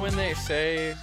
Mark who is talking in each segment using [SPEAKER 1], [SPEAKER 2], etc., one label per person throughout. [SPEAKER 1] when they say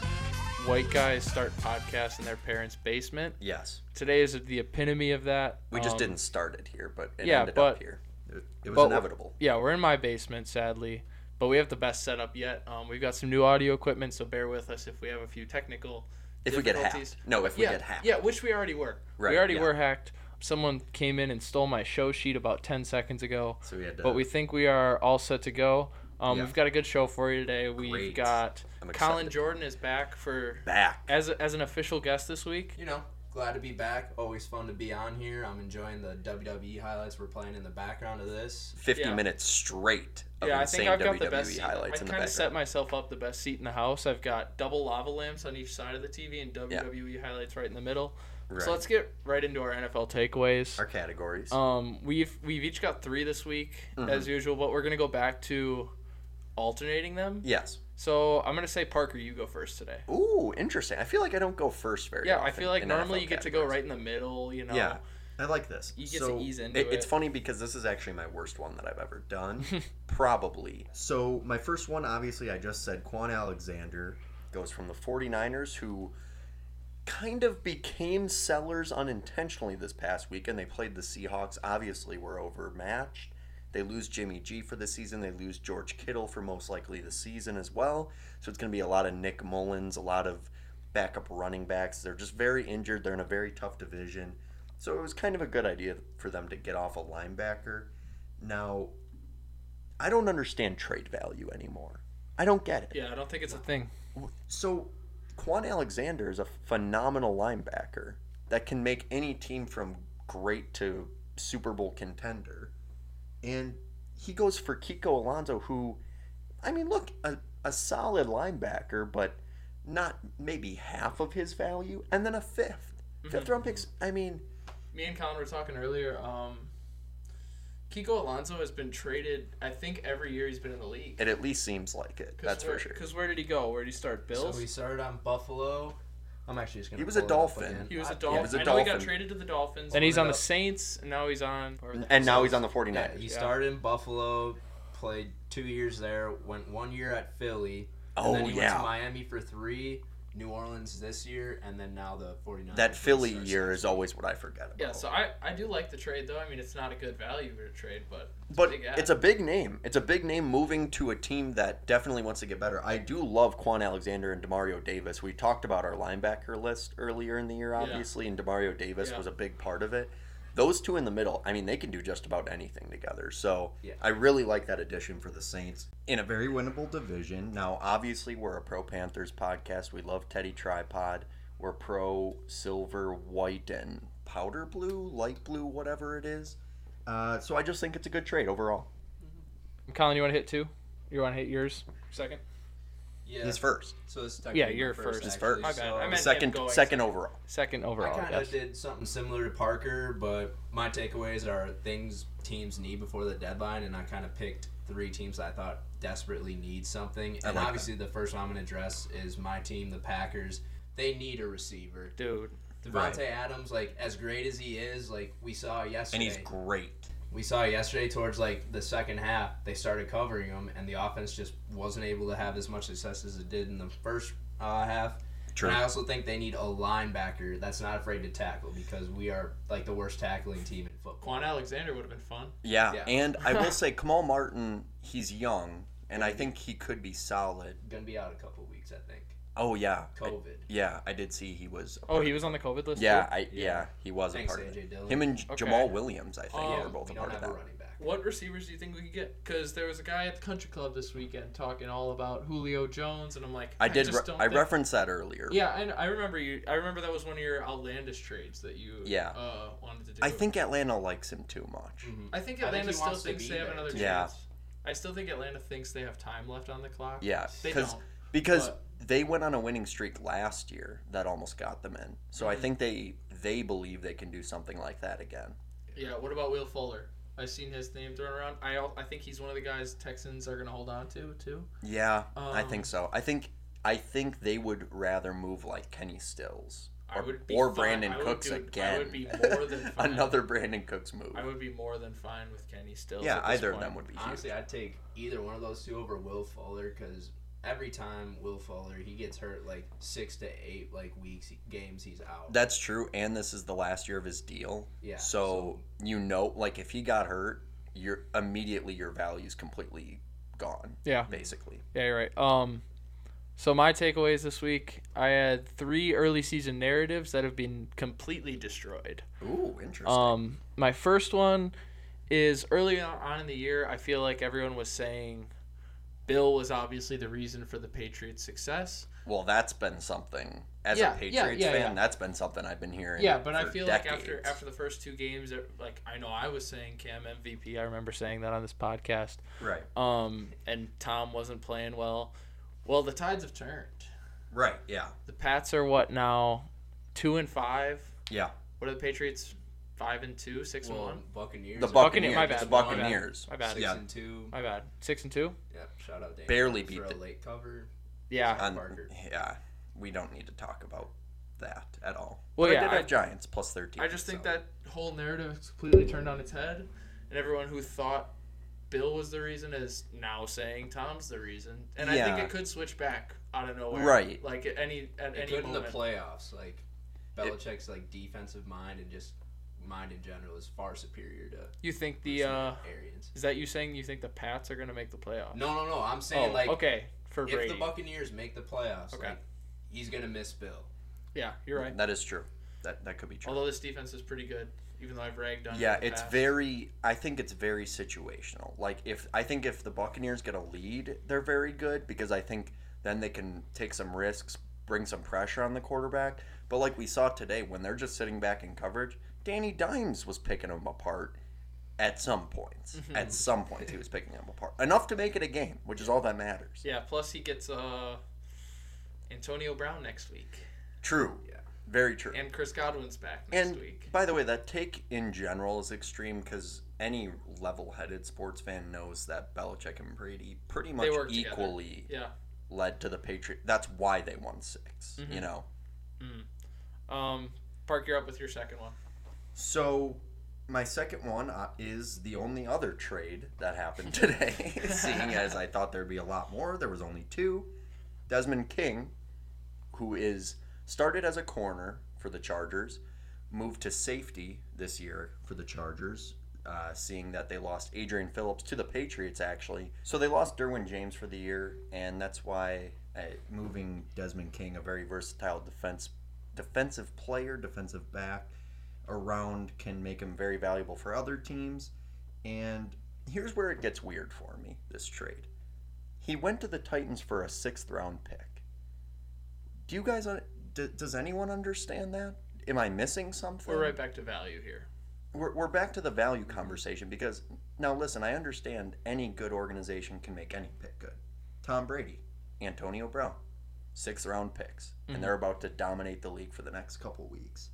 [SPEAKER 1] white guys start podcasts in their parents' basement?
[SPEAKER 2] Yes.
[SPEAKER 1] Today is the epitome of that.
[SPEAKER 2] We just
[SPEAKER 1] Um,
[SPEAKER 2] didn't start it here, but it
[SPEAKER 1] yeah,
[SPEAKER 2] ended
[SPEAKER 1] but-
[SPEAKER 2] up here. It, it was
[SPEAKER 1] but-
[SPEAKER 2] inevitable.
[SPEAKER 1] Yeah, we're in my basement, sadly, but we have the best setup yet. Um, we've got some new audio equipment, so bear with us if we have a few technical.
[SPEAKER 2] If we get
[SPEAKER 1] difficulties.
[SPEAKER 2] hacked. No, if we
[SPEAKER 1] yeah,
[SPEAKER 2] get hacked.
[SPEAKER 1] yeah, which we already were.
[SPEAKER 2] Right,
[SPEAKER 1] we already
[SPEAKER 2] yeah.
[SPEAKER 1] were hacked. Someone came in and stole my show sheet about ten seconds ago.
[SPEAKER 2] So we had to,
[SPEAKER 1] but we think we are all set to go. Um,
[SPEAKER 2] Yeah.
[SPEAKER 1] We've got a good show for you today. We've
[SPEAKER 2] Great.
[SPEAKER 1] got
[SPEAKER 2] I'm
[SPEAKER 1] Colin
[SPEAKER 2] excited.
[SPEAKER 1] Jordan is back for
[SPEAKER 2] back.
[SPEAKER 1] as as an official guest this week.
[SPEAKER 3] you know, glad to be back. Always fun to be on here. I'm enjoying the WWE highlights we're playing in the background of this.
[SPEAKER 2] 50
[SPEAKER 1] yeah.
[SPEAKER 2] minutes straight of
[SPEAKER 1] yeah, I
[SPEAKER 2] insane
[SPEAKER 1] think I've got
[SPEAKER 2] WWE
[SPEAKER 1] the best seat. I've
[SPEAKER 2] highlights in the
[SPEAKER 1] kind of
[SPEAKER 2] background.
[SPEAKER 1] set myself up the best seat in the house. I've got double lava lamps on each side of the TV and WWE highlights right in the middle.
[SPEAKER 2] Right.
[SPEAKER 1] So let's get right into our NFL takeaways.
[SPEAKER 2] Our categories.
[SPEAKER 1] Um, we've we've each got three this week
[SPEAKER 2] Mm-hmm.
[SPEAKER 1] as usual, but we're gonna go back to alternating them.
[SPEAKER 2] yes.
[SPEAKER 1] So I'm gonna say Parker, you go first today.
[SPEAKER 2] Ooh, interesting. I feel like I don't go first very
[SPEAKER 1] Yeah,
[SPEAKER 2] often.
[SPEAKER 1] I feel like
[SPEAKER 2] in
[SPEAKER 1] normally
[SPEAKER 2] NFL
[SPEAKER 1] you get to go
[SPEAKER 2] categories.
[SPEAKER 1] right in the middle. You know.
[SPEAKER 2] Yeah. I like this.
[SPEAKER 1] You get to ease into
[SPEAKER 2] It's
[SPEAKER 1] it.
[SPEAKER 2] funny because this is actually my worst one that I've ever done. Probably.
[SPEAKER 4] So my first one, obviously, I just said Quan Alexander.
[SPEAKER 2] Goes from the 49ers, who kind of became sellers unintentionally this past weekend. They played the Seahawks, obviously, were overmatched. They lose Jimmy G for the season. They lose George Kittle for most likely the season as well. So it's going to be a lot of Nick Mullins, a lot of backup running backs. They're just very injured. They're in a very tough division. So it was kind of a good idea for them to get off a linebacker. Now, I don't understand trade value anymore. I don't get it.
[SPEAKER 1] Yeah, I don't think it's a thing.
[SPEAKER 2] So, Quan Alexander is a phenomenal linebacker that can make any team from great to Super Bowl contender. And he goes for Kiko Alonso, who, I mean, look, a, a solid linebacker, but not maybe half of his value, and then a 5th Fifth round picks, I mean,
[SPEAKER 1] me and Colin were talking earlier. Um, Kiko Alonso has been traded. I think every year he's been in the league.
[SPEAKER 2] it at least seems like it. That's for sure.
[SPEAKER 1] Because where did he go? Where did he start? Bills.
[SPEAKER 3] So we started on Buffalo. I'm actually just gonna.
[SPEAKER 2] He was
[SPEAKER 3] pull
[SPEAKER 2] a
[SPEAKER 3] it up
[SPEAKER 2] Dolphin.
[SPEAKER 3] again.
[SPEAKER 1] he was
[SPEAKER 3] I-
[SPEAKER 1] a
[SPEAKER 2] he
[SPEAKER 1] Dolphin.
[SPEAKER 2] was a
[SPEAKER 1] I know he got
[SPEAKER 2] Dolphin.
[SPEAKER 1] traded to the Dolphins.
[SPEAKER 3] And
[SPEAKER 1] Then he's on the
[SPEAKER 3] up.
[SPEAKER 1] Saints, and now he's on. or-
[SPEAKER 2] And now he's on the 49ers.
[SPEAKER 3] Yeah, he
[SPEAKER 1] Yeah.
[SPEAKER 3] started in Buffalo, played two years there, went one year at Philly.
[SPEAKER 2] Oh,
[SPEAKER 3] and then he went
[SPEAKER 2] yeah.
[SPEAKER 3] to Miami for three, New Orleans this year, and then now the 49ers.
[SPEAKER 2] that Philly
[SPEAKER 3] Stars.
[SPEAKER 2] year is always what I forget about.
[SPEAKER 1] yeah, so I, I do like the trade though. I mean, it's not a good value for a trade, but it's
[SPEAKER 2] But
[SPEAKER 1] a big ad.
[SPEAKER 2] it's a big name. It's a big name moving to a team that definitely wants to get better. I do love Quan Alexander and Demario Davis. We talked about our linebacker list earlier in the year, obviously, and Demario Davis
[SPEAKER 1] Yeah.
[SPEAKER 2] was a big part of it. Those two in the middle, I mean, they can do just about anything together. So
[SPEAKER 3] Yeah.
[SPEAKER 2] I really like that addition for the Saints in a very
[SPEAKER 4] Very winnable division.
[SPEAKER 2] now, obviously, we're a pro Panthers podcast. We love Teddy Tripod. We're pro silver, white, and powder blue, light blue, whatever it is. Uh, so I just think it's a good trade overall.
[SPEAKER 1] Colin, you want to hit two? You want to hit yours? Second.
[SPEAKER 3] Yeah.
[SPEAKER 2] His first.
[SPEAKER 3] so this is
[SPEAKER 1] Yeah,
[SPEAKER 3] technically
[SPEAKER 1] you're
[SPEAKER 3] my
[SPEAKER 1] first.
[SPEAKER 2] His
[SPEAKER 3] actually,
[SPEAKER 2] first. My
[SPEAKER 1] bad.
[SPEAKER 3] so-
[SPEAKER 1] I meant- And him
[SPEAKER 2] second
[SPEAKER 1] going
[SPEAKER 2] second overall.
[SPEAKER 1] Second
[SPEAKER 3] I
[SPEAKER 1] overall.
[SPEAKER 3] kind of
[SPEAKER 1] yes.
[SPEAKER 3] did something similar to Parker, but my takeaways are things teams need before the deadline, and I kind of picked three teams that I thought desperately need something. And
[SPEAKER 2] like that.
[SPEAKER 3] obviously, the first one I'm going to address is my team, the Packers. They need a receiver.
[SPEAKER 1] Dude,
[SPEAKER 3] Devontae
[SPEAKER 2] Right.
[SPEAKER 3] Adams, like as great as he is, like we saw yesterday,
[SPEAKER 2] And he's great.
[SPEAKER 3] we saw yesterday towards like the second half, they started covering him, and the offense just wasn't able to have as much success as it did in the first uh, half.
[SPEAKER 2] True.
[SPEAKER 3] And I also think they need a linebacker that's not afraid to tackle because we are like the worst tackling team in football.
[SPEAKER 1] Quan Alexander would have been fun.
[SPEAKER 2] Yeah.
[SPEAKER 3] Yeah.
[SPEAKER 2] And I will say Kamal Martin, he's young, and I think he could be solid.
[SPEAKER 3] Gonna be out a couple weeks, I think.
[SPEAKER 2] Oh yeah. I-
[SPEAKER 3] COVID.
[SPEAKER 2] yeah, I did see he was a
[SPEAKER 1] Oh,
[SPEAKER 2] part
[SPEAKER 1] he
[SPEAKER 2] of-
[SPEAKER 1] was on the COVID list.
[SPEAKER 2] yeah,
[SPEAKER 1] too?
[SPEAKER 2] I, yeah, he was
[SPEAKER 3] Thanks,
[SPEAKER 2] a part of
[SPEAKER 3] AJ
[SPEAKER 2] it.
[SPEAKER 3] Dillon.
[SPEAKER 2] Him and J-
[SPEAKER 1] Okay.
[SPEAKER 2] Jamal Williams, I think,
[SPEAKER 1] Um,
[SPEAKER 2] Oh, were both a
[SPEAKER 3] we don't
[SPEAKER 2] part of
[SPEAKER 3] have
[SPEAKER 2] that.
[SPEAKER 3] a running back.
[SPEAKER 1] What receivers do you think we could get? Because there was a guy at the country club this weekend talking all about Julio Jones, and I'm like,
[SPEAKER 2] I did.
[SPEAKER 1] Just
[SPEAKER 2] re-
[SPEAKER 1] don't
[SPEAKER 2] I
[SPEAKER 1] think-
[SPEAKER 2] referenced that earlier.
[SPEAKER 1] Yeah, I, I remember you. I remember that was one of your outlandish trades that you
[SPEAKER 2] Yeah.
[SPEAKER 1] uh, wanted to do.
[SPEAKER 2] I think Atlanta likes him too much.
[SPEAKER 1] I think
[SPEAKER 3] I think
[SPEAKER 1] Atlanta
[SPEAKER 3] he
[SPEAKER 1] still
[SPEAKER 3] wants to
[SPEAKER 1] thinks
[SPEAKER 3] be
[SPEAKER 1] they have
[SPEAKER 3] there,
[SPEAKER 1] another
[SPEAKER 2] too.
[SPEAKER 1] chance.
[SPEAKER 2] Yeah.
[SPEAKER 1] I still think Atlanta thinks they have time left on the clock.
[SPEAKER 2] Yeah,
[SPEAKER 1] they
[SPEAKER 2] because
[SPEAKER 1] don't.
[SPEAKER 2] because they went on a winning streak last year that almost got them in. So
[SPEAKER 1] Mm-hmm.
[SPEAKER 2] I think they they believe they can do something like that again.
[SPEAKER 1] Yeah. What about Will Fuller? I've seen his name thrown around. I al- I think he's one of the guys Texans are gonna hold on to too.
[SPEAKER 2] Yeah, I
[SPEAKER 1] Um,
[SPEAKER 2] think so. I think I think they would rather move like Kenny Stills
[SPEAKER 1] I
[SPEAKER 2] or,
[SPEAKER 1] would be
[SPEAKER 2] or
[SPEAKER 1] fine-
[SPEAKER 2] Brandon
[SPEAKER 1] I would
[SPEAKER 2] Cooks
[SPEAKER 1] do- I
[SPEAKER 2] again.
[SPEAKER 1] would be more than fine.
[SPEAKER 2] another Brandon Cooks move.
[SPEAKER 1] I would be more than fine with Kenny Stills.
[SPEAKER 2] yeah,
[SPEAKER 1] at this
[SPEAKER 2] either of
[SPEAKER 3] Mm-hmm.
[SPEAKER 1] point.
[SPEAKER 2] them would be huge.
[SPEAKER 3] Honestly, I'd take either one of those two over Will Fuller because every time Will Fuller he gets hurt like six to eight like weeks games he's out.
[SPEAKER 2] That's true, and this is the last year of his deal.
[SPEAKER 3] Yeah,
[SPEAKER 2] So, you know, like if he got hurt, you're immediately your value's completely gone.
[SPEAKER 5] Yeah.
[SPEAKER 2] Basically.
[SPEAKER 5] Yeah, you're right. Um, so my takeaways this week, I had three early season narratives that have been completely destroyed.
[SPEAKER 2] Ooh, interesting.
[SPEAKER 5] Um, my first one is early on in the year. I feel like everyone was saying
[SPEAKER 1] Bill was obviously the reason for the Patriots' success.
[SPEAKER 2] well, that's been something as
[SPEAKER 1] Yeah,
[SPEAKER 2] a
[SPEAKER 1] yeah,
[SPEAKER 2] Patriots
[SPEAKER 1] yeah,
[SPEAKER 2] fan.
[SPEAKER 1] yeah.
[SPEAKER 2] That's been something I've been hearing.
[SPEAKER 1] Yeah, but I
[SPEAKER 2] for
[SPEAKER 1] feel like after
[SPEAKER 2] decades.
[SPEAKER 1] after the first two games, it- like I know I was saying Cam MVP.
[SPEAKER 5] MVP. I remember saying that on this podcast.
[SPEAKER 4] Right.
[SPEAKER 5] Um, and Tom wasn't playing well.
[SPEAKER 1] Well, the tides have turned.
[SPEAKER 4] Right. Yeah.
[SPEAKER 5] The
[SPEAKER 1] The
[SPEAKER 5] Pats are what now, two and five.
[SPEAKER 4] Yeah.
[SPEAKER 1] what are the Patriots? Five and two, six and
[SPEAKER 3] Well,
[SPEAKER 1] one.
[SPEAKER 3] Buccaneers.
[SPEAKER 2] the
[SPEAKER 3] are
[SPEAKER 5] Buccaneer-
[SPEAKER 2] Buccaneers,
[SPEAKER 5] my
[SPEAKER 2] it's
[SPEAKER 5] bad,
[SPEAKER 2] the
[SPEAKER 5] my bad.
[SPEAKER 2] Buccaneers.
[SPEAKER 5] My bad.
[SPEAKER 3] Six
[SPEAKER 4] Yeah.
[SPEAKER 3] and two.
[SPEAKER 5] My bad. Six and two.
[SPEAKER 3] Yeah, shout out Dan.
[SPEAKER 2] Barely
[SPEAKER 3] Marks
[SPEAKER 2] beat
[SPEAKER 3] for
[SPEAKER 2] the-
[SPEAKER 3] a late cover.
[SPEAKER 5] Yeah.
[SPEAKER 2] On-
[SPEAKER 3] Parker.
[SPEAKER 2] yeah, we don't need to talk about that at all.
[SPEAKER 5] Well,
[SPEAKER 2] But I
[SPEAKER 5] yeah,
[SPEAKER 2] did
[SPEAKER 5] I-
[SPEAKER 2] have Giants plus thirteen.
[SPEAKER 1] I just think
[SPEAKER 2] so.
[SPEAKER 1] that whole narrative is completely turned on its head, and everyone who thought Bill was the reason is now saying Tom's the reason. And I
[SPEAKER 2] Yeah.
[SPEAKER 1] think it could switch back out of nowhere,
[SPEAKER 2] Right.
[SPEAKER 1] Like at any at
[SPEAKER 3] It
[SPEAKER 1] any
[SPEAKER 3] could in the
[SPEAKER 1] moment.
[SPEAKER 3] playoffs. Like Belichick's like defensive mind and just mind in general is far superior to
[SPEAKER 5] you think the uh,
[SPEAKER 3] Arians.
[SPEAKER 5] is that you saying you think the Pats are gonna make the playoffs?
[SPEAKER 3] No, no, no. I'm saying
[SPEAKER 5] Oh,
[SPEAKER 3] like
[SPEAKER 5] okay. For
[SPEAKER 3] if
[SPEAKER 5] Brady.
[SPEAKER 3] the Buccaneers make the playoffs,
[SPEAKER 5] Okay.
[SPEAKER 3] like he's gonna miss Bill.
[SPEAKER 5] yeah, you're right.
[SPEAKER 2] that is true. That that could be true.
[SPEAKER 1] Although this defense is pretty good, even though I've ragged on. it
[SPEAKER 2] yeah,
[SPEAKER 1] in the
[SPEAKER 2] it's
[SPEAKER 1] past.
[SPEAKER 2] very. I think it's very situational. Like if I think if the Buccaneers get a lead, they're very good because I think then they can take some risks, bring some pressure on the quarterback. But like we saw today, when they're just sitting back in coverage, Danny Dimes was picking them apart. At some points,
[SPEAKER 1] Mm-hmm.
[SPEAKER 2] at some points, he was picking them apart enough to make it a game, which is all that matters.
[SPEAKER 1] yeah. Plus he gets uh, Antonio Brown next week,
[SPEAKER 2] True.
[SPEAKER 3] Yeah.
[SPEAKER 2] Very true.
[SPEAKER 1] and Chris Godwin's back next
[SPEAKER 2] And
[SPEAKER 1] week.
[SPEAKER 2] by the way, that take in general is extreme because any level-headed sports fan knows that Belichick and Brady pretty much
[SPEAKER 1] work together.
[SPEAKER 2] equally
[SPEAKER 1] Yeah.
[SPEAKER 2] led to the Patriot. That's why they won 6
[SPEAKER 1] Mm-hmm.
[SPEAKER 2] You know,
[SPEAKER 1] Um, Park, you're up with your second one.
[SPEAKER 2] so. My second one uh, is the only other trade that happened today, seeing as I thought there'd be a lot more. There was only two. Desmond King, who is started as a corner for the Chargers, moved to safety this year for the Chargers, uh, seeing that they lost Adrian Phillips to the Patriots, actually. So they lost Derwin James for the year, and that's why uh, moving Desmond King, a very versatile defense defensive player, defensive back, around can make him very valuable for other teams. And here's where it gets weird for me this trade. He went to the Titans for a sixth round pick. Do you guys, un- d- does anyone understand that? Am I missing something?
[SPEAKER 1] We're right back to value here.
[SPEAKER 2] we're, we're back to the value conversation because now listen i understand any good organization can make any pick good tom brady antonio brown sixth round picks and they're about to dominate the league for the next couple weeks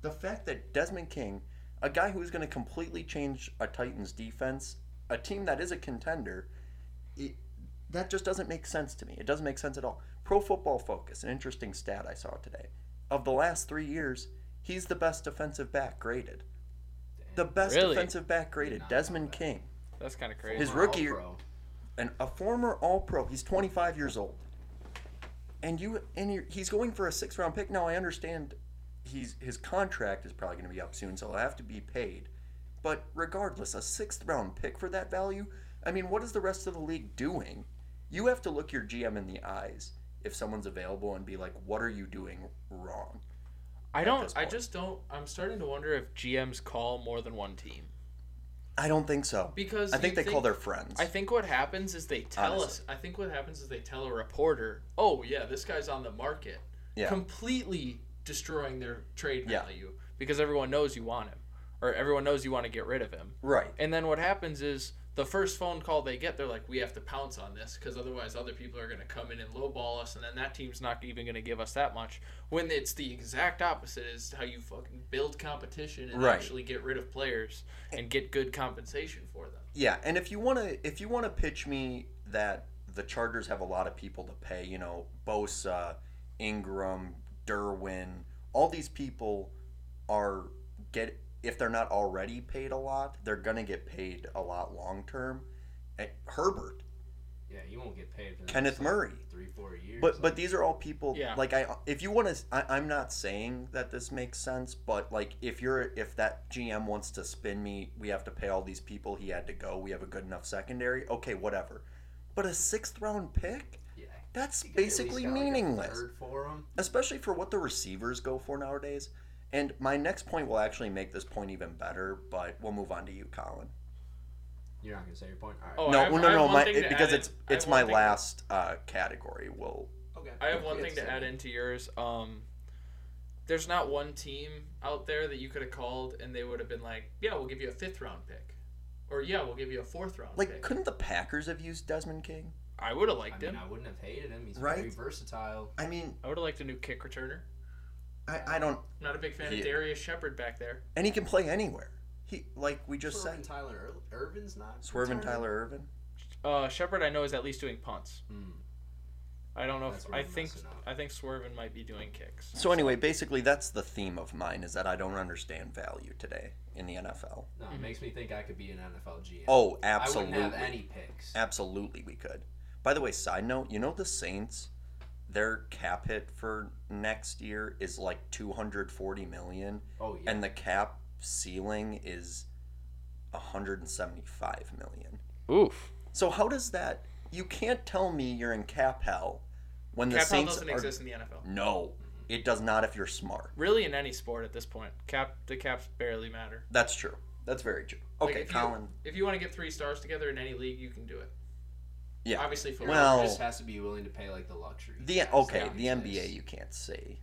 [SPEAKER 2] the fact that desmond king a guy who's going to completely change a titans defense a team that is a contender it, that just doesn't make sense to me it doesn't make sense at all pro football focus an interesting stat i saw today of the last three years he's the best defensive back graded the best
[SPEAKER 5] Really?
[SPEAKER 2] defensive back graded, Desmond King,
[SPEAKER 5] That's kind of crazy.
[SPEAKER 2] His
[SPEAKER 3] Former
[SPEAKER 2] rookie-
[SPEAKER 3] All-Pro.
[SPEAKER 2] and a former All Pro. He's 25 years old, and you and you're, he's going for a six round pick. Now I understand, he's his contract is probably going to be up soon, so he'll have to be paid. But regardless, a sixth round pick for that value. I mean, what is the rest of the league doing? You have to look your GM in the eyes if someone's available and be like, "What are you doing wrong?"
[SPEAKER 5] I don't.
[SPEAKER 1] I just don't. I'm starting to wonder if GMs call more than one team.
[SPEAKER 2] I don't think so.
[SPEAKER 1] Because
[SPEAKER 2] I think
[SPEAKER 1] you
[SPEAKER 2] they call
[SPEAKER 1] think-
[SPEAKER 2] their friends.
[SPEAKER 1] I think what happens is they tell us. I think what happens is they tell a reporter, "Oh yeah, this guy's on the market,"
[SPEAKER 2] Yeah.
[SPEAKER 1] completely destroying their trade
[SPEAKER 2] Yeah.
[SPEAKER 1] value.
[SPEAKER 5] because everyone knows you want him, or everyone knows you want to get rid of him.
[SPEAKER 2] right.
[SPEAKER 5] And then what happens
[SPEAKER 1] Is the first phone call they get, they're like, "We have to pounce on this because otherwise, other people are going to come in and lowball us, and then that team's not even going to give us that much." When it's the exact opposite is how you fucking build competition and
[SPEAKER 2] Right.
[SPEAKER 1] actually get rid of players and get good compensation for them.
[SPEAKER 2] Yeah, and if you want to, if you want to pitch me that the Chargers have a lot of people to pay, you know, Bosa, Ingram, Derwin, all these people are get if they're not already paid a lot, they're gonna get paid a lot long term. Eh, Herbert,
[SPEAKER 3] Yeah, you won't get paid for the
[SPEAKER 2] Kenneth
[SPEAKER 3] next, like,
[SPEAKER 2] Murray.
[SPEAKER 3] three four years.
[SPEAKER 2] But
[SPEAKER 3] like-
[SPEAKER 2] but these are all people.
[SPEAKER 1] Yeah.
[SPEAKER 2] Like I, if you want to, I, I'm not saying that this makes sense, but like if you're if that GM wants to spin me, we have to pay all these people. He had to go. We have a good enough secondary. Okay, whatever. But a sixth round pick,
[SPEAKER 3] yeah,
[SPEAKER 2] that's
[SPEAKER 3] you could at least
[SPEAKER 2] basically
[SPEAKER 3] got, like, a
[SPEAKER 2] meaningless,
[SPEAKER 3] third for 'em.
[SPEAKER 2] especially for what the receivers go for nowadays. And my next point will actually make this point even better, but we'll move on to you, Colin.
[SPEAKER 3] You're not gonna say your point. All right.
[SPEAKER 1] Oh, I
[SPEAKER 2] no,
[SPEAKER 1] have-
[SPEAKER 2] no,
[SPEAKER 1] I have
[SPEAKER 2] no,
[SPEAKER 1] one
[SPEAKER 2] my,
[SPEAKER 1] thing
[SPEAKER 2] it-
[SPEAKER 1] to
[SPEAKER 2] because
[SPEAKER 1] add in.
[SPEAKER 2] it's
[SPEAKER 1] I have
[SPEAKER 2] it's
[SPEAKER 1] one
[SPEAKER 2] my
[SPEAKER 1] thing to-
[SPEAKER 2] last uh, category. Will
[SPEAKER 3] okay.
[SPEAKER 1] I have one
[SPEAKER 3] Yeah,
[SPEAKER 1] thing to
[SPEAKER 3] so-
[SPEAKER 1] add into yours. Um, there's not one team out there that you could have called and they would have been like, yeah, we'll give you a fifth round pick. Or, yeah, we'll give you a fourth round
[SPEAKER 2] like
[SPEAKER 1] pick.
[SPEAKER 2] couldn't the Packers have used Desmond King?
[SPEAKER 1] I would have
[SPEAKER 3] I
[SPEAKER 1] liked
[SPEAKER 3] mean,
[SPEAKER 1] him.
[SPEAKER 3] I wouldn't have hated him. He's
[SPEAKER 2] Right?
[SPEAKER 3] very versatile.
[SPEAKER 2] I mean,
[SPEAKER 1] I would have liked a new kick returner.
[SPEAKER 2] I, I don't
[SPEAKER 1] I'm not a big fan
[SPEAKER 2] Yeah.
[SPEAKER 1] of Darius Shepard back there.
[SPEAKER 2] and he can play anywhere. He like we just
[SPEAKER 3] Swerving
[SPEAKER 2] said,
[SPEAKER 3] Tyler Ir- Irvin's not.
[SPEAKER 2] Swervin
[SPEAKER 3] retired?
[SPEAKER 2] Tyler Irvin.
[SPEAKER 5] Uh, Shepard, I know is at least doing punts.
[SPEAKER 3] Hmm.
[SPEAKER 5] I don't know.
[SPEAKER 3] That's
[SPEAKER 5] If,
[SPEAKER 3] where
[SPEAKER 5] I
[SPEAKER 3] I'm
[SPEAKER 5] think
[SPEAKER 3] messing up.
[SPEAKER 5] I think Swervin might be doing kicks.
[SPEAKER 2] So anyway, basically that's the theme of mine is that I don't understand value today in the NFL.
[SPEAKER 3] No,
[SPEAKER 1] Mm-hmm.
[SPEAKER 3] it makes me think I could be an NFL GM.
[SPEAKER 2] Oh,
[SPEAKER 3] I
[SPEAKER 2] absolutely,
[SPEAKER 3] wouldn't have any picks.
[SPEAKER 2] absolutely we could. By the way, side note, you know the Saints, their cap hit for next year is like two hundred forty million,
[SPEAKER 3] Oh yeah.
[SPEAKER 2] and the cap ceiling is one hundred and seventy five million.
[SPEAKER 5] Oof.
[SPEAKER 2] So how does that? You can't tell me you're in cap hell when the
[SPEAKER 1] Cap hell
[SPEAKER 2] Saints
[SPEAKER 1] doesn't
[SPEAKER 2] are.
[SPEAKER 1] exist in the NFL.
[SPEAKER 2] No, it does not. If you're smart,
[SPEAKER 5] Really, in any sport at this point, cap the caps barely matter.
[SPEAKER 2] that's true. That's very true.
[SPEAKER 1] Like,
[SPEAKER 2] Okay,
[SPEAKER 1] if you-
[SPEAKER 2] Colin.
[SPEAKER 1] If you want to get three stars together in any league, you can do it.
[SPEAKER 2] Yeah.
[SPEAKER 1] Obviously, for
[SPEAKER 2] Well-
[SPEAKER 3] just has to be willing to pay like the luxury.
[SPEAKER 2] the
[SPEAKER 3] tax
[SPEAKER 2] okay,
[SPEAKER 3] that
[SPEAKER 2] the
[SPEAKER 3] exists.
[SPEAKER 2] NBA you can't say,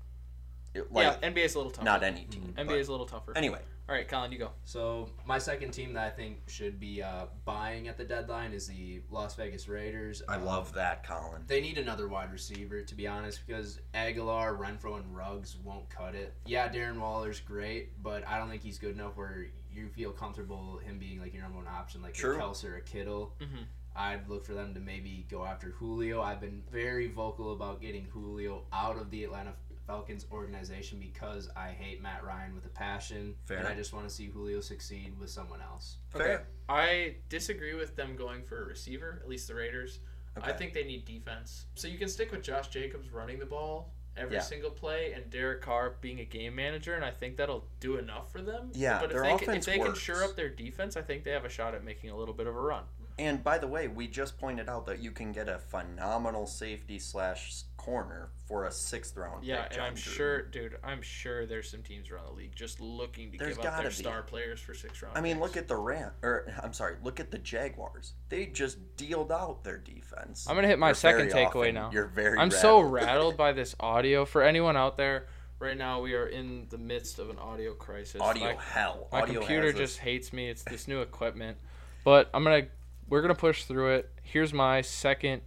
[SPEAKER 2] It- like
[SPEAKER 5] yeah, NBA's a little tougher.
[SPEAKER 2] not any team.
[SPEAKER 1] Mm-hmm.
[SPEAKER 2] but-
[SPEAKER 5] NBA's a little tougher.
[SPEAKER 2] anyway.
[SPEAKER 5] All right, Colin, you go.
[SPEAKER 3] So my second team that I think should be uh, buying at the deadline is the Las Vegas Raiders.
[SPEAKER 2] I
[SPEAKER 3] Um,
[SPEAKER 2] love that, Colin.
[SPEAKER 3] They need another wide receiver, to be honest, because Aguilar, Renfro, and Ruggs won't cut it. Yeah, Darren Waller's great, but I don't think he's good enough where you feel comfortable him being like your number one option, like
[SPEAKER 2] True.
[SPEAKER 3] a Kelsey or a Kittle.
[SPEAKER 5] Mhm.
[SPEAKER 3] I'd look for them to maybe go after Julio. I've been very vocal about getting Julio out of the Atlanta Falcons organization because I hate Matt Ryan with a passion,
[SPEAKER 2] Fair.
[SPEAKER 3] and I just want to see Julio succeed with someone else.
[SPEAKER 2] Fair.
[SPEAKER 1] I disagree with them going for a receiver, at least the Raiders. I
[SPEAKER 2] Okay.
[SPEAKER 1] think they need defense. So you can stick with Josh Jacobs running the ball every
[SPEAKER 2] Yeah.
[SPEAKER 1] single play and Derek Carr being a game manager, and I think that'll do enough for them.
[SPEAKER 2] Yeah,
[SPEAKER 1] but if
[SPEAKER 2] their
[SPEAKER 1] they, can, if
[SPEAKER 2] offense
[SPEAKER 1] they can
[SPEAKER 2] works.
[SPEAKER 1] shore up their defense, I think they have a shot at making a little bit of a run.
[SPEAKER 2] And by the way, we just pointed out that you can get a phenomenal safety slash corner for a sixth round.
[SPEAKER 5] Yeah,
[SPEAKER 2] pick,
[SPEAKER 5] and
[SPEAKER 2] John
[SPEAKER 5] I'm
[SPEAKER 2] Gruden.
[SPEAKER 5] sure, dude, I'm sure there's some teams around the league just looking to
[SPEAKER 2] There's
[SPEAKER 5] give up
[SPEAKER 2] gotta
[SPEAKER 5] their
[SPEAKER 2] be.
[SPEAKER 5] star players for six rounds.
[SPEAKER 2] I mean, look at the Ram, or I'm sorry, look at the Jaguars. They just dealed out their defense.
[SPEAKER 5] I'm gonna hit my
[SPEAKER 2] You're
[SPEAKER 5] second
[SPEAKER 2] very
[SPEAKER 5] takeaway
[SPEAKER 2] often-
[SPEAKER 5] now.
[SPEAKER 2] You're very.
[SPEAKER 5] I'm so rattled by this audio. For anyone out there, right now we are in the midst of an audio crisis.
[SPEAKER 2] audio
[SPEAKER 5] My-
[SPEAKER 2] hell.
[SPEAKER 5] My
[SPEAKER 2] audio
[SPEAKER 5] computer
[SPEAKER 2] has us-
[SPEAKER 5] just hates me. It's this new equipment, but I'm gonna we're gonna push through it. Here's my second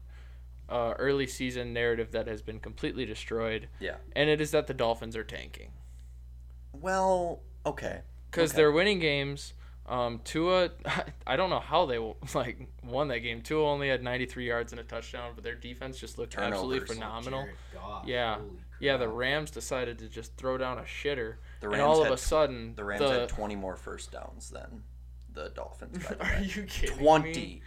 [SPEAKER 5] uh, early season narrative that has been completely destroyed,
[SPEAKER 2] yeah.
[SPEAKER 5] and it is that the Dolphins are tanking
[SPEAKER 2] Well, okay.
[SPEAKER 5] because
[SPEAKER 2] Okay.
[SPEAKER 5] they're winning games. Um, Tua, I don't know how they like won that game. Tua only had 93 yards and a touchdown, but their defense just looked absolutely
[SPEAKER 2] Turnovers. Oh,
[SPEAKER 5] phenomenal.
[SPEAKER 3] Jared Goff,
[SPEAKER 5] Yeah,
[SPEAKER 3] holy
[SPEAKER 5] yeah. The
[SPEAKER 3] crap.
[SPEAKER 5] Rams decided to just throw down a shitter,
[SPEAKER 2] The
[SPEAKER 5] and
[SPEAKER 2] Rams
[SPEAKER 5] all of
[SPEAKER 2] had
[SPEAKER 5] a
[SPEAKER 2] tw-
[SPEAKER 5] sudden,
[SPEAKER 2] The Rams had 20 more first downs than the Dolphins. By the
[SPEAKER 1] Are
[SPEAKER 2] way.
[SPEAKER 1] you kidding?
[SPEAKER 2] 20.
[SPEAKER 5] me?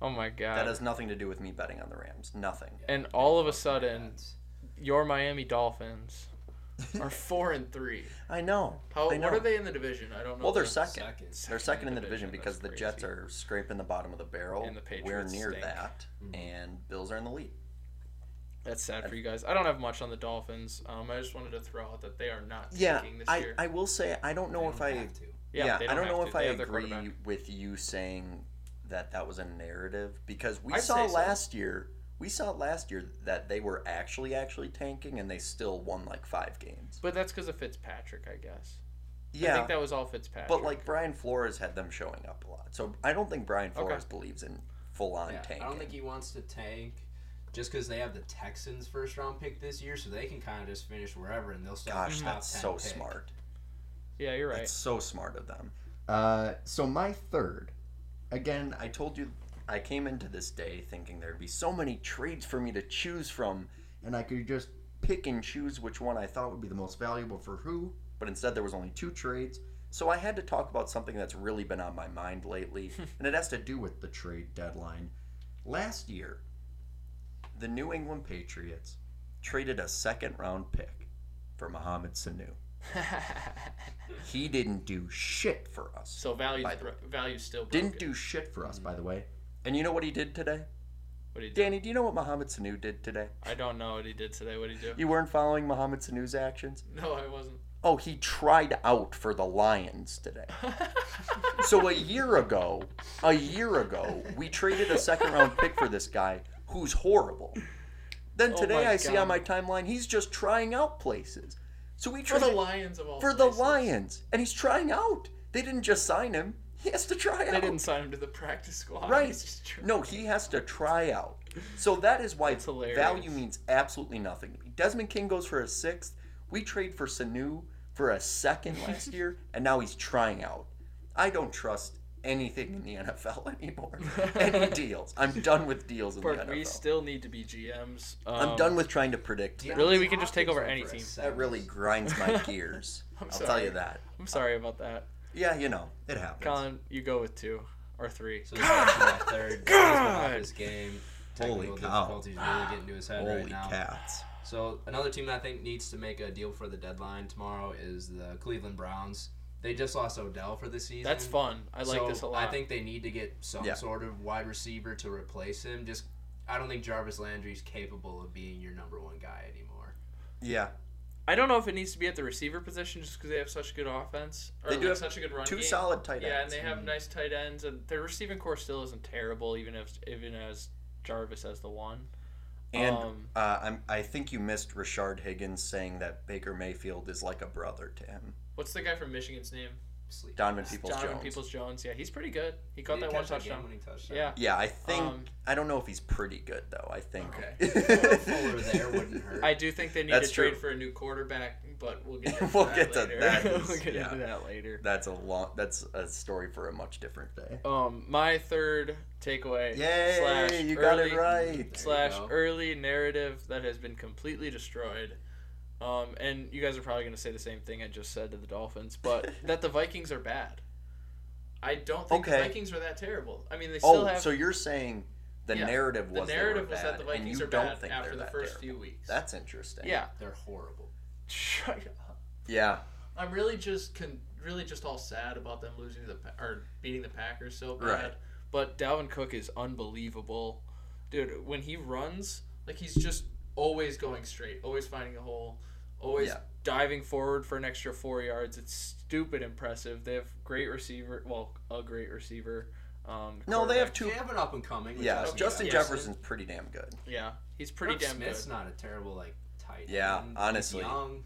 [SPEAKER 5] oh my god,
[SPEAKER 2] That has nothing to do with me betting on the Rams. Nothing.
[SPEAKER 5] and all of a
[SPEAKER 3] Fucking
[SPEAKER 5] sudden,
[SPEAKER 3] nuts.
[SPEAKER 5] your Miami Dolphins
[SPEAKER 1] Are four and three.
[SPEAKER 2] I know.
[SPEAKER 1] How?
[SPEAKER 2] I know.
[SPEAKER 1] What are they in the division? I don't know.
[SPEAKER 2] Well, they're
[SPEAKER 1] the-
[SPEAKER 2] second.
[SPEAKER 3] Second.
[SPEAKER 2] They're second in the division,
[SPEAKER 5] That's
[SPEAKER 2] because the
[SPEAKER 5] crazy.
[SPEAKER 2] Jets are scraping the bottom of the barrel.
[SPEAKER 5] And the
[SPEAKER 2] We're
[SPEAKER 5] Patriots
[SPEAKER 2] near
[SPEAKER 5] stink.
[SPEAKER 2] that, and Bills are in the lead.
[SPEAKER 5] That's sad
[SPEAKER 2] for
[SPEAKER 5] for
[SPEAKER 2] you
[SPEAKER 5] you guys. I don't have much on the Dolphins. Um, I just wanted to throw out that they are not
[SPEAKER 2] Yeah,
[SPEAKER 5] tanking this
[SPEAKER 2] I,
[SPEAKER 5] year.
[SPEAKER 2] I will say I don't know
[SPEAKER 3] They
[SPEAKER 2] if
[SPEAKER 3] don't
[SPEAKER 2] I
[SPEAKER 3] have to.
[SPEAKER 5] yeah,
[SPEAKER 2] yeah,
[SPEAKER 5] they
[SPEAKER 2] I don't
[SPEAKER 5] have
[SPEAKER 2] know
[SPEAKER 5] to.
[SPEAKER 2] if
[SPEAKER 5] They
[SPEAKER 2] I
[SPEAKER 5] have their
[SPEAKER 2] agree
[SPEAKER 5] quarterback.
[SPEAKER 2] with you saying that that was a narrative because we
[SPEAKER 1] I'd
[SPEAKER 2] saw
[SPEAKER 1] say so.
[SPEAKER 2] last year we saw last year that they were actually actually tanking and they still won like five games.
[SPEAKER 5] But that's because of Fitzpatrick, I guess. I
[SPEAKER 2] Yeah,
[SPEAKER 5] think that was all Fitzpatrick.
[SPEAKER 2] but like Brian Flores had them showing up a lot, so I don't think Brian Flores believes in full on
[SPEAKER 3] Yeah,
[SPEAKER 2] tanking.
[SPEAKER 3] I don't think he wants to tank just because they have the Texans first round pick this year, so they can kind of just finish wherever and they'll still have
[SPEAKER 2] Gosh,
[SPEAKER 3] the Mm-hmm. top
[SPEAKER 2] that's
[SPEAKER 3] 10
[SPEAKER 2] so
[SPEAKER 3] pick.
[SPEAKER 2] smart.
[SPEAKER 5] yeah, you're right.
[SPEAKER 2] That's so smart of them.
[SPEAKER 4] Uh, so my third.
[SPEAKER 2] Again, I told you I came into this day thinking there'd be so many trades for me to choose from,
[SPEAKER 4] And I could just
[SPEAKER 2] pick and choose which one I thought would be the most
[SPEAKER 4] valuable for who?
[SPEAKER 2] but instead there was only two trades. So I had to talk about something that's really been on my mind lately, and it has to do
[SPEAKER 4] Do with the trade deadline. Last year,
[SPEAKER 2] The New England Patriots traded a second round pick for Mohamed Sanu. He didn't do shit for us.
[SPEAKER 6] so value
[SPEAKER 2] By the way.
[SPEAKER 6] value still broken.
[SPEAKER 2] didn't do shit for us, by the way. And you know what he did today?
[SPEAKER 6] what he did.
[SPEAKER 2] Danny, do you know what Mohamed Sanu did today?
[SPEAKER 6] I don't know what he did today. What did he do?
[SPEAKER 2] You weren't following Mohamed Sanu's actions?
[SPEAKER 6] No, I wasn't.
[SPEAKER 2] Oh, he tried out for the Lions today. so a year ago, a year ago, we traded a second round pick for this guy who's horrible. Then today
[SPEAKER 6] Oh my
[SPEAKER 2] I see
[SPEAKER 6] God.
[SPEAKER 2] on my timeline he's just trying out places. So we
[SPEAKER 6] For
[SPEAKER 2] traded
[SPEAKER 6] the Lions of all
[SPEAKER 2] for the
[SPEAKER 6] places.
[SPEAKER 2] Lions and he's trying out. They didn't just sign him. He has to try out.
[SPEAKER 6] They didn't sign him to the practice squad. He's
[SPEAKER 2] Right.
[SPEAKER 6] just tr-
[SPEAKER 2] No, he has to try out. So that is why
[SPEAKER 6] hilarious.
[SPEAKER 2] value means absolutely nothing. to me. Desmond King goes for a sixth. We trade for Sanu for a second last year, and now he's trying out. I don't trust anything in the NFL anymore. Any deals. I'm done with deals in
[SPEAKER 1] But
[SPEAKER 2] the NFL.
[SPEAKER 1] we still need to be GMs.
[SPEAKER 2] I'm
[SPEAKER 1] Um,
[SPEAKER 2] done with trying to predict.
[SPEAKER 3] Deontay
[SPEAKER 1] Really, we can just take
[SPEAKER 3] Hopkins
[SPEAKER 1] over
[SPEAKER 3] went
[SPEAKER 1] any
[SPEAKER 3] for a
[SPEAKER 1] team.
[SPEAKER 2] That
[SPEAKER 3] seventh.
[SPEAKER 2] really grinds my gears. I'll tell
[SPEAKER 6] sorry.
[SPEAKER 2] you that.
[SPEAKER 1] I'm sorry about that.
[SPEAKER 2] Yeah, you know.
[SPEAKER 7] It happens.
[SPEAKER 1] Colin, you go with two or three.
[SPEAKER 3] So this is actually my third God. this game.
[SPEAKER 7] Holy
[SPEAKER 3] Technical
[SPEAKER 7] cow.
[SPEAKER 3] difficulties really getting to his head
[SPEAKER 7] Holy
[SPEAKER 3] right now.
[SPEAKER 7] cats.
[SPEAKER 3] So another team that I think needs to make a deal for the deadline tomorrow is the Cleveland Browns. They just lost Odell for the season.
[SPEAKER 1] That's fun. I like
[SPEAKER 3] So
[SPEAKER 1] this a lot.
[SPEAKER 3] I think they need to get some
[SPEAKER 2] Yeah.
[SPEAKER 3] sort of wide receiver to replace him. Just I don't think Jarvis Landry is capable of being your number one guy anymore.
[SPEAKER 2] Yeah.
[SPEAKER 1] I don't know if it needs to be at the receiver position just because they have such good offense. Or
[SPEAKER 2] They do
[SPEAKER 1] like,
[SPEAKER 2] have
[SPEAKER 1] such a good run
[SPEAKER 2] Two
[SPEAKER 1] game.
[SPEAKER 2] solid tight ends.
[SPEAKER 1] Yeah, and they have nice tight ends, and their receiving core still isn't terrible, even if even as Jarvis as the one.
[SPEAKER 2] And
[SPEAKER 1] Um,
[SPEAKER 2] uh, I'm, I think you missed Richard Higgins saying that Baker Mayfield is like a brother to him.
[SPEAKER 1] What's the guy from Michigan's name?
[SPEAKER 3] Sleep.
[SPEAKER 2] Donovan Peoples
[SPEAKER 1] Donovan
[SPEAKER 2] Jones.
[SPEAKER 1] Peoples Jones. Yeah, he's pretty good. He caught that one touchdown.
[SPEAKER 3] when he touched
[SPEAKER 1] Yeah.
[SPEAKER 2] Yeah, I think
[SPEAKER 1] Um,
[SPEAKER 2] I don't know if he's pretty good though. I think.
[SPEAKER 6] Okay.
[SPEAKER 3] Fuller there wouldn't hurt.
[SPEAKER 1] I do think they need
[SPEAKER 2] That's
[SPEAKER 1] to trade
[SPEAKER 2] true.
[SPEAKER 1] for a new quarterback, but we'll get into
[SPEAKER 2] We'll
[SPEAKER 1] that
[SPEAKER 2] get to
[SPEAKER 1] later.
[SPEAKER 2] that.
[SPEAKER 1] we'll get
[SPEAKER 2] Yeah.
[SPEAKER 1] into that later.
[SPEAKER 2] that's a long. That's a story for a much different day.
[SPEAKER 1] Um, my third takeaway.
[SPEAKER 2] Yay!
[SPEAKER 1] slash
[SPEAKER 2] you got
[SPEAKER 1] early-
[SPEAKER 2] it right.
[SPEAKER 3] There you
[SPEAKER 1] slash
[SPEAKER 3] go.
[SPEAKER 1] early narrative that has been completely destroyed. Um, and you guys are probably going to say the same thing I just said to the Dolphins, but that the Vikings are bad.
[SPEAKER 6] I don't think the
[SPEAKER 2] Okay.
[SPEAKER 6] Vikings are that terrible.
[SPEAKER 1] I mean, they still
[SPEAKER 2] Oh,
[SPEAKER 1] have.
[SPEAKER 2] so you're saying the
[SPEAKER 6] Yeah.
[SPEAKER 2] narrative
[SPEAKER 6] The
[SPEAKER 2] was
[SPEAKER 6] narrative
[SPEAKER 2] they were
[SPEAKER 6] was
[SPEAKER 2] bad,
[SPEAKER 6] that the
[SPEAKER 2] and
[SPEAKER 6] Vikings
[SPEAKER 2] you
[SPEAKER 6] are
[SPEAKER 2] don't
[SPEAKER 6] bad
[SPEAKER 2] think
[SPEAKER 6] after
[SPEAKER 2] they're
[SPEAKER 6] the
[SPEAKER 2] that
[SPEAKER 6] first
[SPEAKER 2] terrible.
[SPEAKER 6] few weeks.
[SPEAKER 2] That's interesting.
[SPEAKER 1] yeah.
[SPEAKER 3] They're horrible.
[SPEAKER 1] Shut up.
[SPEAKER 2] Yeah.
[SPEAKER 6] I'm really just con- really just all sad about them losing to the pa- or beating the Packers so bad.
[SPEAKER 2] Right.
[SPEAKER 1] But Dalvin Cook is unbelievable.
[SPEAKER 6] Dude, when he runs, like he's just always going straight, always finding a hole, always
[SPEAKER 2] Yeah.
[SPEAKER 1] Diving forward for an extra four yards. It's stupid impressive. They have great receiver. Well, a great receiver. Um,
[SPEAKER 2] No, they
[SPEAKER 1] quarterback.
[SPEAKER 2] have
[SPEAKER 3] They
[SPEAKER 2] two.
[SPEAKER 3] have an up and coming. with
[SPEAKER 2] Yeah, Justin
[SPEAKER 3] Jefferson.
[SPEAKER 2] Jefferson's pretty damn good.
[SPEAKER 1] Yeah. He's pretty
[SPEAKER 3] Irv
[SPEAKER 1] damn
[SPEAKER 3] Smith's
[SPEAKER 1] good.
[SPEAKER 3] not a terrible like tight end.
[SPEAKER 2] Yeah,
[SPEAKER 3] He's
[SPEAKER 2] honestly.
[SPEAKER 3] young.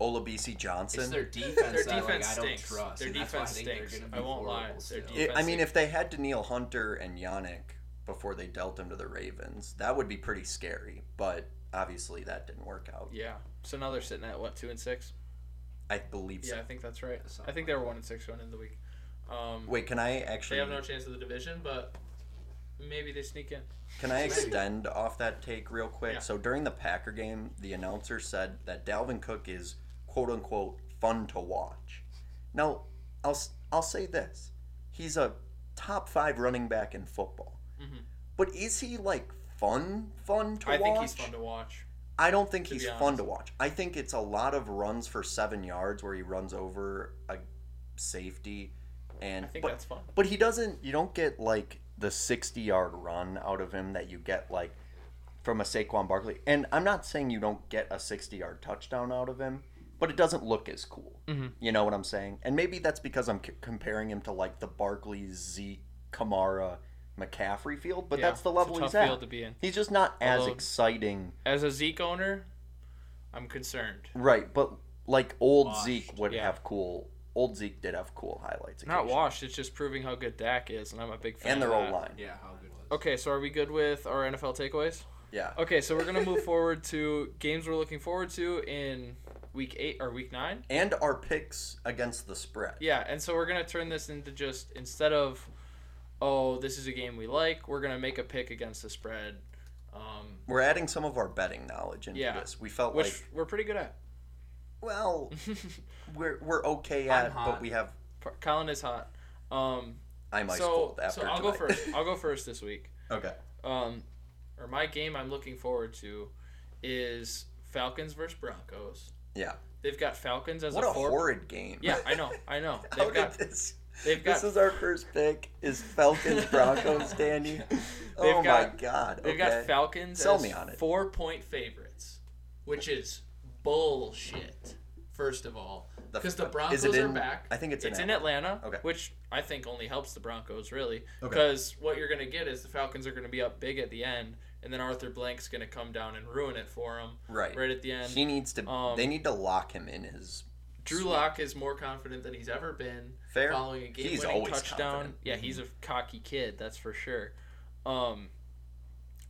[SPEAKER 2] Olabisi Johnson.
[SPEAKER 3] It's their defense.
[SPEAKER 1] Their
[SPEAKER 3] that, like,
[SPEAKER 1] defense
[SPEAKER 3] I don't
[SPEAKER 1] stinks.
[SPEAKER 3] Trust,
[SPEAKER 1] Their
[SPEAKER 3] and that's why
[SPEAKER 1] defense
[SPEAKER 3] I think they're
[SPEAKER 1] stinks.
[SPEAKER 3] gonna be
[SPEAKER 1] I won't lie.
[SPEAKER 3] horrible
[SPEAKER 1] Their
[SPEAKER 3] still.
[SPEAKER 1] defense-
[SPEAKER 2] I mean, if they had Daniil Hunter and Yannick before they dealt him to the Ravens, that would be pretty scary. But obviously, that didn't work out.
[SPEAKER 1] Yeah. So now they're sitting at what two and six.
[SPEAKER 2] I believe so.
[SPEAKER 1] Yeah, I think that's right.
[SPEAKER 3] Something
[SPEAKER 1] I think they were one and six going into the week. Um,
[SPEAKER 2] Wait, can I
[SPEAKER 6] they
[SPEAKER 2] actually?
[SPEAKER 6] have no chance of the division, but
[SPEAKER 1] maybe they sneak in.
[SPEAKER 2] Can I extend off that take real quick?
[SPEAKER 6] Yeah.
[SPEAKER 2] So during the Packer game, the announcer said that Dalvin Cook is quote unquote fun to watch. Now, I'll s- I'll say this: he's a top five running back in football. But is he like fun fun to
[SPEAKER 1] Mm-hmm. I
[SPEAKER 2] watch?
[SPEAKER 1] think he's fun to watch.
[SPEAKER 2] I don't think he's
[SPEAKER 1] be
[SPEAKER 2] fun to watch. I think it's a lot of runs for seven yards where he runs over a safety, and
[SPEAKER 1] I think
[SPEAKER 2] but,
[SPEAKER 1] that's fun.
[SPEAKER 2] but he doesn't. You don't get like the sixty-yard run out of him that you get like from a Saquon Barkley. And I'm not saying you don't get a sixty-yard touchdown out of him, but it doesn't look as cool.
[SPEAKER 1] Mm-hmm.
[SPEAKER 2] You know what I'm saying? And maybe that's because I'm c- comparing him to like the Barkley, Zeke, Kamara, McCaffrey field. But
[SPEAKER 1] Yeah,
[SPEAKER 2] that's the
[SPEAKER 1] it's a
[SPEAKER 2] level
[SPEAKER 1] tough
[SPEAKER 2] he's at.
[SPEAKER 1] field to be in.
[SPEAKER 2] He's just not as
[SPEAKER 1] Although-
[SPEAKER 2] exciting.
[SPEAKER 1] As a Zeke owner, I'm concerned.
[SPEAKER 2] Right, but like old Zeke would
[SPEAKER 1] yeah.
[SPEAKER 2] have cool. Old Zeke did have cool highlights.
[SPEAKER 1] Not
[SPEAKER 2] occasionally.
[SPEAKER 1] washed. It's just proving how good Dak is, and I'm a big fan.
[SPEAKER 2] And their
[SPEAKER 1] of
[SPEAKER 2] old
[SPEAKER 1] that.
[SPEAKER 2] line.
[SPEAKER 3] Yeah, how good was?
[SPEAKER 1] Okay, so are we good with our NFL takeaways?
[SPEAKER 2] Yeah.
[SPEAKER 1] Okay, so we're gonna move forward to games we're looking forward to in week eight or week nine.
[SPEAKER 2] And our picks against the spread.
[SPEAKER 1] Yeah, and so we're gonna turn this into just instead of, oh, this is a game we like. We're gonna make a pick against the spread, um,
[SPEAKER 2] We're adding some of our betting knowledge into
[SPEAKER 1] Yeah.
[SPEAKER 2] this. We felt
[SPEAKER 1] which
[SPEAKER 2] like,
[SPEAKER 1] we're pretty good at.
[SPEAKER 2] well, we're we're okay at, but
[SPEAKER 3] hot.
[SPEAKER 2] we have
[SPEAKER 1] P- Colin is hot. Um,
[SPEAKER 2] I'm ice
[SPEAKER 1] so
[SPEAKER 2] cold after
[SPEAKER 1] so I'll go
[SPEAKER 2] tonight.
[SPEAKER 1] first. I'll go first this week.
[SPEAKER 2] okay.
[SPEAKER 1] Um, or my game I'm looking forward to is Falcons versus Broncos.
[SPEAKER 2] Yeah.
[SPEAKER 1] They've got Falcons as
[SPEAKER 2] What
[SPEAKER 1] a,
[SPEAKER 2] a
[SPEAKER 1] four.
[SPEAKER 2] horrid game.
[SPEAKER 1] Yeah, I know, I know.
[SPEAKER 2] How
[SPEAKER 1] They've
[SPEAKER 2] did
[SPEAKER 1] got
[SPEAKER 2] this?
[SPEAKER 1] they've got
[SPEAKER 2] This is our first pick. Is Falcons Broncos, Danny? Oh
[SPEAKER 1] got-
[SPEAKER 2] my God.
[SPEAKER 1] they've
[SPEAKER 2] okay.
[SPEAKER 1] got Falcons
[SPEAKER 2] Sell
[SPEAKER 1] as
[SPEAKER 2] me on it.
[SPEAKER 1] four point favorites, which is bullshit. First of all,
[SPEAKER 2] The-
[SPEAKER 1] because the,
[SPEAKER 2] is it
[SPEAKER 1] Broncos
[SPEAKER 2] in-
[SPEAKER 1] are back.
[SPEAKER 2] I think it's in
[SPEAKER 1] it's in Atlanta,
[SPEAKER 2] Okay.
[SPEAKER 1] which I think only helps the Broncos really,
[SPEAKER 4] Okay.
[SPEAKER 1] because what you're going to get is the Falcons are going to be up big at the end, and then Arthur Blank's going to come down and ruin it for them
[SPEAKER 2] Right.
[SPEAKER 1] right at the end.
[SPEAKER 2] He needs to.
[SPEAKER 1] Um,
[SPEAKER 2] they need to lock him in his
[SPEAKER 1] Drew Lock is more confident than he's ever been.
[SPEAKER 2] Fair.
[SPEAKER 1] Following a game
[SPEAKER 2] He's
[SPEAKER 1] winning
[SPEAKER 2] always
[SPEAKER 1] touchdown.
[SPEAKER 2] confident.
[SPEAKER 1] Yeah, he's a cocky kid, that's for sure. Um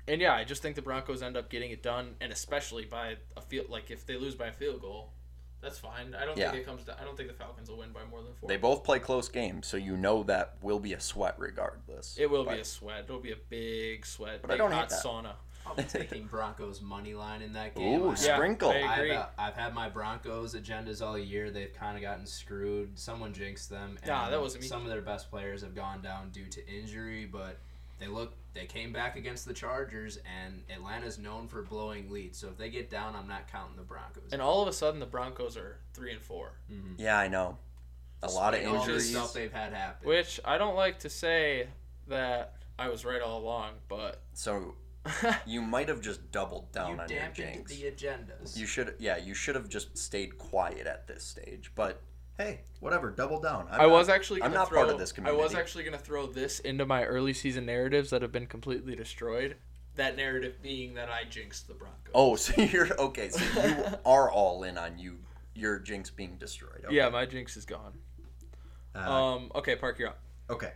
[SPEAKER 1] and yeah, I just think the Broncos end up getting it done and especially by a field like if they lose by a field goal, that's fine. I don't
[SPEAKER 2] Yeah.
[SPEAKER 1] think it comes to I don't think the Falcons will win by more than 4.
[SPEAKER 2] They both play close games, so you know that will be a sweat regardless.
[SPEAKER 1] it will be
[SPEAKER 2] But
[SPEAKER 1] a sweat. It'll be a big sweat.
[SPEAKER 2] But I
[SPEAKER 1] big
[SPEAKER 2] don't hate
[SPEAKER 1] hot
[SPEAKER 2] that.
[SPEAKER 1] sauna.
[SPEAKER 3] I'll be taking Broncos money line in that game.
[SPEAKER 2] Ooh,
[SPEAKER 3] I-
[SPEAKER 2] Yeah. Sprinkle.
[SPEAKER 1] I
[SPEAKER 3] I've,
[SPEAKER 1] agree.
[SPEAKER 3] uh, I've had my Broncos agendas all year. They've kind of gotten screwed. Someone jinxed them. And
[SPEAKER 1] Nah, that wasn't me.
[SPEAKER 3] Some of their best players have gone down due to injury, but they look. They came back against the Chargers, and Atlanta's known for blowing leads. So if they get down, I'm not counting the Broncos.
[SPEAKER 1] and all of a sudden the Broncos are 3 and 4.
[SPEAKER 2] yeah, I know. A lot of
[SPEAKER 3] And all this
[SPEAKER 2] injuries.
[SPEAKER 3] stuff they've had happen.
[SPEAKER 1] Which I don't like to say that I was right all along, but
[SPEAKER 2] So you might have just doubled down
[SPEAKER 3] you
[SPEAKER 2] on your
[SPEAKER 3] dampened
[SPEAKER 2] jinx.
[SPEAKER 3] the uh, agendas.
[SPEAKER 2] You should, yeah, you should have just stayed quiet at this stage. But
[SPEAKER 4] Hey, whatever. Double down. I'm
[SPEAKER 5] I
[SPEAKER 4] not-
[SPEAKER 5] was actually.
[SPEAKER 2] I'm
[SPEAKER 5] Gonna
[SPEAKER 2] not
[SPEAKER 5] throw,
[SPEAKER 2] part of this
[SPEAKER 5] I was
[SPEAKER 2] community.
[SPEAKER 5] actually going to throw this into my early season narratives that have been completely destroyed.
[SPEAKER 1] that narrative being that I jinxed the Broncos.
[SPEAKER 2] oh, so you're okay. So you are all in on you. Your jinx being destroyed. Okay.
[SPEAKER 5] Yeah, my jinx is gone.
[SPEAKER 4] Uh,
[SPEAKER 5] Um. Okay, Park, you're up.
[SPEAKER 4] okay.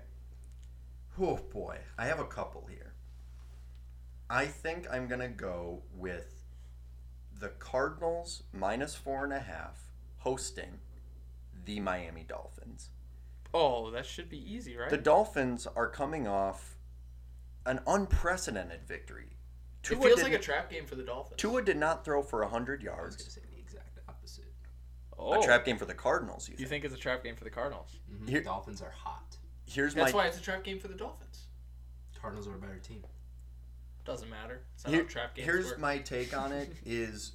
[SPEAKER 4] Oh boy, I have a couple here.
[SPEAKER 2] I think I'm gonna go with the Cardinals minus four and a half hosting the Miami Dolphins.
[SPEAKER 1] Oh, that should be easy, right?
[SPEAKER 2] The Dolphins are coming off an unprecedented victory.
[SPEAKER 1] it
[SPEAKER 2] Tua,
[SPEAKER 1] feels
[SPEAKER 2] did,
[SPEAKER 1] like a trap game for the Dolphins.
[SPEAKER 2] Tua did not throw for 100
[SPEAKER 3] I was gonna
[SPEAKER 2] yards.
[SPEAKER 3] say the exact opposite.
[SPEAKER 5] Oh,
[SPEAKER 2] A trap game for the Cardinals, you
[SPEAKER 5] you
[SPEAKER 2] think?
[SPEAKER 5] think it's a trap game for the Cardinals?
[SPEAKER 3] Mhm.
[SPEAKER 2] Here-
[SPEAKER 3] Dolphins are hot.
[SPEAKER 2] Here's
[SPEAKER 1] That's
[SPEAKER 2] my
[SPEAKER 1] why it's a trap game for the Dolphins.
[SPEAKER 3] Cardinals are a better team.
[SPEAKER 1] Doesn't matter. It's not
[SPEAKER 2] here-
[SPEAKER 1] how trap games
[SPEAKER 2] here's
[SPEAKER 1] work.
[SPEAKER 2] my take on it is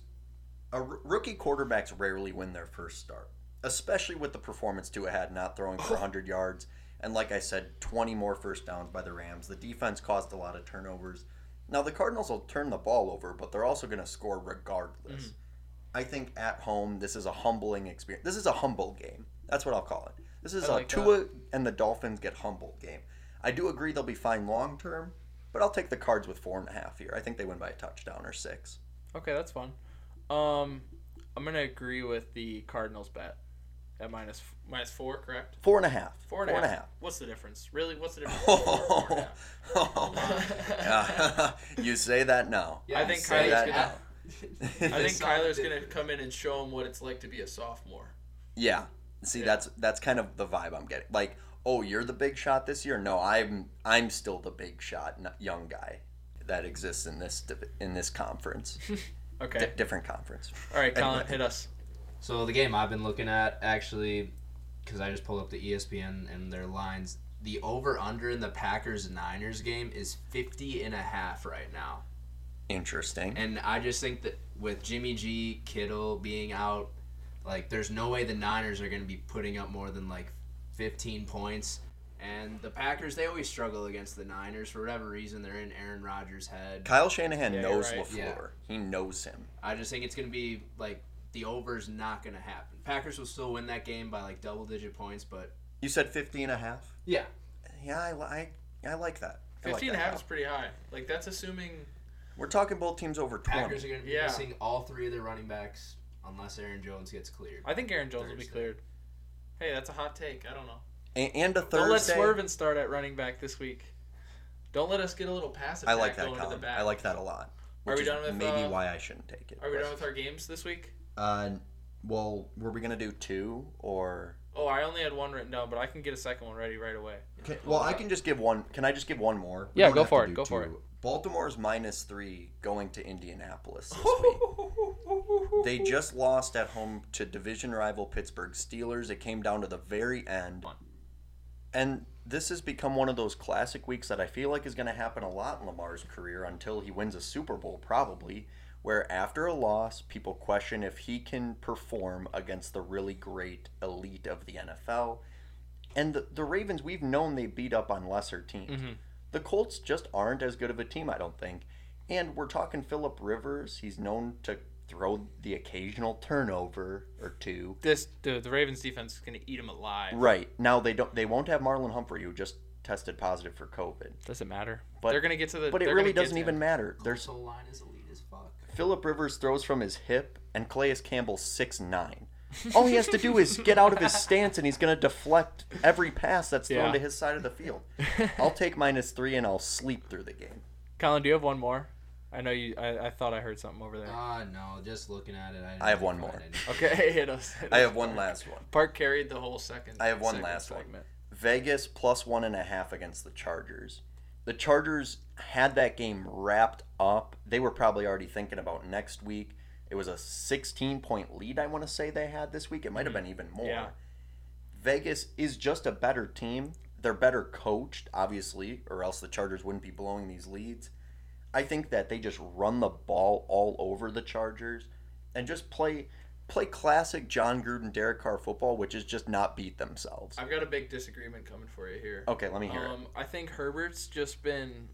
[SPEAKER 2] a r- rookie quarterbacks rarely win their first start, especially with the performance Tua had not throwing
[SPEAKER 1] Oh.
[SPEAKER 2] for 100 yards and like I said 20 more first downs by the Rams. The defense caused a lot of turnovers. Now the Cardinals will turn the ball over, but they're also going to score regardless.
[SPEAKER 1] Mm-hmm.
[SPEAKER 2] I think at home this is a humbling experience. This is a humble game. That's what I'll call it. This is
[SPEAKER 1] I
[SPEAKER 2] a
[SPEAKER 1] like that.
[SPEAKER 2] Tua and the Dolphins get humbled game. I do agree they'll be fine long term, but I'll take the Cards with four and a half here. I think they win by a touchdown or six.
[SPEAKER 5] Okay, that's fun. Um, I'm gonna agree with the Cardinals bet at minus. f-
[SPEAKER 1] Minus four, correct?
[SPEAKER 2] Four and a half.
[SPEAKER 1] Four and a half. What's the difference? Really? What's the difference? between four and a half?
[SPEAKER 2] Oh. you say that now.
[SPEAKER 1] I think Kyler's
[SPEAKER 2] say that
[SPEAKER 1] gonna. I think
[SPEAKER 3] It's not
[SPEAKER 1] Kyler's gonna
[SPEAKER 3] different.
[SPEAKER 1] come in and show him what it's like to be a sophomore.
[SPEAKER 2] Yeah. See, that's that's kind of the vibe I'm getting. Like, oh, you're the big shot this year. No, I'm I'm still the big shot n- young guy that exists in this div- in this conference,
[SPEAKER 5] Okay.
[SPEAKER 2] D- different conference.
[SPEAKER 5] All right, Colin,
[SPEAKER 2] Anyway.
[SPEAKER 5] hit us.
[SPEAKER 3] So the game I've been looking at actually, because I just pulled up the E ESPN and their lines. The over under in the Packers Niners game is 50 and a half right now.
[SPEAKER 2] Interesting.
[SPEAKER 3] And I just think that with Jimmy G, Kittle being out, like there's no way the Niners are going to be putting up more than like 15 points. And the Packers, they always struggle against the Niners for whatever reason. They're in Aaron Rodgers' head.
[SPEAKER 2] Kyle Shanahan
[SPEAKER 1] Yeah, you're
[SPEAKER 2] knows
[SPEAKER 1] right.
[SPEAKER 2] Lafleur.
[SPEAKER 3] Yeah.
[SPEAKER 2] He knows him.
[SPEAKER 3] I just think it's going to be like the over's not going to happen. Packers will still win that game by like double digit points, but
[SPEAKER 2] You said 50 and a half?
[SPEAKER 3] yeah,
[SPEAKER 2] Yeah, I, li- I, I like that. I like
[SPEAKER 1] 15 and a
[SPEAKER 2] that
[SPEAKER 1] half is
[SPEAKER 2] now.
[SPEAKER 1] pretty high. Like, that's assuming.
[SPEAKER 2] We're talking both teams over 20.
[SPEAKER 3] Packers are going to be
[SPEAKER 1] Yeah.
[SPEAKER 3] missing all three of their running backs unless Aaron Jones gets cleared.
[SPEAKER 1] I think Aaron Jones will be
[SPEAKER 3] Thursday.
[SPEAKER 1] cleared. Hey, that's a hot take. I don't know.
[SPEAKER 2] A- and a
[SPEAKER 1] Don't let
[SPEAKER 2] Thursday.
[SPEAKER 1] Swervin start at running back this week. Don't let us get a little passive.
[SPEAKER 2] I like
[SPEAKER 1] attack
[SPEAKER 2] that,
[SPEAKER 1] going to the
[SPEAKER 2] Colin.
[SPEAKER 1] back.
[SPEAKER 2] I like that a lot.
[SPEAKER 1] Are
[SPEAKER 2] which
[SPEAKER 1] we
[SPEAKER 2] is
[SPEAKER 1] done with,
[SPEAKER 2] Maybe
[SPEAKER 1] uh,
[SPEAKER 2] why I shouldn't take it.
[SPEAKER 1] Are we done with our games this week?
[SPEAKER 2] Uh, well, were we gonna do two or?
[SPEAKER 1] Oh, I only had one written down, but I can get a second one ready right away.
[SPEAKER 2] Can, well, I can just give one. Can I just give one more?
[SPEAKER 5] Yeah,
[SPEAKER 2] don't
[SPEAKER 5] go
[SPEAKER 2] have to
[SPEAKER 5] for it,
[SPEAKER 2] do
[SPEAKER 5] go for it.
[SPEAKER 2] Baltimore's minus three going to Indianapolis this week. They just lost at home to division rival Pittsburgh Steelers. It came down to the very end. And this has become one of those classic weeks that I feel like is going to happen a lot in Lamar's career until he wins a Super Bowl, probably, where after a loss, people question if he can perform against the really great elite of the NFL. And the, the Ravens, we've known they beat up on lesser teams.
[SPEAKER 1] Mm-hmm.
[SPEAKER 2] The Colts just aren't as good of a team, I don't think. And we're talking Philip Rivers. He's known to throw the occasional turnover or two.
[SPEAKER 1] This the, the Ravens defense is going to eat him alive.
[SPEAKER 2] Right. Now they don't they won't have Marlon Humphrey who just tested positive for COVID.
[SPEAKER 5] Doesn't matter.
[SPEAKER 2] But
[SPEAKER 1] they're going to get to the.
[SPEAKER 2] But it
[SPEAKER 1] they're
[SPEAKER 2] really
[SPEAKER 1] gonna get
[SPEAKER 2] doesn't
[SPEAKER 1] to
[SPEAKER 2] even
[SPEAKER 1] him.
[SPEAKER 2] matter.
[SPEAKER 3] Their
[SPEAKER 2] There's
[SPEAKER 3] soul line is elite as fuck.
[SPEAKER 2] Philip Rivers throws from his hip and Clayus Campbell six nine. All he has to do is get out of his stance and he's going to deflect every pass that's thrown
[SPEAKER 5] Yeah.
[SPEAKER 2] to his side of the field. I'll take minus 3 and I'll sleep through the game.
[SPEAKER 5] Colin, do you have one more? I know you. I, I thought I heard something over
[SPEAKER 2] Uh,
[SPEAKER 5] there.
[SPEAKER 3] Ah, no. Just looking at it, I. didn't
[SPEAKER 2] I have
[SPEAKER 3] really
[SPEAKER 2] one
[SPEAKER 3] find
[SPEAKER 2] more.
[SPEAKER 3] any.
[SPEAKER 5] okay, hit us. hit
[SPEAKER 2] I
[SPEAKER 5] us.
[SPEAKER 2] have one last one.
[SPEAKER 1] Park carried the whole second.
[SPEAKER 2] I have one
[SPEAKER 1] second
[SPEAKER 2] last one.
[SPEAKER 5] segment.
[SPEAKER 2] Vegas plus one and a half against the Chargers. The Chargers had that game wrapped up. They were probably already thinking about next week. It was a 16 point lead, I want to say they had this week. It might have been even more.
[SPEAKER 5] Yeah.
[SPEAKER 2] Vegas is just a better team. They're better coached, obviously, or else the Chargers wouldn't be blowing these leads. I think that they just run the ball all over the Chargers and just play play classic John Gruden, Derek Carr football, which is just not beat themselves.
[SPEAKER 1] I've got a big disagreement coming for you here.
[SPEAKER 2] Okay, let me hear
[SPEAKER 1] Um, I think Herbert's just been.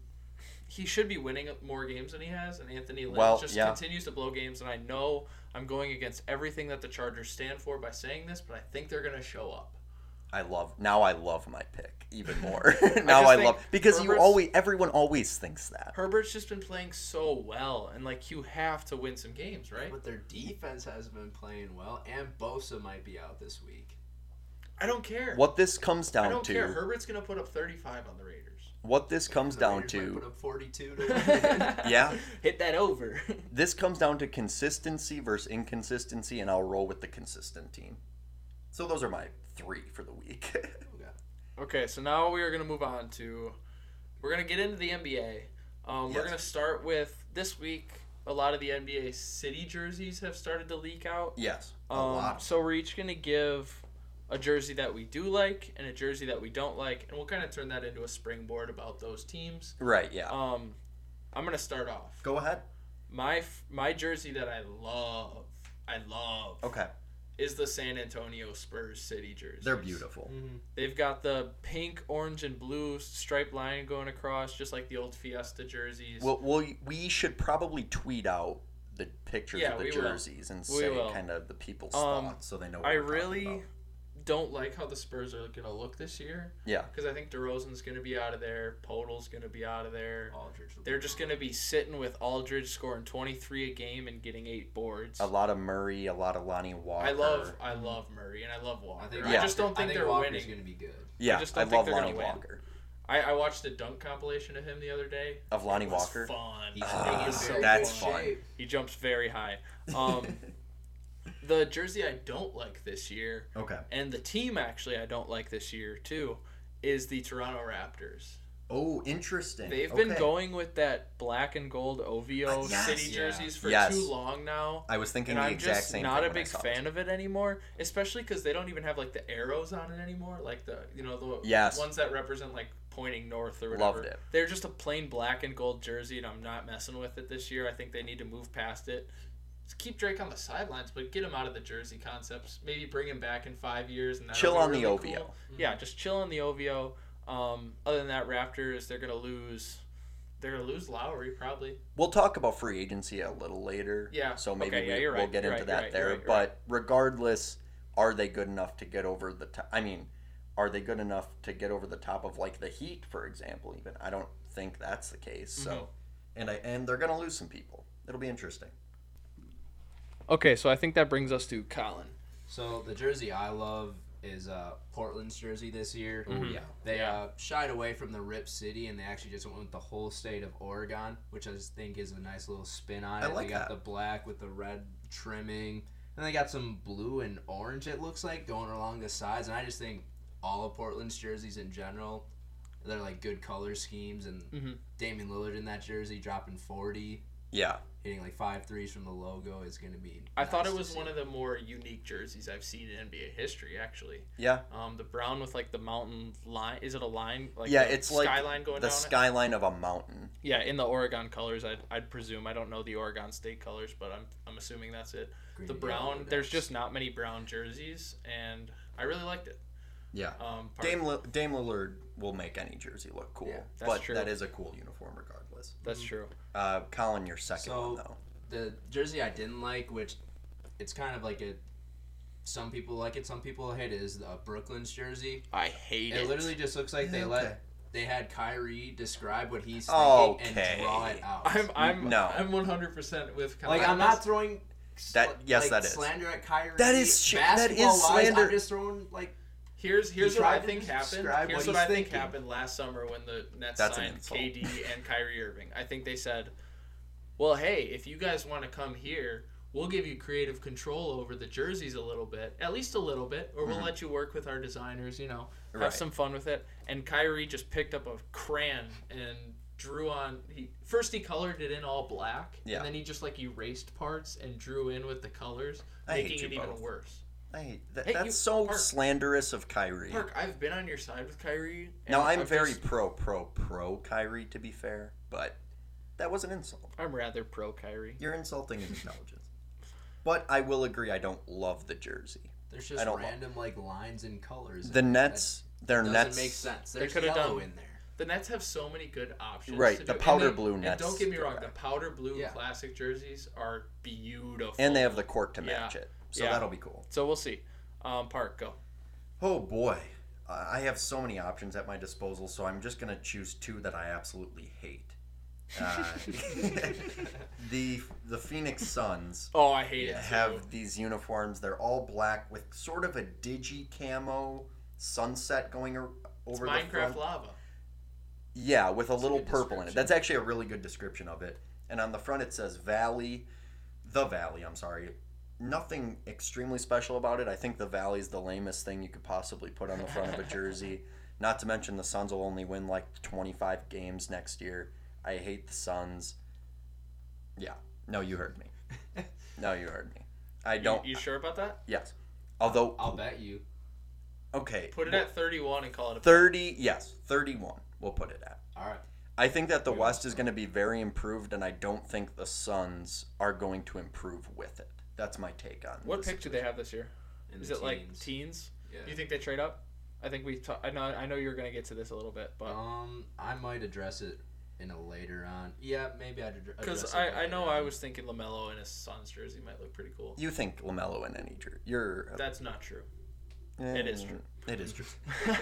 [SPEAKER 1] He should be winning more games than he has, and Anthony Lynn
[SPEAKER 2] Well,
[SPEAKER 1] just
[SPEAKER 2] yeah.
[SPEAKER 1] continues to blow games. And I know I'm going against everything that the Chargers stand for by saying this, but I think they're going to show up.
[SPEAKER 2] it. I love now. I love my pick even more. now
[SPEAKER 1] just
[SPEAKER 2] I,
[SPEAKER 1] think
[SPEAKER 2] love because you
[SPEAKER 1] Herbert's-
[SPEAKER 2] always everyone always thinks that.
[SPEAKER 1] Herbert's just been playing so well, and like you have to win some games, right?
[SPEAKER 3] But their defense has been playing well, and Bosa might be out this week.
[SPEAKER 1] I don't care.
[SPEAKER 2] What this comes
[SPEAKER 1] I
[SPEAKER 2] down
[SPEAKER 1] don't care.
[SPEAKER 2] to,
[SPEAKER 1] Herbert's going to put up 35 on the Raiders.
[SPEAKER 2] what this comes
[SPEAKER 3] The
[SPEAKER 2] down
[SPEAKER 3] Raiders might put
[SPEAKER 2] to,
[SPEAKER 3] up 42 to win.
[SPEAKER 2] yeah,
[SPEAKER 1] Hit that over.
[SPEAKER 2] this comes down to consistency versus inconsistency, and I'll roll with the consistent team. So those are my three for the week.
[SPEAKER 3] Okay.
[SPEAKER 1] Okay, so now we are going to move on to. We're going to get into the NBA. Um, We're
[SPEAKER 2] Yes.
[SPEAKER 1] going to start with this week. A lot of the NBA city jerseys have started to leak out.
[SPEAKER 2] yes,
[SPEAKER 1] Um,
[SPEAKER 4] lot.
[SPEAKER 1] So we're each going to give a jersey that we do like and a jersey that we don't like, and we'll kind of turn that into a springboard about those teams.
[SPEAKER 2] right, yeah.
[SPEAKER 1] Um, I'm going to start off.
[SPEAKER 2] Go ahead.
[SPEAKER 1] My f- my jersey that I love, I love,
[SPEAKER 2] Okay,
[SPEAKER 1] is the San Antonio Spurs city jersey.
[SPEAKER 4] They're beautiful.
[SPEAKER 1] They've got the pink, orange, and blue striped line going across, just like the old Fiesta jerseys.
[SPEAKER 2] well, we'll we should probably tweet out the pictures
[SPEAKER 1] Yeah,
[SPEAKER 2] of the
[SPEAKER 1] we will.
[SPEAKER 2] jerseys and
[SPEAKER 1] We
[SPEAKER 2] say
[SPEAKER 1] will.
[SPEAKER 2] kind of the people's
[SPEAKER 1] Um,
[SPEAKER 2] thoughts.
[SPEAKER 4] So they know. What
[SPEAKER 1] I
[SPEAKER 4] we're talking
[SPEAKER 1] really
[SPEAKER 4] about.
[SPEAKER 1] don't like how the Spurs are going to look this year
[SPEAKER 2] Yeah,
[SPEAKER 1] because I think DeRozan's going to be out of there, Podol's going to be out of there.
[SPEAKER 3] Aldridge will be
[SPEAKER 1] They're just going to be sitting with Aldridge scoring 23 a game and getting eight boards.
[SPEAKER 2] a lot of Murray, a lot of Lonnie Walker.
[SPEAKER 1] I love I love Murray and I love Walker. I,
[SPEAKER 3] I, think
[SPEAKER 2] Yeah.
[SPEAKER 1] just don't think, they're
[SPEAKER 3] Walker's
[SPEAKER 1] winning.
[SPEAKER 3] going to be good.
[SPEAKER 2] Yeah, I,
[SPEAKER 1] just don't think
[SPEAKER 2] love
[SPEAKER 1] they're gonna
[SPEAKER 2] Lonnie
[SPEAKER 1] win.
[SPEAKER 2] Walker.
[SPEAKER 1] I, I watched a dunk compilation of him the other day.
[SPEAKER 2] Of Lonnie
[SPEAKER 1] It was
[SPEAKER 2] Walker.
[SPEAKER 1] fun.
[SPEAKER 3] He's
[SPEAKER 2] Ah,
[SPEAKER 3] in very
[SPEAKER 2] that's
[SPEAKER 3] good
[SPEAKER 2] fun.
[SPEAKER 3] shape.
[SPEAKER 1] He jumps very high. Um, the jersey I don't like this year,
[SPEAKER 4] Okay.
[SPEAKER 1] and the team actually I don't like this year too, is the Toronto Raptors.
[SPEAKER 4] Oh, interesting.
[SPEAKER 1] They've
[SPEAKER 4] okay.
[SPEAKER 1] been going with that black and gold OVO
[SPEAKER 4] Uh, yes.
[SPEAKER 1] city
[SPEAKER 3] Yeah.
[SPEAKER 1] jerseys for
[SPEAKER 2] Yes.
[SPEAKER 1] too long now.
[SPEAKER 2] I was thinking
[SPEAKER 1] And
[SPEAKER 2] the
[SPEAKER 1] I'm
[SPEAKER 2] exact
[SPEAKER 1] just
[SPEAKER 2] same
[SPEAKER 1] not
[SPEAKER 2] thing
[SPEAKER 1] a
[SPEAKER 2] when I
[SPEAKER 1] big
[SPEAKER 2] saw
[SPEAKER 1] fan of it anymore, especially because they don't even have like the arrows on it anymore, like the you know the
[SPEAKER 2] Yes.
[SPEAKER 1] ones that represent like pointing north or whatever.
[SPEAKER 2] Loved it.
[SPEAKER 1] They're just a plain black and gold jersey, and I'm not messing with it this year. I think they need to move past it. Just keep Drake on the sidelines, but get him out of the jersey concepts. Maybe bring him back in five years and that'll
[SPEAKER 2] Chill
[SPEAKER 1] be
[SPEAKER 2] on the
[SPEAKER 1] really
[SPEAKER 2] OVO.
[SPEAKER 1] cool.
[SPEAKER 5] Mm-hmm.
[SPEAKER 1] Yeah, just chill on the OVO. Um, other than that, Raptors they're gonna lose. They're gonna lose Lowry probably.
[SPEAKER 2] We'll talk about free agency a little later.
[SPEAKER 1] Yeah.
[SPEAKER 2] So maybe
[SPEAKER 1] Okay, yeah,
[SPEAKER 2] we,
[SPEAKER 1] you're
[SPEAKER 2] we'll
[SPEAKER 1] right,
[SPEAKER 2] get
[SPEAKER 1] you're
[SPEAKER 2] into
[SPEAKER 1] right,
[SPEAKER 2] that
[SPEAKER 1] you're
[SPEAKER 2] there.
[SPEAKER 1] right, you're
[SPEAKER 2] but
[SPEAKER 1] right,
[SPEAKER 2] regardless, are they good enough to get over the top? I mean, are they good enough to get over the top of like the Heat, for example? Even I don't think that's the case. So,
[SPEAKER 1] Mm-hmm.
[SPEAKER 2] and I and they're gonna lose some people. It'll be interesting.
[SPEAKER 5] Okay, so I think that brings us to Colin.
[SPEAKER 3] So the jersey I love is uh, Portland's jersey this year.
[SPEAKER 4] Mm-hmm. yeah.
[SPEAKER 3] They uh, shied away from the Rip City and they actually just went with the whole state of Oregon, which I just think is a nice little spin on
[SPEAKER 4] I
[SPEAKER 3] it.
[SPEAKER 4] like
[SPEAKER 3] they got
[SPEAKER 4] that.
[SPEAKER 3] the black with the red trimming, and they got some blue and orange. It looks like going along the sides, and I just think all of Portland's jerseys in general,
[SPEAKER 4] Mm-hmm.
[SPEAKER 3] they're like good color schemes. And Damian Lillard in that jersey dropping forty.
[SPEAKER 2] Yeah.
[SPEAKER 3] hitting like five threes from the logo is going to be.
[SPEAKER 1] I thought
[SPEAKER 3] nice
[SPEAKER 1] it
[SPEAKER 3] to
[SPEAKER 1] was
[SPEAKER 3] see.
[SPEAKER 1] one of the more unique jerseys I've seen in NBA history, actually.
[SPEAKER 2] Yeah.
[SPEAKER 1] Um, the brown with like the mountain line. Is it a line? Like
[SPEAKER 2] yeah,
[SPEAKER 1] the
[SPEAKER 2] it's like
[SPEAKER 1] skyline going
[SPEAKER 2] the
[SPEAKER 1] down. it?
[SPEAKER 2] skyline of a mountain.
[SPEAKER 1] yeah, in the Oregon colors, I'd, I'd presume. I don't know the Oregon State colors, but I'm I'm assuming that's it.
[SPEAKER 3] Green
[SPEAKER 1] the
[SPEAKER 3] and yellow
[SPEAKER 1] brown.
[SPEAKER 3] with
[SPEAKER 1] There's
[SPEAKER 3] that.
[SPEAKER 1] just not many brown jerseys, and I really liked it.
[SPEAKER 4] Yeah.
[SPEAKER 1] Um, part-
[SPEAKER 2] Dame, Lil- Dame Lillard will make any jersey look cool,
[SPEAKER 3] Yeah,
[SPEAKER 1] that's
[SPEAKER 2] but
[SPEAKER 1] true.
[SPEAKER 2] that is a cool uniform regardless.
[SPEAKER 5] That's true.
[SPEAKER 2] Uh, Colin, your second
[SPEAKER 3] So-
[SPEAKER 2] one though.
[SPEAKER 3] the jersey I didn't like, which it's kind of like a. Some people like it, some people hate it. Is uh, Brooklyn's jersey?
[SPEAKER 1] I hate
[SPEAKER 3] It literally just looks like they
[SPEAKER 4] Yeah,
[SPEAKER 3] let
[SPEAKER 4] okay.
[SPEAKER 3] they had Kyrie describe what he's thinking
[SPEAKER 2] Okay.
[SPEAKER 3] and draw it out.
[SPEAKER 1] I'm I'm
[SPEAKER 2] No.
[SPEAKER 1] I'm 100 percent with. Kyle.
[SPEAKER 3] like I'm not throwing
[SPEAKER 2] That-
[SPEAKER 3] sl-
[SPEAKER 2] yes,
[SPEAKER 3] like,
[SPEAKER 2] that is.
[SPEAKER 3] slander at Kyrie.
[SPEAKER 2] That is sh- that is
[SPEAKER 3] basketball-wise,
[SPEAKER 2] slander.
[SPEAKER 3] I'm just throwing like
[SPEAKER 1] Here's here's
[SPEAKER 3] He
[SPEAKER 1] what I
[SPEAKER 3] tried to
[SPEAKER 1] think happened.
[SPEAKER 3] describe
[SPEAKER 1] Here's
[SPEAKER 3] what
[SPEAKER 1] what,
[SPEAKER 3] he's
[SPEAKER 1] I think
[SPEAKER 3] thinking.
[SPEAKER 1] happened last summer when the Nets
[SPEAKER 2] That's an
[SPEAKER 1] signed
[SPEAKER 2] insult.
[SPEAKER 1] KD and Kyrie Irving. I think they said, "Well, hey, if you guys want to come here, we'll give you creative control over the jerseys a little bit, at least a little bit, or we'll let you work with our designers. You know, have
[SPEAKER 2] Mm-hmm. Right.
[SPEAKER 1] some fun with it." And Kyrie just picked up a crayon and drew on. He first he colored it in all black,
[SPEAKER 2] Yeah.
[SPEAKER 1] and then he just like erased parts and drew in with the colors,
[SPEAKER 2] I hate
[SPEAKER 1] making
[SPEAKER 2] you
[SPEAKER 1] it even
[SPEAKER 2] both.
[SPEAKER 1] worse.
[SPEAKER 2] I hate that,
[SPEAKER 1] Hey,
[SPEAKER 2] that's
[SPEAKER 1] you-
[SPEAKER 2] so
[SPEAKER 1] Mark.
[SPEAKER 2] slanderous of Kyrie.
[SPEAKER 1] Mark, I've been on your side with Kyrie. and
[SPEAKER 2] now I'm
[SPEAKER 1] I've
[SPEAKER 2] very
[SPEAKER 1] just-
[SPEAKER 2] pro, pro, pro Kyrie to be fair, but that was an insult.
[SPEAKER 1] I'm rather pro Kyrie.
[SPEAKER 2] You're insulting his intelligence. But I will agree, I don't love the jersey.
[SPEAKER 3] there's
[SPEAKER 2] I
[SPEAKER 3] just
[SPEAKER 2] don't-
[SPEAKER 3] random like lines and colors.
[SPEAKER 2] The Nets, their
[SPEAKER 3] doesn't
[SPEAKER 2] Nets.
[SPEAKER 3] make sense. There's
[SPEAKER 1] could've
[SPEAKER 3] yellow
[SPEAKER 1] done-
[SPEAKER 3] in there.
[SPEAKER 1] The Nets have so many good options.
[SPEAKER 2] Right,
[SPEAKER 1] to
[SPEAKER 2] the
[SPEAKER 1] do- and
[SPEAKER 2] powder
[SPEAKER 1] they-
[SPEAKER 2] blue
[SPEAKER 1] and
[SPEAKER 2] Nets
[SPEAKER 1] Don't get me
[SPEAKER 2] they're
[SPEAKER 1] wrong, the
[SPEAKER 2] back.
[SPEAKER 1] powder blue
[SPEAKER 3] Yeah.
[SPEAKER 1] classic jerseys are beautiful.
[SPEAKER 2] And they have the court to match
[SPEAKER 1] Yeah.
[SPEAKER 2] it. So
[SPEAKER 1] Yeah.
[SPEAKER 2] that'll be cool.
[SPEAKER 1] So we'll see. Um, Park, go.
[SPEAKER 4] Oh boy, I I have so many options at my disposal, so I'm just gonna choose two that I absolutely hate. Uh, the the Phoenix Suns
[SPEAKER 1] Oh, I hate it. too.
[SPEAKER 4] have these uniforms. They're all black with sort of a digi camo sunset going ar-
[SPEAKER 1] it's
[SPEAKER 4] over the
[SPEAKER 1] Minecraft
[SPEAKER 4] front.
[SPEAKER 1] lava.
[SPEAKER 4] Yeah, with a little
[SPEAKER 3] good
[SPEAKER 4] purple in it.
[SPEAKER 3] description.
[SPEAKER 4] That's actually a really good description of it. And on the front it says Valley, the Valley. I'm sorry. Nothing extremely special about it. I think the Valley's the lamest thing you could possibly put on the front of a jersey. Not to mention the Suns will only win like 25 games next year. I hate the Suns. Yeah. No, you heard me. No, you heard me. I
[SPEAKER 1] You,
[SPEAKER 4] don't.
[SPEAKER 1] you sure about that?
[SPEAKER 4] Yes. Although,
[SPEAKER 3] I'll bet you.
[SPEAKER 4] okay.
[SPEAKER 1] Put it at 31 and call it a.
[SPEAKER 2] 30, yes, 31, we'll put it at.
[SPEAKER 3] All right.
[SPEAKER 2] I think that the West is going to be very improved, and I don't think the Suns are going to improve with it. That's my take on
[SPEAKER 1] what
[SPEAKER 2] this.
[SPEAKER 1] pick do they have this year?
[SPEAKER 3] In
[SPEAKER 1] Is
[SPEAKER 3] the
[SPEAKER 1] it like
[SPEAKER 3] teens.
[SPEAKER 1] teens?
[SPEAKER 3] Yeah.
[SPEAKER 1] Do you think they trade up? I think we. ta- I know. I know you're gonna get to this a little bit, but
[SPEAKER 3] Um, I might address it in a later on. Yeah, maybe I'd address.
[SPEAKER 1] because
[SPEAKER 3] address it
[SPEAKER 1] I, I
[SPEAKER 3] later
[SPEAKER 1] know
[SPEAKER 3] on.
[SPEAKER 1] I was thinking Lamelo in his son's jersey might look pretty cool.
[SPEAKER 2] You think LaMelo in any jersey. You're.
[SPEAKER 1] That's not true.
[SPEAKER 2] eh,
[SPEAKER 1] it is true.
[SPEAKER 2] It is true.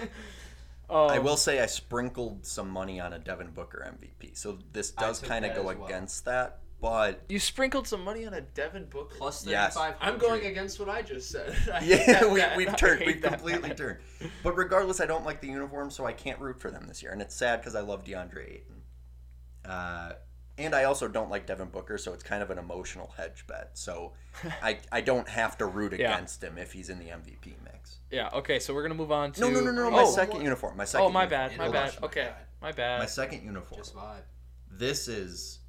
[SPEAKER 1] Um,
[SPEAKER 2] I will say I sprinkled some money on a Devin Booker MVP, so this
[SPEAKER 3] I
[SPEAKER 2] does
[SPEAKER 3] took
[SPEAKER 2] kind of
[SPEAKER 3] that
[SPEAKER 2] go
[SPEAKER 3] as well.
[SPEAKER 2] against that, but.
[SPEAKER 1] You sprinkled some money on a Devin book.
[SPEAKER 3] plus
[SPEAKER 2] Yes.
[SPEAKER 3] thirty-five.
[SPEAKER 1] I'm going against what I just said. I hate
[SPEAKER 2] Yeah,
[SPEAKER 1] that
[SPEAKER 2] we,
[SPEAKER 1] bet.
[SPEAKER 2] we've
[SPEAKER 1] I
[SPEAKER 2] turned.
[SPEAKER 1] hate
[SPEAKER 2] We've
[SPEAKER 1] that
[SPEAKER 2] completely
[SPEAKER 1] bet.
[SPEAKER 2] turned. But regardless, I don't like the uniform, so I can't root for them this year. And it's sad because I love DeAndre Ayton. Uh, and I also don't like Devin Booker, so it's kind of an emotional hedge bet. So I, I don't have to root
[SPEAKER 5] Yeah.
[SPEAKER 2] against him if he's in the MVP mix.
[SPEAKER 5] Yeah. Okay. So we're gonna move on to.
[SPEAKER 2] No, no, no, no, no.
[SPEAKER 5] Oh,
[SPEAKER 2] My
[SPEAKER 5] oh,
[SPEAKER 2] second uniform. My second.
[SPEAKER 5] Oh, my
[SPEAKER 2] uniform.
[SPEAKER 5] bad. My
[SPEAKER 3] Hold
[SPEAKER 5] bad.
[SPEAKER 3] on.
[SPEAKER 5] Okay. My bad.
[SPEAKER 4] my second uniform.
[SPEAKER 3] Just vibe.
[SPEAKER 4] This is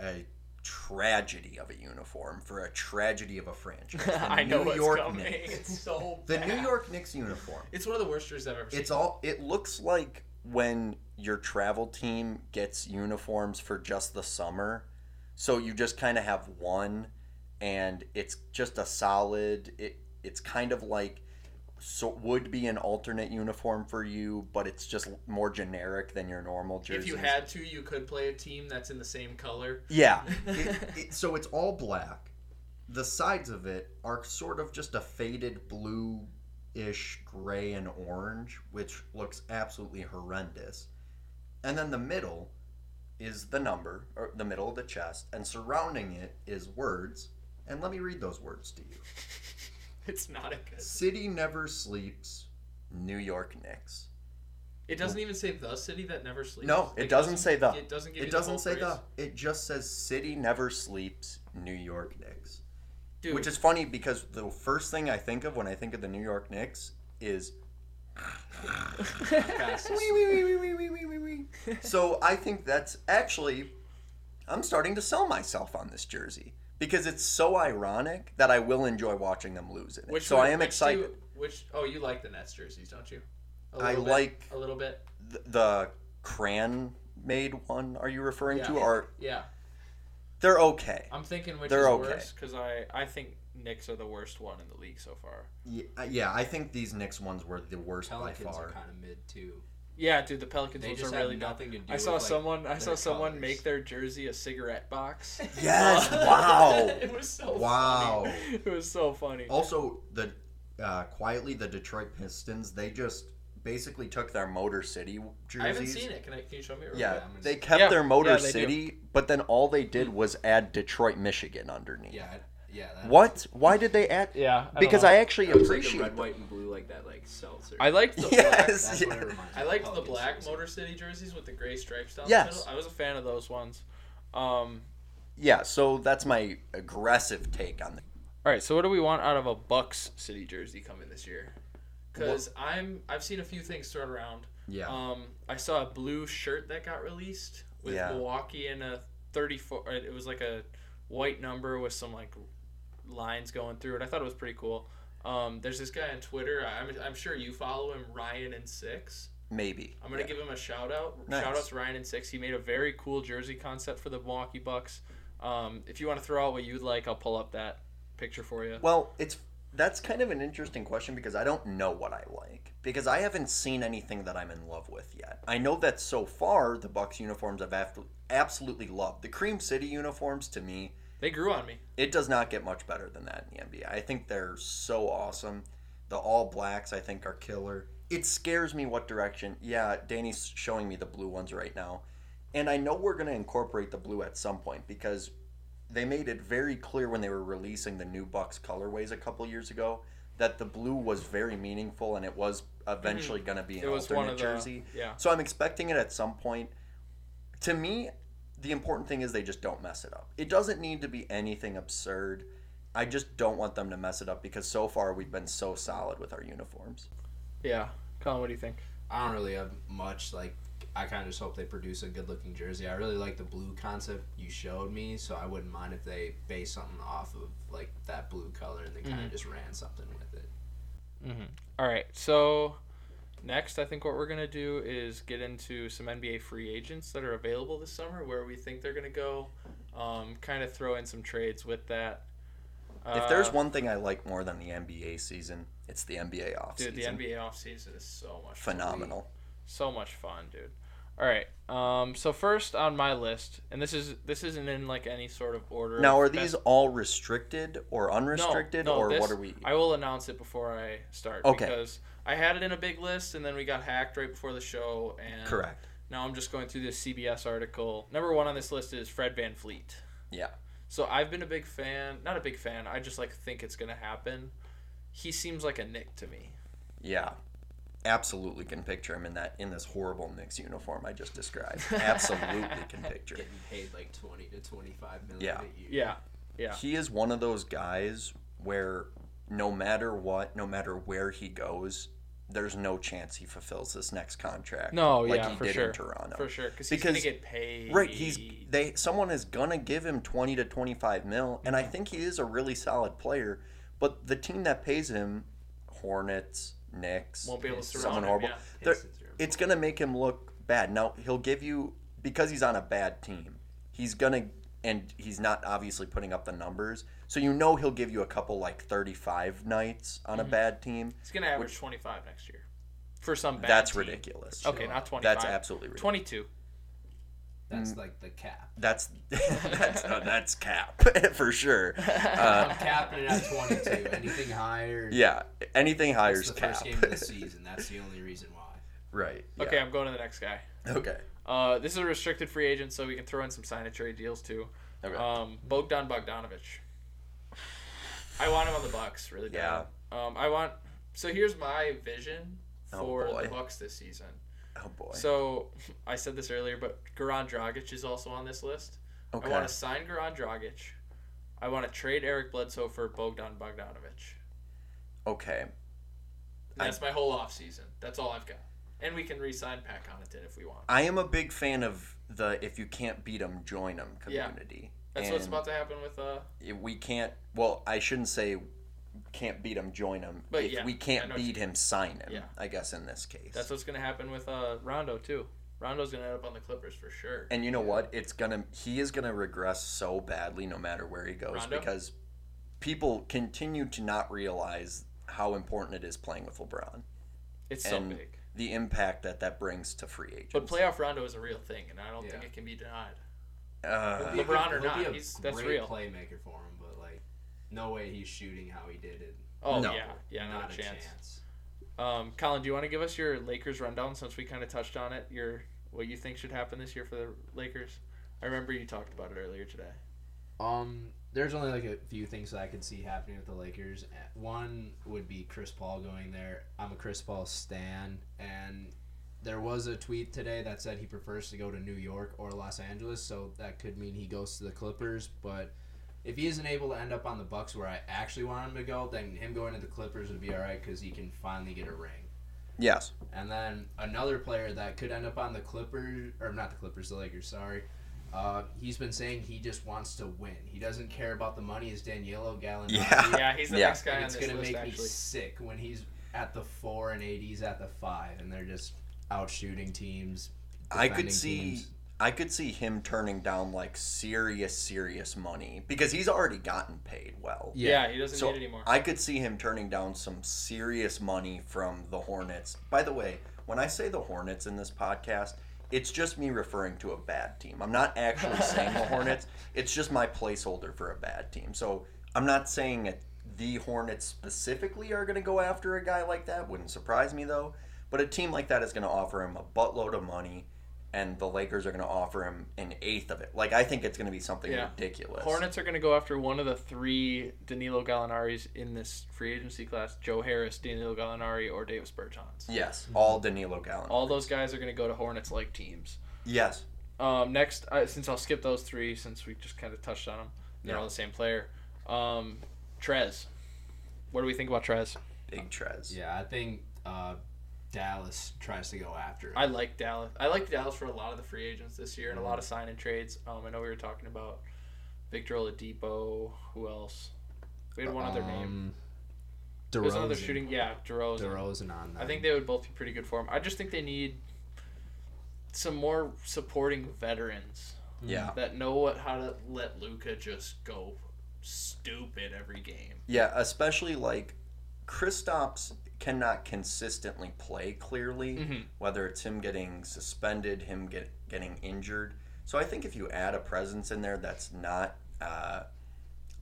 [SPEAKER 4] a
[SPEAKER 2] Tragedy of a uniform for a tragedy of a franchise. The
[SPEAKER 5] I know
[SPEAKER 4] New
[SPEAKER 5] what's
[SPEAKER 4] York
[SPEAKER 5] coming.
[SPEAKER 4] Knicks.
[SPEAKER 1] It's so
[SPEAKER 4] The New
[SPEAKER 1] bad.
[SPEAKER 4] York Knicks uniform.
[SPEAKER 1] It's one of the worst jerseys I've ever seen.
[SPEAKER 2] It's all. It looks like when your travel team gets uniforms for just the summer, so you just kind of have one, and it's just a solid. It it's kind of like so would be an alternate uniform for you, but it's just more generic than your normal jersey.
[SPEAKER 1] if you had to, you could play a team that's in the same color.
[SPEAKER 2] yeah,
[SPEAKER 4] it, it, so it's all black. The sides of it are sort of just a faded blue ish gray and orange, which looks absolutely horrendous. And then the middle
[SPEAKER 2] is the number
[SPEAKER 4] or the middle of the chest, and surrounding it is words. And let me read those words to you
[SPEAKER 1] It's not a good.
[SPEAKER 4] City never sleeps.
[SPEAKER 2] New York Knicks?
[SPEAKER 1] It doesn't even say the city that never sleeps.
[SPEAKER 2] No, it doesn't say the.
[SPEAKER 1] It doesn't give.
[SPEAKER 4] It
[SPEAKER 1] you
[SPEAKER 4] doesn't
[SPEAKER 1] the
[SPEAKER 4] say the,
[SPEAKER 1] that.
[SPEAKER 4] it just says
[SPEAKER 2] City never sleeps. New York Knicks.
[SPEAKER 1] Dude,
[SPEAKER 2] Which is funny because the first thing I think of when I think of the New York Knicks is
[SPEAKER 3] Fast.
[SPEAKER 2] so I think that's actually I'm starting to sell myself on this jersey because it's so ironic that I will enjoy watching them lose it.
[SPEAKER 1] Which
[SPEAKER 2] so
[SPEAKER 1] one-
[SPEAKER 2] I am
[SPEAKER 1] which
[SPEAKER 2] excited.
[SPEAKER 1] do- which oh, you like the Nets jerseys, don't you? A
[SPEAKER 2] I
[SPEAKER 1] little bit,
[SPEAKER 2] like-
[SPEAKER 1] a little bit.
[SPEAKER 2] Th- The Cran made one are you referring to
[SPEAKER 1] Yeah.
[SPEAKER 2] or
[SPEAKER 1] Yeah,
[SPEAKER 2] they're okay.
[SPEAKER 1] I'm thinking which
[SPEAKER 2] They're
[SPEAKER 1] is
[SPEAKER 2] okay.
[SPEAKER 1] worse because I I think Knicks are the worst one in the league so far.
[SPEAKER 4] Yeah, uh, yeah, I think these Knicks ones were the worst
[SPEAKER 3] Pelicans
[SPEAKER 4] by
[SPEAKER 3] are
[SPEAKER 4] far.
[SPEAKER 3] kind of mid too.
[SPEAKER 1] Yeah, dude, the Pelicans
[SPEAKER 3] They
[SPEAKER 1] ones
[SPEAKER 3] just
[SPEAKER 1] are
[SPEAKER 3] have
[SPEAKER 1] really dumb.
[SPEAKER 3] nothing to do.
[SPEAKER 1] I saw
[SPEAKER 3] with, like,
[SPEAKER 1] someone I
[SPEAKER 3] their
[SPEAKER 1] saw someone
[SPEAKER 3] colors.
[SPEAKER 1] make their jersey a cigarette box.
[SPEAKER 2] Yes, wow.
[SPEAKER 1] it was so
[SPEAKER 4] Wow.
[SPEAKER 1] funny. It was so funny.
[SPEAKER 4] Also, the uh, quietly the Detroit Pistons they just basically took their
[SPEAKER 2] Their Motor City jerseys.
[SPEAKER 1] I haven't seen it. Can I can you show me? Real
[SPEAKER 2] Yeah,
[SPEAKER 1] quick?
[SPEAKER 3] I'm gonna-
[SPEAKER 2] they kept
[SPEAKER 5] Yeah,
[SPEAKER 2] their Motor
[SPEAKER 5] yeah, they do.
[SPEAKER 2] City, but then all they did was add Detroit, Michigan underneath.
[SPEAKER 3] Yeah, I- yeah. That,
[SPEAKER 2] What? Why did they add?
[SPEAKER 5] Yeah, I don't
[SPEAKER 2] because
[SPEAKER 5] know.
[SPEAKER 2] I actually
[SPEAKER 3] It was like the
[SPEAKER 2] appreciate.
[SPEAKER 3] red, white, and blue, like that, like seltzer.
[SPEAKER 5] I liked the black.
[SPEAKER 2] yes.
[SPEAKER 3] That's what it
[SPEAKER 2] yeah.
[SPEAKER 3] reminds me
[SPEAKER 1] I
[SPEAKER 3] of,
[SPEAKER 1] liked the
[SPEAKER 3] Pelicans
[SPEAKER 1] black
[SPEAKER 3] jersey.
[SPEAKER 1] Motor City jerseys with the gray stripes down
[SPEAKER 2] Yes.
[SPEAKER 1] the middle. I was a fan of those ones. Um,
[SPEAKER 2] Yeah, So that's my aggressive take on. The-
[SPEAKER 5] All right, so what do we want out of a Bucks?
[SPEAKER 1] City jersey coming this year. Because I'm I've seen a few things thrown around.
[SPEAKER 4] yeah
[SPEAKER 1] Um, I saw a blue shirt that got released with
[SPEAKER 2] Yeah.
[SPEAKER 1] Milwaukee and a 34. It was like a white number with some like lines going through it. I thought it was pretty cool. Um, there's this guy on Twitter. I'm, I'm sure you follow him, Ryan and Six.
[SPEAKER 2] Maybe.
[SPEAKER 1] I'm gonna give him a shout out.
[SPEAKER 2] Nice.
[SPEAKER 1] Shout out to Ryan and Six. He made a very cool jersey concept for the Milwaukee Bucks. Um, if you want to throw out what you'd like, I'll pull up that picture for you.
[SPEAKER 2] Well, it's that's kind of an interesting question because I don't know what I like because I haven't seen anything that I'm in love with yet. I know that so far the Bucks uniforms I've after- absolutely loved. The Cream City uniforms to me,
[SPEAKER 1] They grew on me.
[SPEAKER 2] it does not get much better than that in the NBA. I think they're so awesome. The all blacks I think are killer. It scares me what direction. Yeah, Danny's showing me the blue ones right now. And I know we're going to incorporate the blue at some point because they made it very clear when they were releasing the new Bucks colorways a couple years ago that the blue was very meaningful and it was eventually going to be an
[SPEAKER 1] Mm-hmm. It was
[SPEAKER 2] alternate
[SPEAKER 1] one of the
[SPEAKER 2] jersey.
[SPEAKER 1] yeah.
[SPEAKER 2] So I'm expecting it at some point. To me, the important thing is they just don't mess it up. It doesn't need to be anything absurd. I just don't want them to mess it up because so far we've been so solid with our uniforms.
[SPEAKER 5] Yeah, Colin, what do you think?
[SPEAKER 3] I don't really have much. Like, I kind of just hope they produce a good-looking jersey. I really like the blue concept you showed me, so I wouldn't mind if they base something off of like that blue color and they kind
[SPEAKER 1] Mm-hmm.
[SPEAKER 3] of just ran something with it.
[SPEAKER 5] Mm-hmm. All right, so next, I think what we're gonna do is get into some NBA free agents that are available this summer, where we think they're gonna go. Um, kind of throw in some trades with that. Uh,
[SPEAKER 2] if there's one thing I like more than the NBA season, it's the NBA offseason.
[SPEAKER 5] Dude, the
[SPEAKER 1] NBA offseason is so much fun.
[SPEAKER 2] Phenomenal.
[SPEAKER 5] so much fun, dude. All right. Um, so first on my list, and this is this isn't in like any sort of order.
[SPEAKER 2] Now,
[SPEAKER 5] of
[SPEAKER 2] are
[SPEAKER 5] best-
[SPEAKER 2] these all restricted or
[SPEAKER 5] No,
[SPEAKER 2] unrestricted,
[SPEAKER 5] no,
[SPEAKER 2] or
[SPEAKER 5] this-
[SPEAKER 2] what are we?
[SPEAKER 5] I will announce it before I start.
[SPEAKER 2] Okay.
[SPEAKER 5] Because I had it in a big list, and then we got hacked right before the show. And
[SPEAKER 2] Correct.
[SPEAKER 5] Now I'm just going through this CBS article. Number one on this list is Fred Van Fleet.
[SPEAKER 2] Yeah.
[SPEAKER 5] So I've been a big fan, not a big fan. I just like think it's gonna happen. He seems like a Nick to me.
[SPEAKER 2] Yeah, absolutely can picture him in that in this horrible Knicks uniform I just described. Absolutely can picture. it.
[SPEAKER 3] Getting paid like twenty to twenty-five million
[SPEAKER 2] Yeah.
[SPEAKER 3] a year.
[SPEAKER 5] Yeah. Yeah.
[SPEAKER 2] He is one of those guys where no matter what, no matter where he goes, there's no chance he fulfills this next contract.
[SPEAKER 5] No,
[SPEAKER 2] like
[SPEAKER 5] yeah,
[SPEAKER 2] he
[SPEAKER 5] for
[SPEAKER 2] did
[SPEAKER 5] sure.
[SPEAKER 2] in Toronto.
[SPEAKER 5] For sure, cause he's gonna
[SPEAKER 2] Because-
[SPEAKER 5] get paid.
[SPEAKER 2] Right, he's they someone is gonna give him twenty to twenty five mil, and I think he is a really solid player, but the team that pays him, Hornets, Knicks,
[SPEAKER 1] Won't be able to surround
[SPEAKER 2] someone
[SPEAKER 1] him,
[SPEAKER 2] horrible.
[SPEAKER 1] yeah.
[SPEAKER 2] they're-
[SPEAKER 3] Pistons are-
[SPEAKER 2] It's gonna make him look bad. Now he'll give you because he's on a bad team. He's gonna and he's not obviously putting up the numbers, so you know he'll give you a couple like thirty five nights on
[SPEAKER 1] Mm-hmm.
[SPEAKER 2] a bad team.
[SPEAKER 1] He's gonna average 25 next year for some bad.
[SPEAKER 2] That's
[SPEAKER 1] team.
[SPEAKER 2] ridiculous.
[SPEAKER 5] Okay, not 25.
[SPEAKER 2] That's absolutely ridiculous.
[SPEAKER 5] 22.
[SPEAKER 3] That's like the cap.
[SPEAKER 2] That's that's no, that's cap for sure.
[SPEAKER 3] I'm capping it at twenty-two. Anything higher,
[SPEAKER 2] Uh, Yeah, anything higher
[SPEAKER 3] it's
[SPEAKER 2] is
[SPEAKER 3] the
[SPEAKER 2] cap.
[SPEAKER 3] first game of the season. That's the only reason why.
[SPEAKER 2] right.
[SPEAKER 5] Okay, I'm going to the next guy.
[SPEAKER 2] yeah. Okay.
[SPEAKER 5] Uh, this is a restricted free agent, so we can throw in some sign and trade deals too.
[SPEAKER 2] Okay.
[SPEAKER 5] Um, Bogdan Bogdanovic. I want him on the Bucks, really bad. Um, I want. So here's my vision
[SPEAKER 2] Oh,
[SPEAKER 5] for the
[SPEAKER 2] boy.
[SPEAKER 5] Bucks this season.
[SPEAKER 2] oh boy.
[SPEAKER 5] So I said this earlier, but Goran Dragic is also on this list.
[SPEAKER 2] okay.
[SPEAKER 5] I want to sign Goran Dragic. I want to trade Eric Bledsoe for Bogdan Bogdanovic.
[SPEAKER 2] okay.
[SPEAKER 1] And That's my whole offseason. That's all I've got. And we can re-sign Pat Connaughton if we want.
[SPEAKER 2] I am a big fan of the if you can't beat them, join them
[SPEAKER 1] Yeah.
[SPEAKER 2] community.
[SPEAKER 1] That's
[SPEAKER 2] and
[SPEAKER 1] what's about to happen with uh.
[SPEAKER 2] if we can't well i shouldn't say can't beat him join him
[SPEAKER 1] But
[SPEAKER 2] if
[SPEAKER 1] yeah,
[SPEAKER 2] we
[SPEAKER 1] I
[SPEAKER 2] can't
[SPEAKER 1] know what you
[SPEAKER 2] beat him sign him
[SPEAKER 1] Yeah.
[SPEAKER 2] i guess in this case
[SPEAKER 1] That's what's gonna happen with uh Rondo too. Rondo's gonna end up on the Clippers for sure.
[SPEAKER 2] and you know what it's gonna he is gonna regress so badly no matter where he goes
[SPEAKER 1] Rondo?
[SPEAKER 2] because people continue to not realize how important it is playing with lebron
[SPEAKER 1] It's
[SPEAKER 2] and
[SPEAKER 1] so big.
[SPEAKER 2] the impact that that brings to free agents
[SPEAKER 1] But playoff Rondo is a real thing, and I don't think
[SPEAKER 3] Yeah.
[SPEAKER 1] it can be denied.
[SPEAKER 2] uh,
[SPEAKER 3] He'll be a
[SPEAKER 1] LeBron
[SPEAKER 3] good-
[SPEAKER 1] or
[SPEAKER 3] he'll
[SPEAKER 1] not,
[SPEAKER 3] be a
[SPEAKER 1] he's- that's
[SPEAKER 3] great
[SPEAKER 1] real.
[SPEAKER 3] playmaker for him, but like, no way he's shooting how he did it.
[SPEAKER 1] Oh
[SPEAKER 2] No.
[SPEAKER 1] yeah, yeah, not, a chance.
[SPEAKER 3] chance.
[SPEAKER 1] Um, Colin, do you want to give us your Lakers rundown since we kind of touched on it? Your what you think should happen this year for the Lakers? I remember you talked about it earlier today.
[SPEAKER 3] Um, there's only like a few things that I could see happening with the Lakers. Uh, One would be Chris Paul going there. I'm a Chris Paul stan, and there was a tweet today that said he prefers to go to New York or Los Angeles, so that could mean he goes to the Clippers. But if he isn't able to end up on the Bucks where I actually want him to go, then him going to the Clippers would be all right because he can finally get a ring.
[SPEAKER 2] yes
[SPEAKER 3] And then another player that could end up on the Clippers, or not the Clippers, the Lakers, sorry. Uh, he's been saying he just wants to win. He doesn't care about the money, is Daniello Gallinari.
[SPEAKER 2] Yeah.
[SPEAKER 1] Yeah, he's the
[SPEAKER 2] Yeah.
[SPEAKER 1] next guy on
[SPEAKER 3] And it's
[SPEAKER 1] this
[SPEAKER 3] going to
[SPEAKER 1] list
[SPEAKER 3] make me
[SPEAKER 1] actually.
[SPEAKER 3] sick when he's at the 4 and 80s at the 5, and they're just out shooting teams.
[SPEAKER 2] I could
[SPEAKER 3] defending
[SPEAKER 2] see
[SPEAKER 3] teams.
[SPEAKER 2] I could see him turning down like serious serious money because he's already gotten paid well.
[SPEAKER 1] Yeah, he doesn't
[SPEAKER 2] So
[SPEAKER 1] need anymore.
[SPEAKER 2] I could see him turning down some serious money from the Hornets. By the way, when I say the Hornets in this podcast, it's just me referring to a bad team. I'm not actually saying the Hornets. It's just my placeholder for a bad team. So I'm not saying that the Hornets specifically are going to go after a guy like that. Wouldn't surprise me though. But a team like that is going to offer him a buttload of money, and the Lakers are going to offer him an eighth of it. Like I think it's going to be something
[SPEAKER 1] Yeah.
[SPEAKER 2] ridiculous.
[SPEAKER 1] Hornets are going to go after one of the three Danilo Gallinari's in this free agency class: Joe Harris, Danilo Gallinari, or Davis Bertans.
[SPEAKER 2] Yes, all Danilo Gallinari.
[SPEAKER 1] All those guys are going to go to Hornets like teams.
[SPEAKER 2] Yes.
[SPEAKER 1] Um, next, uh, since I'll skip those three, since we just kind of touched on them, they're
[SPEAKER 2] Yeah.
[SPEAKER 1] all the same player. Um, Trez, what do we think about Trez?
[SPEAKER 2] Big Trez.
[SPEAKER 3] Yeah, I think uh, Dallas tries to go after him.
[SPEAKER 1] I like Dallas. I like Dallas for a lot of the free agents this year and a lot of sign and trades. Um, I know we were talking about Victor Oladipo. Who else? We had one other name.
[SPEAKER 3] Um,
[SPEAKER 1] There's another
[SPEAKER 3] DeRozan.
[SPEAKER 1] shooting. Yeah, DeRozan.
[SPEAKER 3] DeRozan on that.
[SPEAKER 1] I think they would both be pretty good for him. I just think they need some more supporting veterans
[SPEAKER 2] Yeah.
[SPEAKER 1] that know what how to let Luca just go stupid every game.
[SPEAKER 2] Yeah, especially like Kristaps cannot consistently play clearly,
[SPEAKER 1] Mm. Mm-hmm.
[SPEAKER 2] whether it's him getting suspended, him get, getting injured. So I think if you add a presence in there that's not uh,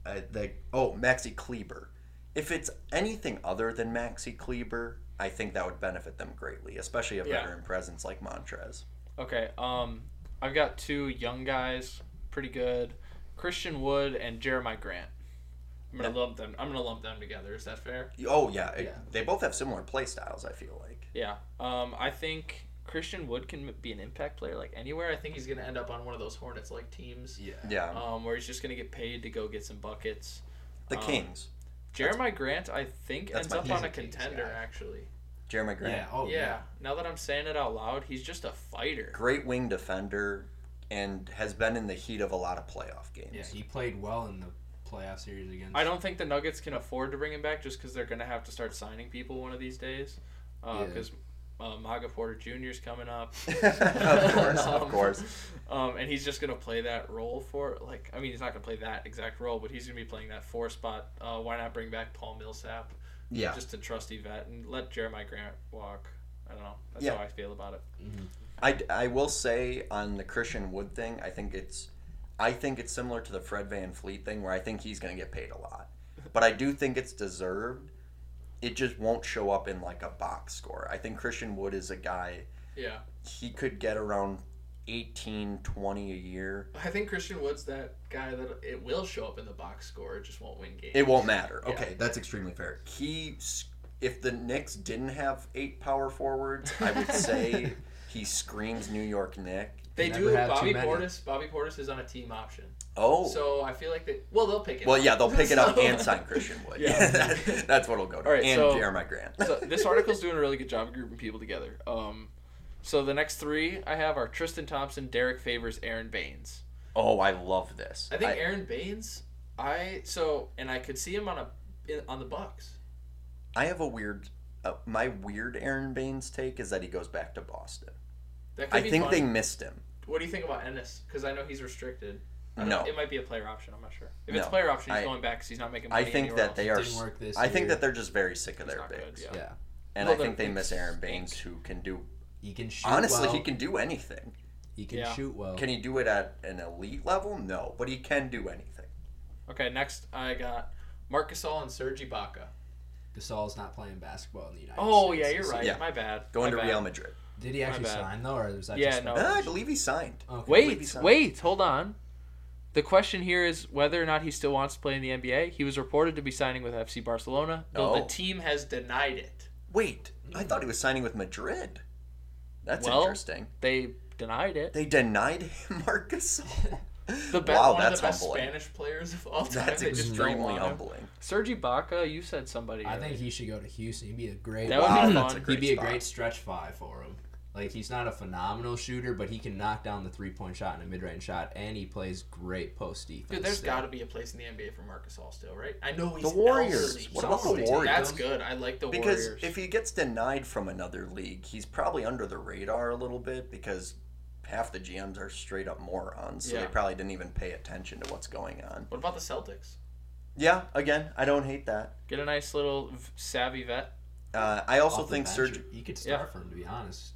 [SPEAKER 2] uh, like oh Maxi Kleber, if it's anything other than Maxi Kleber, I think that would benefit them greatly, especially a
[SPEAKER 1] Yeah.
[SPEAKER 2] veteran presence like Montrez.
[SPEAKER 1] Okay, um, I've got two young guys, pretty good, Christian Wood and Jeremiah Grant. I'm gonna lump them. I'm gonna lump them together. Is that fair?
[SPEAKER 2] Oh yeah, it-
[SPEAKER 3] Yeah.
[SPEAKER 2] they both have similar play styles. I feel like.
[SPEAKER 1] Yeah. Um, I think Christian Wood can be an impact player like anywhere. I think he's gonna end up on one of those Hornets like teams.
[SPEAKER 3] Yeah.
[SPEAKER 2] Yeah,
[SPEAKER 1] Um, where he's just gonna get paid to go get some buckets.
[SPEAKER 2] the
[SPEAKER 1] um,
[SPEAKER 2] Kings.
[SPEAKER 1] Jeremiah Grant, I think,
[SPEAKER 2] that's
[SPEAKER 1] ends
[SPEAKER 2] my-
[SPEAKER 1] up
[SPEAKER 2] he's
[SPEAKER 1] on
[SPEAKER 3] a
[SPEAKER 1] a
[SPEAKER 3] Kings
[SPEAKER 1] contender
[SPEAKER 3] guy.
[SPEAKER 1] actually.
[SPEAKER 2] Jeremy Grant.
[SPEAKER 3] Yeah. Oh,
[SPEAKER 1] yeah.
[SPEAKER 3] yeah.
[SPEAKER 1] Now that I'm saying it out loud, he's just a fighter.
[SPEAKER 2] great wing defender and has been in the heat of a lot of playoff games.
[SPEAKER 3] Yeah, he played well in the playoff series against.
[SPEAKER 1] I don't think the Nuggets can afford to bring him back just because they're going to have to start signing people one of these days.
[SPEAKER 3] Yeah.
[SPEAKER 1] Because uh, Maga Porter Jr. is coming up.
[SPEAKER 2] of course, of
[SPEAKER 1] Um,
[SPEAKER 2] course.
[SPEAKER 1] Um, and he's just going to play that role for, like, I mean, he's not going to play that exact role, but he's going to be playing that four spot. Uh, why not bring back Paul Millsap?
[SPEAKER 2] Yeah.
[SPEAKER 1] Just a trusty vet and let Jeremiah Grant walk. I don't know. That's
[SPEAKER 2] Yeah.
[SPEAKER 1] how I feel about it.
[SPEAKER 2] I, I will say on the Christian Wood thing, I think it's I think it's similar to the Fred Van Fleet thing where I think he's going to get paid a lot. But I do think it's deserved. It just won't show up in like a box score. I think Christian Wood is a guy
[SPEAKER 1] Yeah.
[SPEAKER 2] he could get around 18 20 a year.
[SPEAKER 1] I think Christian Wood's that guy that it will show up in the box score, it just won't win games.
[SPEAKER 2] It won't matter.
[SPEAKER 1] Yeah.
[SPEAKER 2] Okay, that's extremely fair. He, s- if the Knicks didn't have eight power forwards, I would say he screams New York Nick.
[SPEAKER 8] They
[SPEAKER 3] Never
[SPEAKER 8] do.
[SPEAKER 3] have too
[SPEAKER 8] Bobby
[SPEAKER 3] many.
[SPEAKER 8] Portis. Bobby Portis is on a team option,
[SPEAKER 2] Oh.
[SPEAKER 8] so I feel like they. Well, they'll pick it.
[SPEAKER 2] well,
[SPEAKER 8] up.
[SPEAKER 2] yeah, they'll pick it up
[SPEAKER 8] So-
[SPEAKER 2] and sign Christian Wood.
[SPEAKER 8] Yeah.
[SPEAKER 2] That- that's what it'll go to.
[SPEAKER 1] All right,
[SPEAKER 2] and
[SPEAKER 1] so-
[SPEAKER 2] Jeremiah Grant.
[SPEAKER 1] so this article's doing a really good job of grouping people together. Um, so the next three I have are Tristan Thompson, Derek Favors, Aaron Baines.
[SPEAKER 2] oh, I love this.
[SPEAKER 8] I think Aaron Baines. I so and I could see him on a in, on the Bucks.
[SPEAKER 2] I have a weird. Uh, my weird Aaron Baines take is that he goes back to Boston.
[SPEAKER 8] That could
[SPEAKER 2] I
[SPEAKER 8] be
[SPEAKER 2] think
[SPEAKER 8] fun.
[SPEAKER 2] they missed him.
[SPEAKER 8] What do you think about Ennis? Because I know he's restricted. I don't-
[SPEAKER 2] No,
[SPEAKER 8] it might be a player option. I'm not sure. If it's
[SPEAKER 2] No.
[SPEAKER 8] player option, he's
[SPEAKER 2] I-
[SPEAKER 8] going back because he's not making
[SPEAKER 2] I
[SPEAKER 8] money.
[SPEAKER 2] think
[SPEAKER 8] anywhere
[SPEAKER 2] that
[SPEAKER 8] else.
[SPEAKER 2] they are.
[SPEAKER 3] Didn't work this
[SPEAKER 2] I think
[SPEAKER 3] year.
[SPEAKER 2] that they're just very sick
[SPEAKER 1] He's
[SPEAKER 2] of their
[SPEAKER 1] not good,
[SPEAKER 2] bigs,
[SPEAKER 1] yeah.
[SPEAKER 3] Yeah,
[SPEAKER 2] and
[SPEAKER 8] Well,
[SPEAKER 2] I think
[SPEAKER 8] their
[SPEAKER 2] they miss
[SPEAKER 8] bigs
[SPEAKER 2] Aaron
[SPEAKER 8] stink.
[SPEAKER 2] Baines, who can do.
[SPEAKER 3] he can shoot.
[SPEAKER 2] Honestly,
[SPEAKER 3] well.
[SPEAKER 2] he can do anything.
[SPEAKER 3] He can
[SPEAKER 1] Yeah.
[SPEAKER 3] shoot well.
[SPEAKER 2] Can he do it at an elite level? No, but he can do anything.
[SPEAKER 1] Okay, next I got.
[SPEAKER 8] Marc Gasol and Serge Ibaka.
[SPEAKER 3] Gasol's not playing basketball in the United
[SPEAKER 1] Oh
[SPEAKER 3] States.
[SPEAKER 1] yeah, you're
[SPEAKER 3] this
[SPEAKER 1] right.
[SPEAKER 2] Yeah.
[SPEAKER 1] My bad.
[SPEAKER 2] Going
[SPEAKER 1] my
[SPEAKER 2] to
[SPEAKER 1] bad.
[SPEAKER 2] Real Madrid.
[SPEAKER 3] season. Did he actually
[SPEAKER 1] bad.
[SPEAKER 3] sign though, or was that
[SPEAKER 1] Yeah,
[SPEAKER 3] just
[SPEAKER 1] no.
[SPEAKER 2] Ah, I believe he signed.
[SPEAKER 3] Okay.
[SPEAKER 1] Wait,
[SPEAKER 2] Maybe
[SPEAKER 1] wait, hold on. The question here is whether or not he still wants to play in the NBA. He was reported to be signing with FC Barcelona.
[SPEAKER 8] Though
[SPEAKER 2] Oh.
[SPEAKER 8] the team has denied it.
[SPEAKER 2] Wait, I thought he was signing with Madrid. That's
[SPEAKER 1] Well-
[SPEAKER 2] interesting.
[SPEAKER 1] They denied it.
[SPEAKER 2] They denied him Marcus.
[SPEAKER 8] The best,
[SPEAKER 2] Wow,
[SPEAKER 8] one
[SPEAKER 2] that's
[SPEAKER 8] of the best
[SPEAKER 2] humbling.
[SPEAKER 8] Spanish players of all time.
[SPEAKER 2] That's
[SPEAKER 8] they just don't
[SPEAKER 2] extremely
[SPEAKER 8] want him.
[SPEAKER 2] humbling.
[SPEAKER 1] Serge Ibaka, you said somebody.
[SPEAKER 3] I think
[SPEAKER 1] already.
[SPEAKER 3] he should go to Houston. He'd be a great.
[SPEAKER 1] That would
[SPEAKER 2] Wow,
[SPEAKER 1] be
[SPEAKER 2] that's a
[SPEAKER 1] fun.
[SPEAKER 2] great
[SPEAKER 3] he'd be
[SPEAKER 2] spot.
[SPEAKER 3] a great stretch five for him. Like he's not a phenomenal shooter, but he can knock down the three point shot and a mid range shot, and he plays great post defense.
[SPEAKER 8] Dude, there's
[SPEAKER 3] still.
[SPEAKER 8] got to be a place in the NBA for Marcus All still, right? I know he's
[SPEAKER 2] Warriors.
[SPEAKER 8] elderly.
[SPEAKER 2] What about the
[SPEAKER 8] Somebody-
[SPEAKER 2] Warriors?
[SPEAKER 8] That's good. I like the
[SPEAKER 2] Because
[SPEAKER 8] Warriors.
[SPEAKER 2] if he gets denied from another league, he's probably under the radar a little bit because half the GMs are straight up morons, so they
[SPEAKER 8] Yeah.
[SPEAKER 2] probably didn't even pay attention to what's going on.
[SPEAKER 8] what about the Celtics?
[SPEAKER 2] Yeah, again, I don't hate that.
[SPEAKER 1] Get a nice little v- savvy vet.
[SPEAKER 2] Uh, I also
[SPEAKER 3] Off the
[SPEAKER 2] think
[SPEAKER 3] bench,
[SPEAKER 2] Serge.
[SPEAKER 3] You could start for him, to be honest.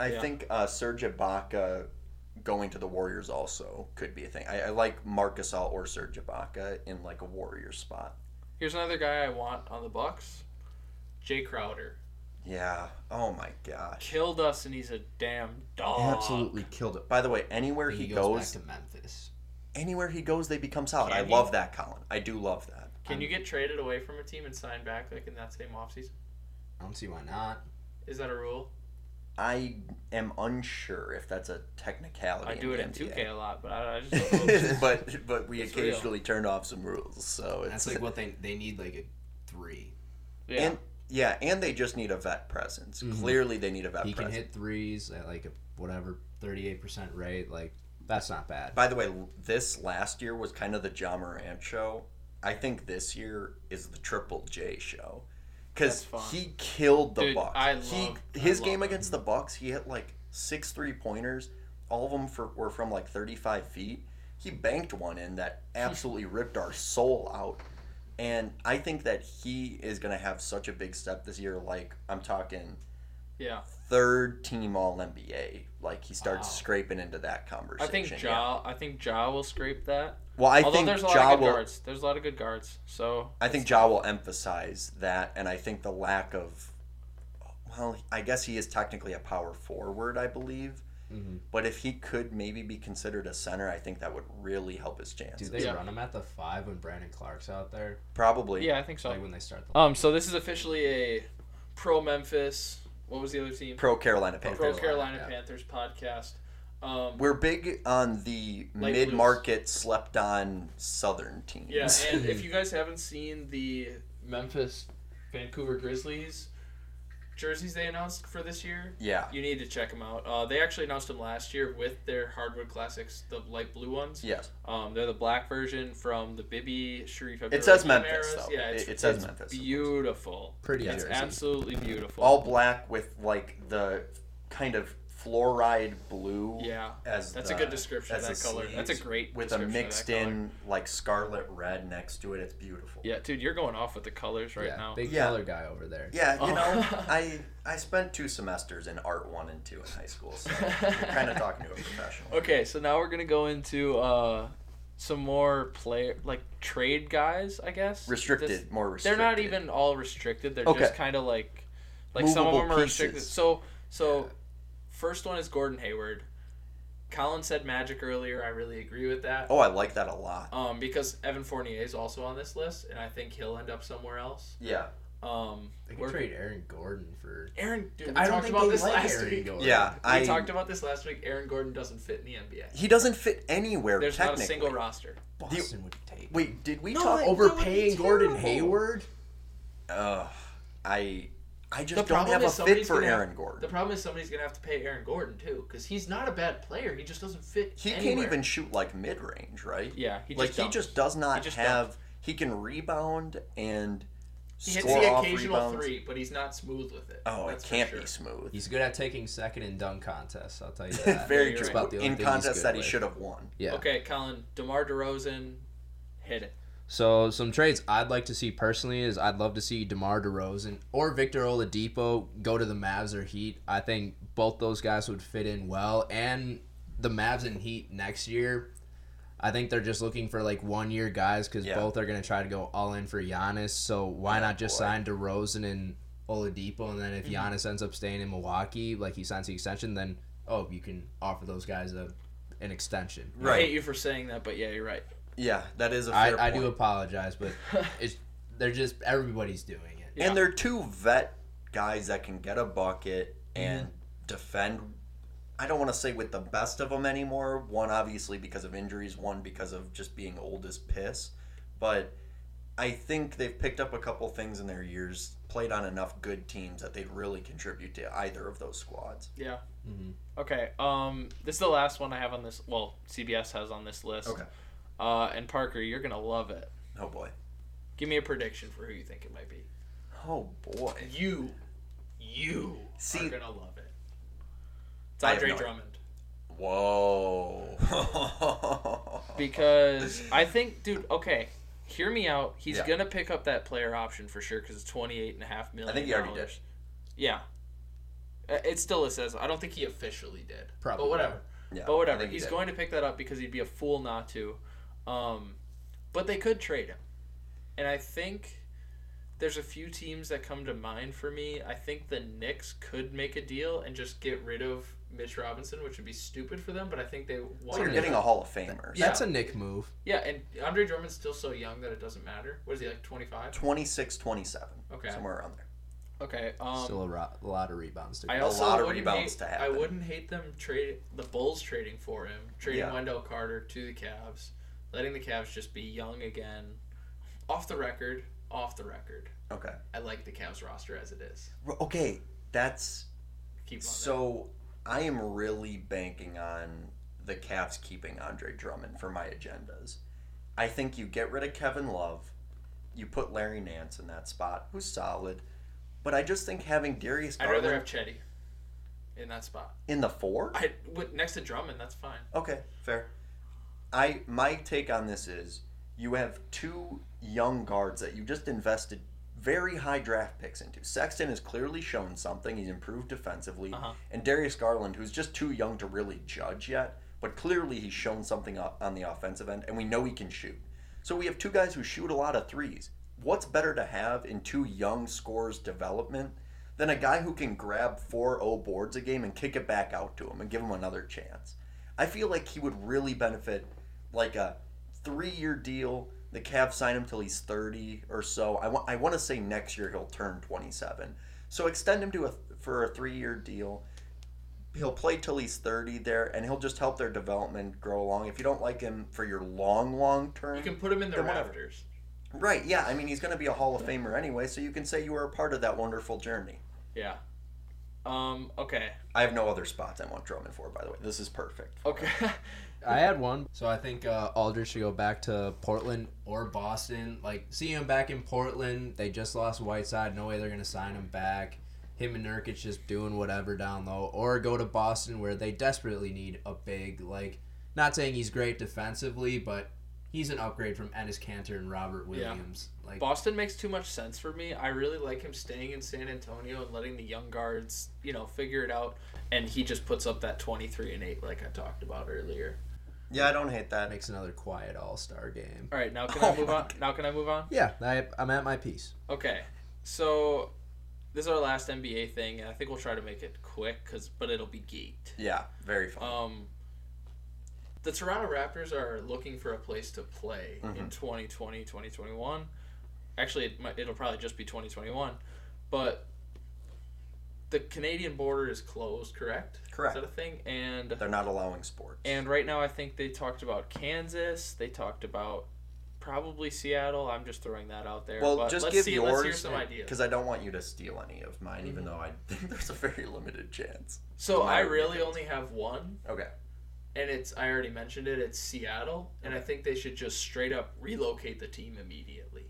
[SPEAKER 2] I
[SPEAKER 1] Yeah.
[SPEAKER 2] think uh, Serge Ibaka going to the Warriors also could be a thing. I, I like Marcus All or Serge Ibaka in like a Warrior spot.
[SPEAKER 1] Here's another guy I want on the Bucks.
[SPEAKER 8] Jay Crowder
[SPEAKER 2] Yeah. Oh my gosh.
[SPEAKER 1] Killed us, and he's a damn dog.
[SPEAKER 3] Absolutely killed it.
[SPEAKER 2] By the way, anywhere
[SPEAKER 3] He,
[SPEAKER 2] he,
[SPEAKER 3] goes,
[SPEAKER 2] goes,
[SPEAKER 3] back to Memphis.
[SPEAKER 2] anywhere he goes, they become solid.
[SPEAKER 8] Can
[SPEAKER 2] I
[SPEAKER 8] he?
[SPEAKER 2] love that, Colin. I do love that.
[SPEAKER 8] Can you get traded away from a team and sign back like in that same offseason?
[SPEAKER 3] I don't see why not.
[SPEAKER 8] Is that a rule?
[SPEAKER 2] I am unsure if that's a technicality.
[SPEAKER 1] I do it
[SPEAKER 2] the
[SPEAKER 1] in
[SPEAKER 2] NBA.
[SPEAKER 1] 2K a lot, but I, I just don't know.
[SPEAKER 2] but but we
[SPEAKER 1] It's
[SPEAKER 2] occasionally turn off some rules, so it's
[SPEAKER 3] That's like what they they need like a three.
[SPEAKER 1] yeah.
[SPEAKER 2] and yeah, and they just need a vet presence. Clearly, they need a vet
[SPEAKER 3] Mm-hmm. He can
[SPEAKER 2] presence.
[SPEAKER 3] hit threes at like a whatever thirty eight percent rate. Like that's not bad.
[SPEAKER 2] By the way, this last year was kind of the John Morant show. I think this year is the Triple J show
[SPEAKER 1] That's
[SPEAKER 2] because
[SPEAKER 1] fun.
[SPEAKER 2] he killed the
[SPEAKER 1] Dude,
[SPEAKER 2] Bucks.
[SPEAKER 1] I
[SPEAKER 2] he,
[SPEAKER 1] love- I
[SPEAKER 2] his
[SPEAKER 1] love
[SPEAKER 2] game
[SPEAKER 1] him.
[SPEAKER 2] against the Bucks. He hit like six three pointers. All of them for, were from like thirty five feet. He banked one in that absolutely ripped our soul out. And I think that he is going to have such a big step this year. Like I'm talking
[SPEAKER 1] yeah.
[SPEAKER 2] third team All NBA. Like he starts
[SPEAKER 1] Wow.
[SPEAKER 2] scraping into that conversation.
[SPEAKER 1] I think
[SPEAKER 2] yeah.
[SPEAKER 1] Ja. I think Ja will scrape that.
[SPEAKER 2] Well, I
[SPEAKER 1] Although
[SPEAKER 2] think
[SPEAKER 1] there's a lot
[SPEAKER 2] Ja
[SPEAKER 1] of good
[SPEAKER 2] will.
[SPEAKER 1] guards. There's a lot of good guards. So
[SPEAKER 2] I think Ja will emphasize that, and I think the lack of. Well, I guess he is technically a power forward, I believe.
[SPEAKER 3] Mhm.
[SPEAKER 2] But if he could maybe be considered a center, I think that would really help his chances.
[SPEAKER 3] Do they
[SPEAKER 1] Yeah.
[SPEAKER 3] run him at the five when Brandon Clark's out there?
[SPEAKER 2] Probably.
[SPEAKER 1] yeah, I
[SPEAKER 9] Oh.
[SPEAKER 1] think so.
[SPEAKER 3] Like when they start the
[SPEAKER 1] Um, so this is officially a pro Memphis. What was the other team?
[SPEAKER 2] Pro Carolina Panthers.
[SPEAKER 1] Pro
[SPEAKER 3] Carolina,
[SPEAKER 1] Carolina
[SPEAKER 3] yeah.
[SPEAKER 1] Panthers podcast. Um,
[SPEAKER 2] We're big on the
[SPEAKER 1] Like
[SPEAKER 2] mid market slept on Southern teams.
[SPEAKER 1] yeah, and if you guys haven't seen the Memphis Vancouver Grizzlies jerseys they announced for this year,
[SPEAKER 2] yeah.
[SPEAKER 1] you need to check them out. Uh, they actually announced them last year with their hardwood classics, the light blue ones.
[SPEAKER 2] Yes.
[SPEAKER 1] Um, they're the black version from the Bibby Sharif.
[SPEAKER 2] It says
[SPEAKER 1] Abdurrahim
[SPEAKER 2] Memphis,
[SPEAKER 1] eras.
[SPEAKER 2] though.
[SPEAKER 1] Yeah,
[SPEAKER 2] It-
[SPEAKER 1] it's,
[SPEAKER 2] it, says
[SPEAKER 1] it's
[SPEAKER 2] Memphis.
[SPEAKER 1] beautiful.
[SPEAKER 3] pretty
[SPEAKER 1] It's
[SPEAKER 3] jersey.
[SPEAKER 1] absolutely beautiful.
[SPEAKER 2] All black with, like, the kind of fluoride blue.
[SPEAKER 1] yeah.
[SPEAKER 2] as
[SPEAKER 1] That's
[SPEAKER 2] the-
[SPEAKER 1] a good description of
[SPEAKER 2] as
[SPEAKER 1] that
[SPEAKER 2] the
[SPEAKER 1] color. That's a
[SPEAKER 2] sleeves
[SPEAKER 1] great
[SPEAKER 2] with a
[SPEAKER 1] description of that
[SPEAKER 2] mixed in like scarlet red next to it. It's beautiful.
[SPEAKER 1] Yeah, dude, you're going off with the colors right
[SPEAKER 3] yeah,
[SPEAKER 1] now.
[SPEAKER 3] big
[SPEAKER 2] Yeah.
[SPEAKER 3] color guy over there.
[SPEAKER 2] Yeah, you
[SPEAKER 1] Oh.
[SPEAKER 2] know, I I spent two semesters in art one and two in high school, so you're kind of talking to a professional.
[SPEAKER 1] Okay, so now we're gonna go into uh, some more player like trade guys, I guess.
[SPEAKER 2] Restricted,
[SPEAKER 1] This-
[SPEAKER 2] more
[SPEAKER 1] they're
[SPEAKER 2] restricted.
[SPEAKER 1] not even all restricted. They're
[SPEAKER 2] Okay.
[SPEAKER 1] just kind of like like some of them
[SPEAKER 2] Movable
[SPEAKER 1] are restricted.
[SPEAKER 2] pieces.
[SPEAKER 1] So so first one is Gordon Hayward. Colin said Magic earlier. I really agree with that.
[SPEAKER 2] Oh, I like that a lot.
[SPEAKER 1] Um, because Evan Fournier is also on this list, and I think he'll end up somewhere else.
[SPEAKER 2] Yeah,
[SPEAKER 1] Um,
[SPEAKER 3] They could
[SPEAKER 1] we're-
[SPEAKER 3] trade Aaron Gordon for.
[SPEAKER 9] Aaron, dude, we
[SPEAKER 3] I don't
[SPEAKER 9] talked
[SPEAKER 3] think
[SPEAKER 9] about
[SPEAKER 3] they
[SPEAKER 9] this
[SPEAKER 3] like
[SPEAKER 9] last
[SPEAKER 3] Aaron
[SPEAKER 9] week.
[SPEAKER 3] Gordon.
[SPEAKER 2] Yeah,
[SPEAKER 9] We
[SPEAKER 2] I
[SPEAKER 9] talked about this last week. Aaron Gordon doesn't fit in the NBA.
[SPEAKER 2] he doesn't fit anywhere
[SPEAKER 1] there's not a
[SPEAKER 2] technically.
[SPEAKER 1] single roster.
[SPEAKER 3] Boston would take.
[SPEAKER 2] Wait, did we
[SPEAKER 3] No,
[SPEAKER 2] talk
[SPEAKER 3] that-
[SPEAKER 2] over?
[SPEAKER 3] that would be
[SPEAKER 2] overpaying
[SPEAKER 3] Gordon
[SPEAKER 2] terrible.
[SPEAKER 3] Hayward?
[SPEAKER 2] Ugh, I I just
[SPEAKER 9] The
[SPEAKER 2] don't
[SPEAKER 9] problem
[SPEAKER 2] have a
[SPEAKER 9] is
[SPEAKER 2] fit
[SPEAKER 9] somebody's
[SPEAKER 2] for
[SPEAKER 9] gonna have-
[SPEAKER 2] Aaron Gordon.
[SPEAKER 9] The problem is somebody's gonna have to pay Aaron Gordon too, because he's not a bad player. He just doesn't fit.
[SPEAKER 2] he can't
[SPEAKER 9] anywhere.
[SPEAKER 2] even shoot like mid range, right?
[SPEAKER 1] Yeah, he
[SPEAKER 2] like
[SPEAKER 1] just
[SPEAKER 2] he
[SPEAKER 1] dumps.
[SPEAKER 2] just does not
[SPEAKER 1] just
[SPEAKER 2] have. He can rebound and
[SPEAKER 9] He hits
[SPEAKER 2] score
[SPEAKER 9] the
[SPEAKER 2] off
[SPEAKER 9] occasional
[SPEAKER 2] rebounds.
[SPEAKER 9] three, but he's not smooth with it.
[SPEAKER 2] Oh,
[SPEAKER 9] That's
[SPEAKER 2] it
[SPEAKER 9] for
[SPEAKER 2] can't
[SPEAKER 9] sure.
[SPEAKER 2] be smooth.
[SPEAKER 3] He's good at taking second and dunk contests. I'll tell you that.
[SPEAKER 2] Very
[SPEAKER 1] you're
[SPEAKER 3] That's
[SPEAKER 2] true.
[SPEAKER 3] about the only
[SPEAKER 2] In
[SPEAKER 3] thing he's
[SPEAKER 2] contests
[SPEAKER 3] good
[SPEAKER 2] that he
[SPEAKER 3] with.
[SPEAKER 2] should have won.
[SPEAKER 3] Yeah.
[SPEAKER 1] Okay, Colin, DeMar DeRozan, hit it.
[SPEAKER 3] So some trades I'd like to see personally is I'd love to see DeMar DeRozan or Victor Oladipo go to the Mavs or Heat. I think both those guys would fit in well, and the Mavs and Heat next year. I think they're just looking for like one year guys because
[SPEAKER 2] Yeah.
[SPEAKER 3] both are going to try to go all in for Giannis. So why not just
[SPEAKER 2] boy. Mm-hmm.
[SPEAKER 3] sign DeRozan and Oladipo, and then if Giannis ends up staying in Milwaukee, like he signs the extension, then oh you can offer those guys a an extension.
[SPEAKER 1] I
[SPEAKER 2] Right.
[SPEAKER 1] hate you for saying that, but yeah, you're right.
[SPEAKER 2] Yeah, that is a fair
[SPEAKER 3] I, I
[SPEAKER 2] point.
[SPEAKER 3] do apologize, but it's they're just everybody's doing it.
[SPEAKER 1] Yeah.
[SPEAKER 2] And they're two vet guys that can get a bucket and
[SPEAKER 1] Mm-hmm.
[SPEAKER 2] defend. I don't want to say with the best of them anymore. One obviously because of injuries, one because of just being old as piss. But I think they've picked up a couple things in their years, played on enough good teams that they really contribute to either of those squads.
[SPEAKER 1] Yeah.
[SPEAKER 9] Mm-hmm.
[SPEAKER 3] Mhm.
[SPEAKER 1] Okay. Um, this is the last one I have on this. Well, CBS has on this list.
[SPEAKER 2] Okay.
[SPEAKER 1] Uh, and Parker, you're gonna love it.
[SPEAKER 2] Oh boy.
[SPEAKER 1] Give me a prediction for who you think it might be.
[SPEAKER 2] Oh boy.
[SPEAKER 9] You, you
[SPEAKER 2] See-
[SPEAKER 9] are gonna love it. It's
[SPEAKER 2] I have
[SPEAKER 9] Andre
[SPEAKER 2] no-
[SPEAKER 9] Drummond.
[SPEAKER 2] Whoa.
[SPEAKER 1] because I think, dude. Okay, hear me out. He's
[SPEAKER 2] Yeah.
[SPEAKER 1] gonna pick up that player option for sure because it's twenty eight and a half million.
[SPEAKER 2] I think he already did.
[SPEAKER 1] dollars. Yeah, Uh, it still it says. I don't think he officially did.
[SPEAKER 3] Probably.
[SPEAKER 1] But whatever.
[SPEAKER 2] Yeah,
[SPEAKER 1] but
[SPEAKER 2] I
[SPEAKER 1] whatever.
[SPEAKER 2] think he
[SPEAKER 1] He's
[SPEAKER 2] did.
[SPEAKER 1] going to pick that up because he'd be a fool not to. Um, but they could trade him, and I think. There's a few teams that come to mind for me. I think the Knicks could make a deal and just get rid of Mitch Robinson, which would be stupid for them. But I think they want.
[SPEAKER 2] So you're
[SPEAKER 1] to-
[SPEAKER 2] getting a Hall of Famer.
[SPEAKER 1] Yeah.
[SPEAKER 3] That's a Nick move.
[SPEAKER 1] yeah, and Andre Drummond's still so young that it doesn't matter. What is he like, twenty five?
[SPEAKER 2] 26, 27.
[SPEAKER 1] Okay.
[SPEAKER 2] Somewhere around there.
[SPEAKER 1] Okay. Um,
[SPEAKER 3] Still a, ro- a lot of rebounds to
[SPEAKER 1] I
[SPEAKER 3] go.
[SPEAKER 1] also
[SPEAKER 2] lot of
[SPEAKER 1] wouldn't
[SPEAKER 2] rebounds
[SPEAKER 1] hate,
[SPEAKER 2] to
[SPEAKER 1] I
[SPEAKER 2] happen.
[SPEAKER 1] wouldn't hate them trade the Bulls trading for him, trading
[SPEAKER 2] Yeah.
[SPEAKER 1] Wendell Carter to the Cavs, letting the Cavs just be young again. Off the record, off the record.
[SPEAKER 2] Okay.
[SPEAKER 1] I like the Cavs roster as it is.
[SPEAKER 2] R- Okay, that's
[SPEAKER 1] Keep on that.
[SPEAKER 2] so. I am really banking on the Cavs keeping Andre Drummond for my agendas. I think you get rid of Kevin Love, you put Larry Nance in that spot, who's solid. But I just think having Darius
[SPEAKER 1] I'd rather
[SPEAKER 2] Garland
[SPEAKER 1] have Chetty in that spot.
[SPEAKER 2] in the four.
[SPEAKER 1] I with, next to Drummond, that's fine.
[SPEAKER 2] Okay, fair. I my take on this is you have two young guards that you just invested very high draft picks into. Sexton has clearly shown something; he's improved defensively,
[SPEAKER 1] Uh-huh.
[SPEAKER 2] and Darius Garland, who's just too young to really judge yet, but clearly he's shown something o- on the offensive end, and we know he can shoot. So we have two guys who shoot a lot of threes. What's better to have in two young scorers' development than a guy who can grab 4-0 boards a game and kick it back out to him and give him another chance? I feel like he would really benefit like a three-year deal. The Cavs sign him till he's 30 or so. I want I want to say next year he'll turn 27. So extend him to a for a three-year deal. He'll play till he's 30 there, and he'll just help their development grow along. If you don't like him for your long, long term,
[SPEAKER 1] You can put him in the
[SPEAKER 2] Then whatever.
[SPEAKER 1] rafters.
[SPEAKER 2] Right, yeah. I mean, he's going to be a Hall of Famer anyway, so you can say you were a part of that wonderful journey.
[SPEAKER 1] Yeah. Um. Okay.
[SPEAKER 2] I have no other spots I want Drummond for, by the way. This is perfect.
[SPEAKER 1] Okay.
[SPEAKER 3] I had one. So I think uh, Aldridge should go back to Portland or Boston. Like, see him back in Portland. They just lost Whiteside. No way they're going to sign him back. Him and Nurkic just doing whatever down low. Or go to Boston where they desperately need a big, like, not saying he's great defensively, but he's an upgrade from Ennis Cantor and Robert Williams. Like,
[SPEAKER 1] Boston makes too much sense for me. I really like him staying in San Antonio and letting the young guards, you know, figure it out. And he just puts up that twenty-three and eight, like I talked about earlier.
[SPEAKER 2] Yeah, I don't hate that.
[SPEAKER 3] makes another quiet All Star game.
[SPEAKER 1] All right, now can
[SPEAKER 2] Oh
[SPEAKER 1] I move
[SPEAKER 2] my
[SPEAKER 1] on? Now can I move on?
[SPEAKER 3] Yeah, I, I'm at my piece.
[SPEAKER 1] Okay, so this is our last NBA thing, and I think we'll try to make it quick, cause but it'll be geeked.
[SPEAKER 2] Yeah, very fun.
[SPEAKER 1] Um, the
[SPEAKER 10] Mm-hmm.
[SPEAKER 1] Toronto Raptors are looking for a place to play in 2020, 2021. Actually, it might, it'll probably just be 2021. But the Canadian border is closed, correct?
[SPEAKER 10] Correct.
[SPEAKER 1] Is that a thing? And
[SPEAKER 10] They're not allowing sports.
[SPEAKER 1] and right now, I think they talked about Kansas. They talked about probably Seattle. I'm just throwing that out there.
[SPEAKER 10] well,
[SPEAKER 1] but
[SPEAKER 10] just
[SPEAKER 1] let's
[SPEAKER 10] give
[SPEAKER 1] see, Let's hear
[SPEAKER 10] yours
[SPEAKER 1] some ideas. Mm-hmm.
[SPEAKER 10] because I don't want you to steal any of mine, even though I think there's a very limited chance.
[SPEAKER 1] So
[SPEAKER 10] Mine
[SPEAKER 1] I
[SPEAKER 10] would be
[SPEAKER 1] really only have one,
[SPEAKER 10] Okay.
[SPEAKER 1] and it's I already mentioned it. It's Seattle, and I think they should just straight up relocate the team immediately.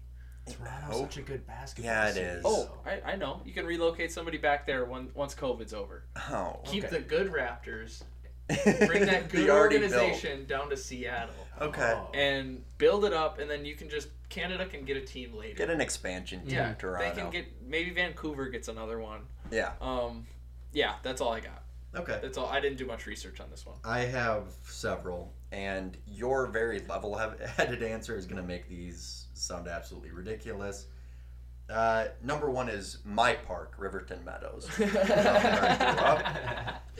[SPEAKER 2] Oh.
[SPEAKER 3] Toronto's
[SPEAKER 10] Nope.
[SPEAKER 3] such a good basketball.
[SPEAKER 10] Yeah, it
[SPEAKER 3] city,
[SPEAKER 10] is.
[SPEAKER 1] Oh,
[SPEAKER 3] so-
[SPEAKER 1] I, I know. You can relocate somebody back there when once COVID's over.
[SPEAKER 10] Oh,
[SPEAKER 1] Keep
[SPEAKER 10] okay.
[SPEAKER 1] the good Raptors.
[SPEAKER 10] the
[SPEAKER 1] Bring that good
[SPEAKER 10] already built.
[SPEAKER 1] organization down to Seattle
[SPEAKER 10] Okay.
[SPEAKER 3] Oh.
[SPEAKER 1] and build it up, and then you can just Canada can get a team later.
[SPEAKER 10] Get an expansion team,
[SPEAKER 1] yeah,
[SPEAKER 10] Toronto.
[SPEAKER 1] they can get maybe Vancouver gets another one.
[SPEAKER 10] yeah.
[SPEAKER 1] Um, yeah, that's all I got.
[SPEAKER 2] Okay.
[SPEAKER 1] That's all. I didn't do much research on this one.
[SPEAKER 2] I have several, and your very level he- headed answer is going to make these sound absolutely ridiculous. Uh, number one is my park, Riverton Meadows.
[SPEAKER 3] Oh.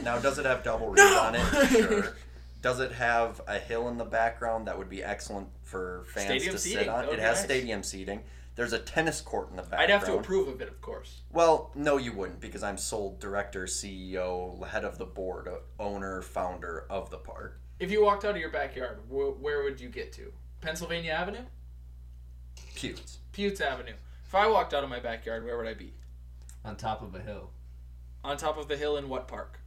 [SPEAKER 2] now, does it have double read on it? Sure. Does it have a hill in the background that would be excellent for fans
[SPEAKER 1] Stadium
[SPEAKER 2] to sit
[SPEAKER 1] seating.
[SPEAKER 2] on?
[SPEAKER 1] That would
[SPEAKER 2] it
[SPEAKER 1] be
[SPEAKER 2] has
[SPEAKER 1] nice.
[SPEAKER 2] stadium seating. There's a tennis court in the background.
[SPEAKER 1] I'd have to approve of it, of course.
[SPEAKER 2] Well, no, you wouldn't, because I'm sole director, CEO, head of the board, uh, owner, founder of the park.
[SPEAKER 1] If you walked out of your backyard, wh- where would you get to? Pennsylvania Avenue,
[SPEAKER 2] Cute.
[SPEAKER 1] Peutz Avenue. If I walked out of my backyard, where would I be?
[SPEAKER 3] on top of a hill,
[SPEAKER 1] On top of the hill in what park?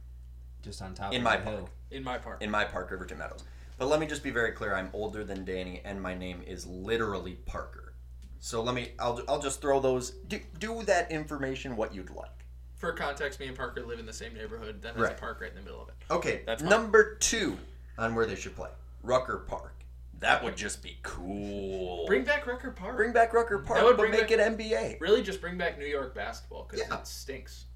[SPEAKER 3] just on top
[SPEAKER 2] In
[SPEAKER 3] of
[SPEAKER 2] my
[SPEAKER 3] a hill.
[SPEAKER 1] In my park.
[SPEAKER 2] in my park, Riverton Meadows. But let me just be very clear: I'm older than Danny, and my name is literally Parker. So let me. I'll, I'll just throw those. Do, do with that information what you'd like.
[SPEAKER 1] For context, me and Parker live in the same neighborhood. That has
[SPEAKER 2] Right.
[SPEAKER 1] a park right in the middle of it.
[SPEAKER 2] Okay.
[SPEAKER 1] That's fine.
[SPEAKER 2] number two on where they should play Rucker Park. That would just be cool.
[SPEAKER 1] Bring back Rucker Park.
[SPEAKER 2] Bring back Rucker Park,
[SPEAKER 1] That would
[SPEAKER 2] but
[SPEAKER 1] bring
[SPEAKER 2] make
[SPEAKER 1] back-
[SPEAKER 2] it NBA.
[SPEAKER 1] really, just bring back New York basketball because
[SPEAKER 2] Yeah.
[SPEAKER 1] it stinks.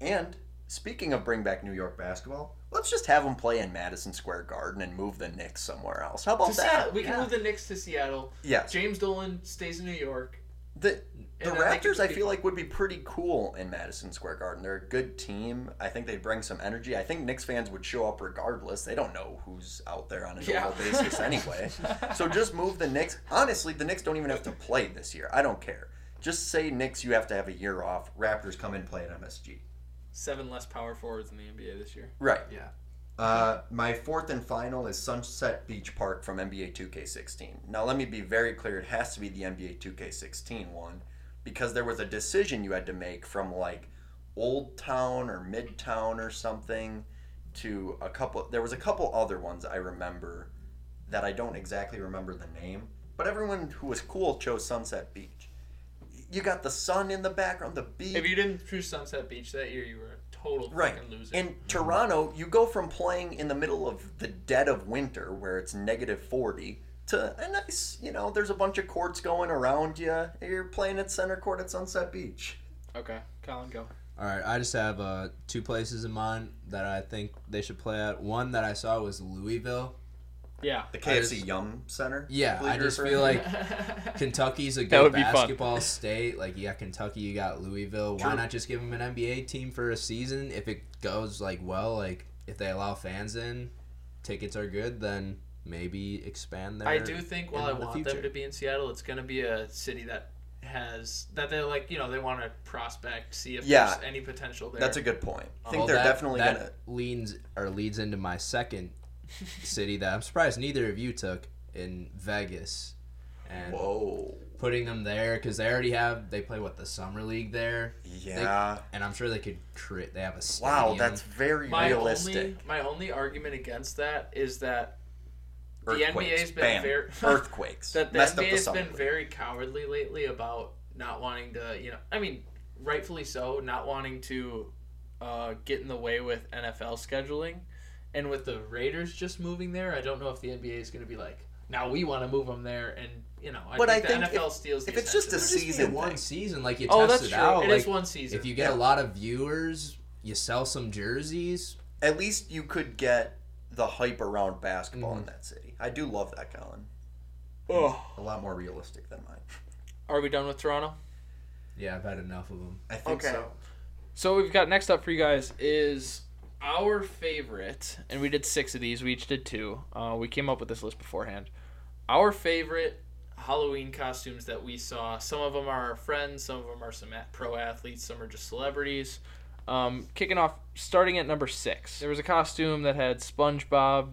[SPEAKER 2] And speaking of bring back New York basketball, let's just have them play in Madison Square Garden and move the Knicks somewhere else. How about
[SPEAKER 1] To
[SPEAKER 2] that?
[SPEAKER 1] Seattle, we can
[SPEAKER 2] Yeah.
[SPEAKER 1] move the Knicks to Seattle.
[SPEAKER 2] Yes.
[SPEAKER 1] James Dolan stays in New York.
[SPEAKER 2] The the
[SPEAKER 1] And I think
[SPEAKER 2] Raptors,
[SPEAKER 1] it's
[SPEAKER 2] I
[SPEAKER 1] big.
[SPEAKER 2] feel like, would be pretty cool in Madison Square Garden. They're a good team. I think they'd bring some energy. I think Knicks fans would show up regardless. They don't know who's out there on a
[SPEAKER 1] Yeah.
[SPEAKER 2] normal basis anyway. So just move the Knicks. Honestly, the Knicks don't even have to play this year. I don't care. Just say Knicks, you have to have a year off. Raptors come and play at MSG.
[SPEAKER 1] Seven less power forwards in the NBA this year.
[SPEAKER 2] Right.
[SPEAKER 3] Yeah.
[SPEAKER 2] Uh, my fourth and final is Sunset Beach Park from NBA 2K16. Now, let me be very clear it has to be the NBA 2K16 one because there was a decision you had to make from like Old Town or Midtown or something to a couple. There was a couple other ones I remember that I don't exactly remember the name, but everyone who was cool chose Sunset Beach. You got the sun in the background, the beach.
[SPEAKER 1] If you didn't choose Sunset Beach that year, you were a total
[SPEAKER 2] Right.
[SPEAKER 1] fucking loser.
[SPEAKER 2] In Toronto, you go from playing in the middle of the dead of winter where it's negative 40 to a nice, you know, there's a bunch of courts going around you. You're playing at center court at Sunset Beach.
[SPEAKER 1] okay, Colin, go.
[SPEAKER 3] All right, I just have uh, two places in mind that I think they should play at. One that I saw was Louisville.
[SPEAKER 1] Yeah.
[SPEAKER 2] The
[SPEAKER 3] I
[SPEAKER 2] KFC
[SPEAKER 3] just-
[SPEAKER 2] Yum Center.
[SPEAKER 3] Yeah,
[SPEAKER 2] believe
[SPEAKER 3] I
[SPEAKER 2] you're
[SPEAKER 3] just
[SPEAKER 2] referring
[SPEAKER 3] feel
[SPEAKER 2] to.
[SPEAKER 3] like Kentucky's a
[SPEAKER 1] would
[SPEAKER 3] good
[SPEAKER 1] be fun.
[SPEAKER 3] basketball state. Like you got Kentucky, you got Louisville. Why
[SPEAKER 2] True.
[SPEAKER 3] not just give them an NBA team for a season? If it goes like well, like if they allow fans in, tickets are good, then maybe expand their.
[SPEAKER 1] I do think while
[SPEAKER 3] in
[SPEAKER 1] I
[SPEAKER 3] the
[SPEAKER 1] want
[SPEAKER 3] future.
[SPEAKER 1] them to be in Seattle, it's going to be a city that has that they're like you know they want to prospect, see if
[SPEAKER 2] Yeah.
[SPEAKER 1] there's any potential there.
[SPEAKER 2] That's a good point. I think
[SPEAKER 3] Well,
[SPEAKER 2] they're
[SPEAKER 3] Oh, that-
[SPEAKER 2] definitely
[SPEAKER 3] that
[SPEAKER 2] going to.
[SPEAKER 3] leans or leads into my second city that I'm surprised neither of you took in Vegas, and
[SPEAKER 2] Whoa.
[SPEAKER 3] putting them there because they already have they play what the summer league there,
[SPEAKER 2] Yeah.
[SPEAKER 3] and I'm sure they could create. They have a stadium.
[SPEAKER 2] wow, that's very
[SPEAKER 1] my
[SPEAKER 2] realistic.
[SPEAKER 1] only my only argument against that is that the
[SPEAKER 2] Earthquakes.
[SPEAKER 1] NBA's been
[SPEAKER 2] Bam.
[SPEAKER 1] very-
[SPEAKER 2] Earthquakes.
[SPEAKER 1] that the
[SPEAKER 2] Messed up
[SPEAKER 1] NBA
[SPEAKER 2] the
[SPEAKER 1] has
[SPEAKER 2] summer.
[SPEAKER 1] been very cowardly lately about not wanting to you know I mean rightfully so not wanting to uh, get in the way with NFL scheduling and with the Raiders just moving there. I don't know if the NBA is going to be like now we want to move them there and you know I
[SPEAKER 2] But
[SPEAKER 1] think
[SPEAKER 2] I
[SPEAKER 1] the
[SPEAKER 2] think
[SPEAKER 1] NFL steals the
[SPEAKER 2] if it's just
[SPEAKER 1] attention.
[SPEAKER 2] a
[SPEAKER 3] Just be
[SPEAKER 2] season
[SPEAKER 3] one
[SPEAKER 2] thing.
[SPEAKER 3] season. Like you
[SPEAKER 1] Oh,
[SPEAKER 3] test
[SPEAKER 1] that's
[SPEAKER 3] it
[SPEAKER 1] true.
[SPEAKER 3] out.
[SPEAKER 1] It
[SPEAKER 3] like,
[SPEAKER 1] is one season.
[SPEAKER 3] If you get
[SPEAKER 2] Yeah.
[SPEAKER 3] a lot of viewers, you sell some jerseys.
[SPEAKER 2] At least you could get the hype around basketball
[SPEAKER 3] Mm-hmm.
[SPEAKER 2] in that city. I do love that, Colin.
[SPEAKER 1] Oh.
[SPEAKER 2] A lot more realistic than mine.
[SPEAKER 1] Are we done with Toronto?
[SPEAKER 3] Yeah, I've had enough of them.
[SPEAKER 2] I think
[SPEAKER 1] Okay.
[SPEAKER 2] so.
[SPEAKER 1] So we've got next up for you guys is our favorite, and we did six of these. We each did two. Uh, we came up with this list beforehand. Our favorite Halloween costumes that we saw. Some of them are our friends, some of them are some at- pro athletes, some are just celebrities. Um, kicking off, starting at number six, there was a costume that had SpongeBob.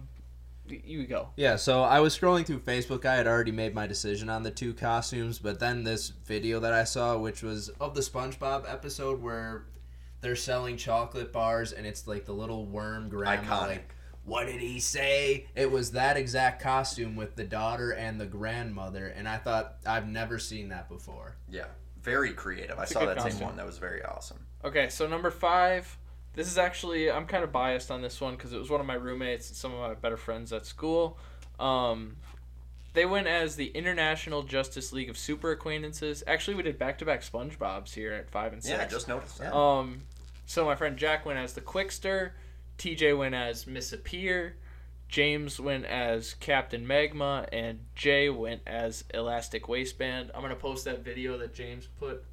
[SPEAKER 1] Y- You go.
[SPEAKER 3] Yeah, so I was scrolling through Facebook. I had already made my decision on the two costumes, but then this video that I saw, which was of the SpongeBob episode where they're selling chocolate bars and it's like the little worm grandma.
[SPEAKER 2] Iconic.
[SPEAKER 3] Like, what did he say? It was that exact costume with the daughter and the grandmother, and I thought I've never seen that before.
[SPEAKER 2] Yeah, very creative. I
[SPEAKER 1] a
[SPEAKER 2] saw
[SPEAKER 1] good
[SPEAKER 2] that same
[SPEAKER 1] costume.
[SPEAKER 2] one. That was very awesome.
[SPEAKER 1] Okay, so number five. This is actually I'm kind of biased on this one because it was one of my roommates and some of my better friends at school. Um, they went as the International Justice League of Super Acquaintances. Actually, we did back-to-back SpongeBob's here at five and six.
[SPEAKER 2] Yeah, I just noticed that.
[SPEAKER 1] Um, so my friend Jack went as the Quickster, TJ went as Miss Appear, James went as Captain Magma, and Jay went as Elastic Waistband. I'm gonna post that video that James put.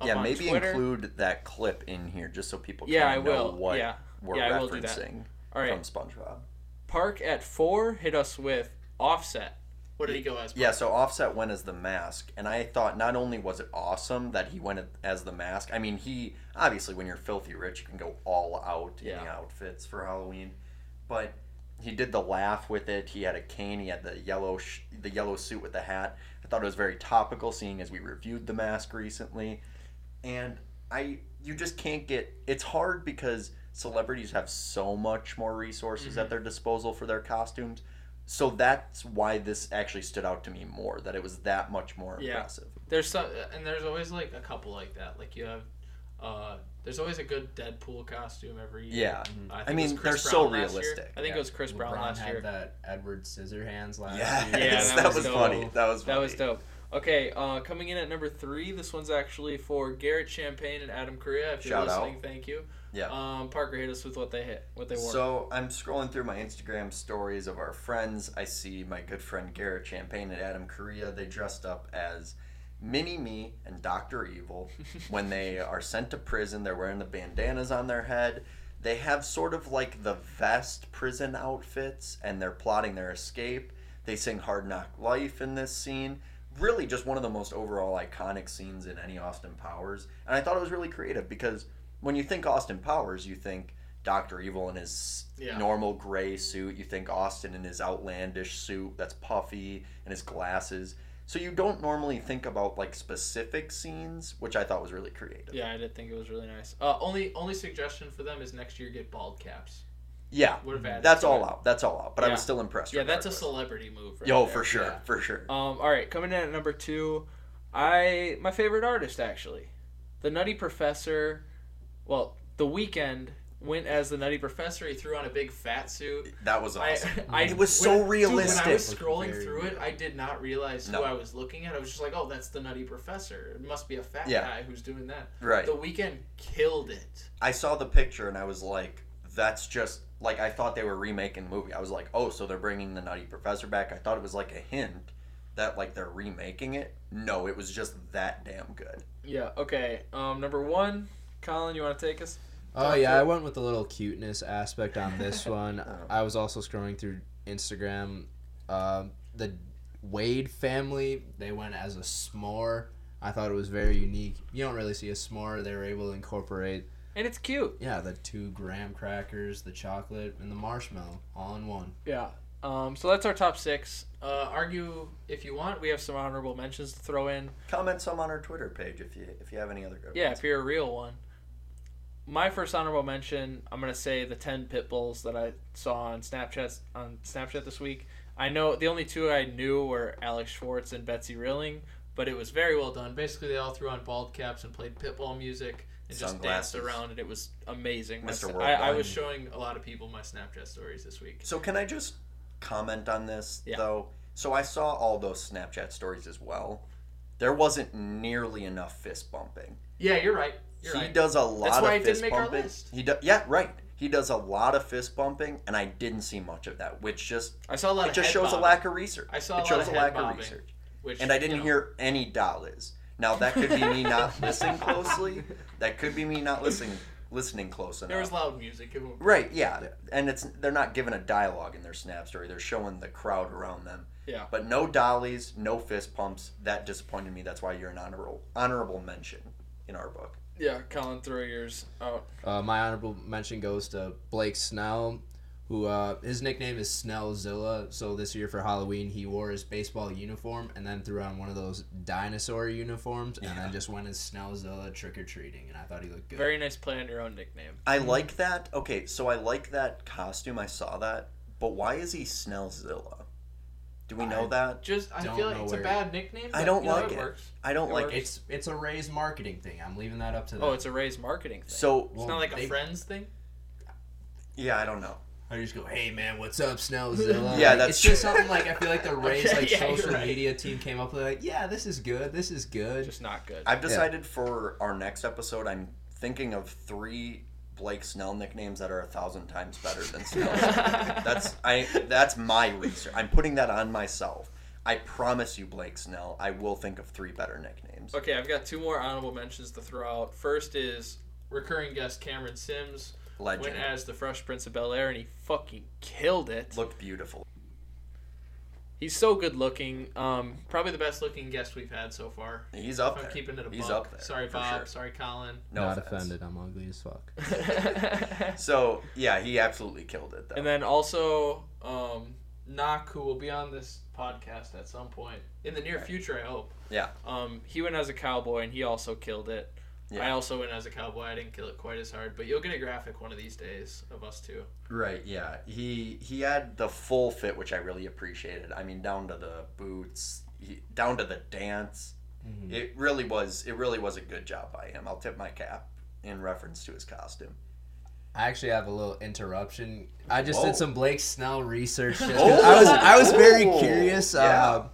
[SPEAKER 1] Up
[SPEAKER 2] yeah,
[SPEAKER 1] on
[SPEAKER 2] maybe
[SPEAKER 1] Twitter.
[SPEAKER 2] include that clip in here just so people
[SPEAKER 1] Yeah,
[SPEAKER 2] kinda
[SPEAKER 1] I
[SPEAKER 2] know
[SPEAKER 1] will.
[SPEAKER 2] what
[SPEAKER 1] Yeah.
[SPEAKER 2] we're
[SPEAKER 1] Yeah, I will do that.
[SPEAKER 2] referencing
[SPEAKER 1] All right.
[SPEAKER 2] from SpongeBob.
[SPEAKER 1] Park at four hit us with Offset. What did he go as?
[SPEAKER 2] Yeah, so Offset went as the mask, and I thought not only was it awesome that he went as the mask. I mean, he obviously when you're filthy rich, you can go all out in the
[SPEAKER 1] Yeah.
[SPEAKER 2] outfits for Halloween, but he did the laugh with it. He had a cane. He had the yellow sh- the yellow suit with the hat. I thought it was very topical, seeing as we reviewed the mask recently, and I you just can't get. It's hard because celebrities have so much more resources at their disposal for their costumes. So that's why this actually stood out to me more. That it was that much more
[SPEAKER 1] Yeah.
[SPEAKER 2] impressive.
[SPEAKER 1] There's some, and there's always like a couple like that. Like you have, uh, there's always a good Deadpool costume every year.
[SPEAKER 2] Yeah.
[SPEAKER 1] I, think
[SPEAKER 2] I
[SPEAKER 1] it was
[SPEAKER 2] mean,
[SPEAKER 1] Chris
[SPEAKER 2] they're so
[SPEAKER 1] Brown last year.
[SPEAKER 2] realistic.
[SPEAKER 1] I think it was Chris Brown
[SPEAKER 3] LeBron
[SPEAKER 1] last
[SPEAKER 3] had
[SPEAKER 1] year.
[SPEAKER 3] that Edward Scissorhands last
[SPEAKER 2] Yeah,
[SPEAKER 3] year.
[SPEAKER 1] Yeah,
[SPEAKER 2] that,
[SPEAKER 1] that
[SPEAKER 2] was,
[SPEAKER 1] was dope.
[SPEAKER 2] funny. That was funny.
[SPEAKER 1] That was dope. Okay, uh, coming in at number three, this one's actually for Garrett Champagne and Adam Korea. If you're
[SPEAKER 2] Shout out.
[SPEAKER 1] listening, thank you.
[SPEAKER 2] Yeah.
[SPEAKER 1] Um, Parker hit us with what they hit, what they wore.
[SPEAKER 2] So I'm scrolling through my Instagram stories of our friends. I see my good friend Garrett Champagne and Adam Korea. They dressed up as Mini Me and Doctor Evil. when they are sent to prison, they're wearing the bandanas on their head. They have sort of like the vest prison outfits, and they're plotting their escape. They sing "Hard Knock Life" in this scene. Really, just one of the most overall iconic scenes in any Austin Powers, and I thought it was really creative because when you think Austin Powers, you think Doctor Evil in his
[SPEAKER 1] Yeah.
[SPEAKER 2] normal gray suit. You think Austin in his outlandish suit that's puffy and his glasses. So you don't normally think about like specific scenes, which I thought was really creative.
[SPEAKER 1] yeah, I did think it was really nice. Uh, only only suggestion for them is next year get bald caps.
[SPEAKER 2] Yeah,
[SPEAKER 1] Would have added.
[SPEAKER 2] that's
[SPEAKER 1] to
[SPEAKER 2] all
[SPEAKER 1] it.
[SPEAKER 2] out. That's all out. But I was
[SPEAKER 1] Yeah.
[SPEAKER 2] still impressed.
[SPEAKER 1] Yeah, that's a
[SPEAKER 2] regardless.
[SPEAKER 1] celebrity move. Right
[SPEAKER 2] Yo,
[SPEAKER 1] there.
[SPEAKER 2] for sure,
[SPEAKER 3] Yeah.
[SPEAKER 2] for sure.
[SPEAKER 1] Um, all right, coming in at number two, I my favorite artist actually, the Nutty Professor. Well, The Weekend went as the Nutty Professor. He threw on a big fat suit.
[SPEAKER 2] That was
[SPEAKER 1] I,
[SPEAKER 2] awesome.
[SPEAKER 1] I
[SPEAKER 2] It was so
[SPEAKER 1] dude, when I was
[SPEAKER 2] realistic.
[SPEAKER 1] scrolling
[SPEAKER 3] Very
[SPEAKER 1] through it, I did not realize who
[SPEAKER 2] No.
[SPEAKER 1] I was looking at. I was just like, "Oh, that's the Nutty Professor. It must be a fat
[SPEAKER 2] Yeah.
[SPEAKER 1] guy who's doing that."
[SPEAKER 2] right.
[SPEAKER 1] The weekend killed it.
[SPEAKER 2] I saw the picture and I was like, that's just like I thought they were remaking the movie. I was like, oh, so they're bringing the Nutty Professor back. I thought it was like a hint that like they're remaking it. No, it was just that damn good.
[SPEAKER 1] Yeah. Okay. Um, number one, Colin, you want to take us?
[SPEAKER 3] Oh yeah, I went with the little cuteness aspect on this one. I was also scrolling through Instagram. Um, the Wade family they went as a s'more. I thought it was very unique. You don't really see a s'more. They were able to incorporate
[SPEAKER 1] And it's cute.
[SPEAKER 3] yeah the two graham crackers, the chocolate, and the marshmallow all in one.
[SPEAKER 1] Yeah. Um, so that's our top six. Uh, argue if you want. We have some honorable mentions to throw in.
[SPEAKER 2] Comment some on our Twitter page if you if you have any other good
[SPEAKER 1] Yeah,
[SPEAKER 2] ones.
[SPEAKER 1] if you're a real one. My first honorable mention, I'm gonna say the ten pit bulls that I saw on Snapchat on Snapchat this week. I know the only two I knew were Alex Schwartz and Betsy Rilling, but it was very well done. Basically, they all threw on bald caps and played pitbull music and just danced
[SPEAKER 2] Sunglasses.
[SPEAKER 1] around, and it was amazing. My
[SPEAKER 2] Mr.
[SPEAKER 1] sna-
[SPEAKER 2] Worldwide.
[SPEAKER 1] I, I was showing a lot of people my Snapchat stories this week.
[SPEAKER 2] So can I just comment on this
[SPEAKER 1] Yeah.
[SPEAKER 2] though? So I saw all those Snapchat stories as well. There wasn't nearly enough fist bumping.
[SPEAKER 1] Yeah, you're right. You're
[SPEAKER 2] he
[SPEAKER 1] right.
[SPEAKER 2] does a lot
[SPEAKER 1] That's why
[SPEAKER 2] of
[SPEAKER 1] it didn't
[SPEAKER 2] fist
[SPEAKER 1] make our
[SPEAKER 2] bumping.
[SPEAKER 1] list.
[SPEAKER 2] He do- yeah, right. He does a lot of fist bumping, and I didn't see much of that, which just
[SPEAKER 1] I saw a lot
[SPEAKER 2] it
[SPEAKER 1] of
[SPEAKER 2] just
[SPEAKER 1] head
[SPEAKER 2] shows a
[SPEAKER 1] bobbing,
[SPEAKER 2] lack of research.
[SPEAKER 1] I saw a
[SPEAKER 2] it
[SPEAKER 1] lot
[SPEAKER 2] shows
[SPEAKER 1] of
[SPEAKER 2] a
[SPEAKER 1] head
[SPEAKER 2] lack
[SPEAKER 1] bobbing.
[SPEAKER 2] of research,
[SPEAKER 1] which,
[SPEAKER 2] and I
[SPEAKER 1] you
[SPEAKER 2] didn't
[SPEAKER 1] know,
[SPEAKER 2] hear any dollars. Now that could be me not listening closely. That could be me not listening listening close enough.
[SPEAKER 1] There was loud music. It was-
[SPEAKER 2] Right, yeah. And it's they're not giving a dialogue in their snap story. They're showing the crowd around them.
[SPEAKER 1] Yeah.
[SPEAKER 2] But no dollies, no fist pumps. That disappointed me. That's why you're an honorable honorable mention in our book.
[SPEAKER 1] Yeah, Colin, throw yours out.
[SPEAKER 3] Uh, my honorable mention goes to Blake Snell, who uh, his nickname is Snellzilla. So this year for Halloween, he wore his baseball uniform and then threw on one of those dinosaur uniforms and then just went as Snellzilla trick or treating. And I thought he looked good.
[SPEAKER 1] Very nice play on your own nickname.
[SPEAKER 2] I like that. Okay, so I like that costume. I saw that. But why is he Snellzilla? Do we know that?
[SPEAKER 11] Just I
[SPEAKER 3] Don't
[SPEAKER 11] feel like
[SPEAKER 3] know
[SPEAKER 11] it's a
[SPEAKER 3] where-
[SPEAKER 11] bad nickname.
[SPEAKER 2] I
[SPEAKER 11] but,
[SPEAKER 2] don't
[SPEAKER 11] you know,
[SPEAKER 2] like it.
[SPEAKER 11] works.
[SPEAKER 2] I don't
[SPEAKER 11] It
[SPEAKER 2] like
[SPEAKER 11] works.
[SPEAKER 2] it.
[SPEAKER 3] it's it's a Ray's marketing thing. I'm leaving that up to them.
[SPEAKER 1] Oh, it's a Ray's marketing thing.
[SPEAKER 2] So
[SPEAKER 11] It's
[SPEAKER 3] Well,
[SPEAKER 11] not like a
[SPEAKER 3] they-
[SPEAKER 11] friends thing.
[SPEAKER 2] yeah, I don't know.
[SPEAKER 3] I just go, hey man, what's up, Snellzilla?
[SPEAKER 2] Yeah,
[SPEAKER 3] Like,
[SPEAKER 2] that's
[SPEAKER 3] it's just something like I feel like the Rays
[SPEAKER 11] Okay,
[SPEAKER 3] like
[SPEAKER 11] yeah, you're
[SPEAKER 3] social
[SPEAKER 11] right.
[SPEAKER 3] media team came up with like, yeah, this is good, this is good.
[SPEAKER 1] Just not good.
[SPEAKER 2] I've decided for our next episode, I'm thinking of three Blake Snell nicknames that are a thousand times better than Snell. that's I. That's my research. I'm putting that on myself. I promise you, Blake Snell, I will think of three better nicknames.
[SPEAKER 1] okay, I've got two more honorable mentions to throw out. First is
[SPEAKER 11] Recurring guest Cameron Sims
[SPEAKER 2] Legend
[SPEAKER 11] went as the Fresh Prince of Bel Air, and he fucking
[SPEAKER 1] killed it.
[SPEAKER 2] looked beautiful.
[SPEAKER 1] He's so good looking.
[SPEAKER 11] um probably the best looking guest we've had so far.
[SPEAKER 2] He's
[SPEAKER 11] If
[SPEAKER 2] up
[SPEAKER 11] I'm
[SPEAKER 2] there.
[SPEAKER 11] keeping it a
[SPEAKER 2] He's
[SPEAKER 11] buck.
[SPEAKER 2] up there.
[SPEAKER 11] Sorry,
[SPEAKER 2] for
[SPEAKER 11] Bob.
[SPEAKER 2] sure.
[SPEAKER 11] Sorry, Colin.
[SPEAKER 2] No
[SPEAKER 3] not
[SPEAKER 2] offense.
[SPEAKER 3] offended. I'm ugly as fuck.
[SPEAKER 2] So yeah, he absolutely killed it. Though.
[SPEAKER 11] And then also, um, Knock, who will be on this podcast at some point in the near future, I hope.
[SPEAKER 2] Yeah.
[SPEAKER 11] Um, he went as a cowboy and he also killed it.
[SPEAKER 2] Yeah.
[SPEAKER 11] I also went as a cowboy. I didn't kill it quite as hard, but you'll get a graphic one of these days of us two.
[SPEAKER 2] Right, yeah. He he had the full fit, which I really appreciated. I mean, down to the boots, he, down to the dance.
[SPEAKER 1] Mm-hmm.
[SPEAKER 2] It really was it really was a good job by him. I'll tip my cap in reference to his costume.
[SPEAKER 3] I actually have a little interruption. I just
[SPEAKER 2] Whoa.
[SPEAKER 3] did some Blake Snell research. Just 'cause
[SPEAKER 2] Oh.
[SPEAKER 3] I was I was very
[SPEAKER 2] Oh.
[SPEAKER 3] curious
[SPEAKER 2] Yeah.
[SPEAKER 3] uh,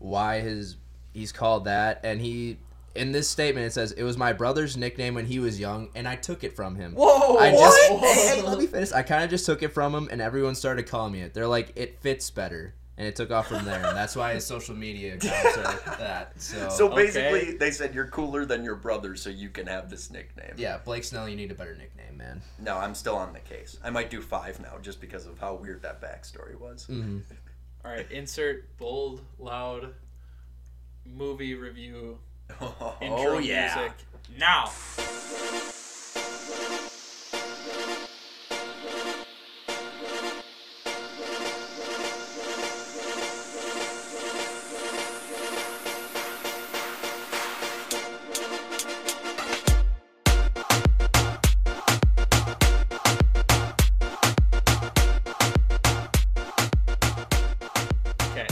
[SPEAKER 3] why his he's called that, and he in this statement it says it was my brother's nickname when he was young, and I took it from him.
[SPEAKER 2] Whoa!
[SPEAKER 3] I just Hey, hey,
[SPEAKER 2] Whoa.
[SPEAKER 3] let me finish. I kind of just took it from him, and everyone started calling me it. They're like, it fits better, and it took off from there. And that's why his social media accounts are that. So,
[SPEAKER 2] So
[SPEAKER 1] Okay.
[SPEAKER 2] basically, they said you're cooler than your brother, so you can have this nickname.
[SPEAKER 3] yeah, Blake Snell, you need a better nickname, man.
[SPEAKER 2] No, I'm still on the case. I might do five now, just because of how weird that backstory was.
[SPEAKER 11] All right, insert bold, loud movie review
[SPEAKER 1] Mm.
[SPEAKER 11] intro
[SPEAKER 2] oh yeah.
[SPEAKER 11] music now.
[SPEAKER 1] Okay.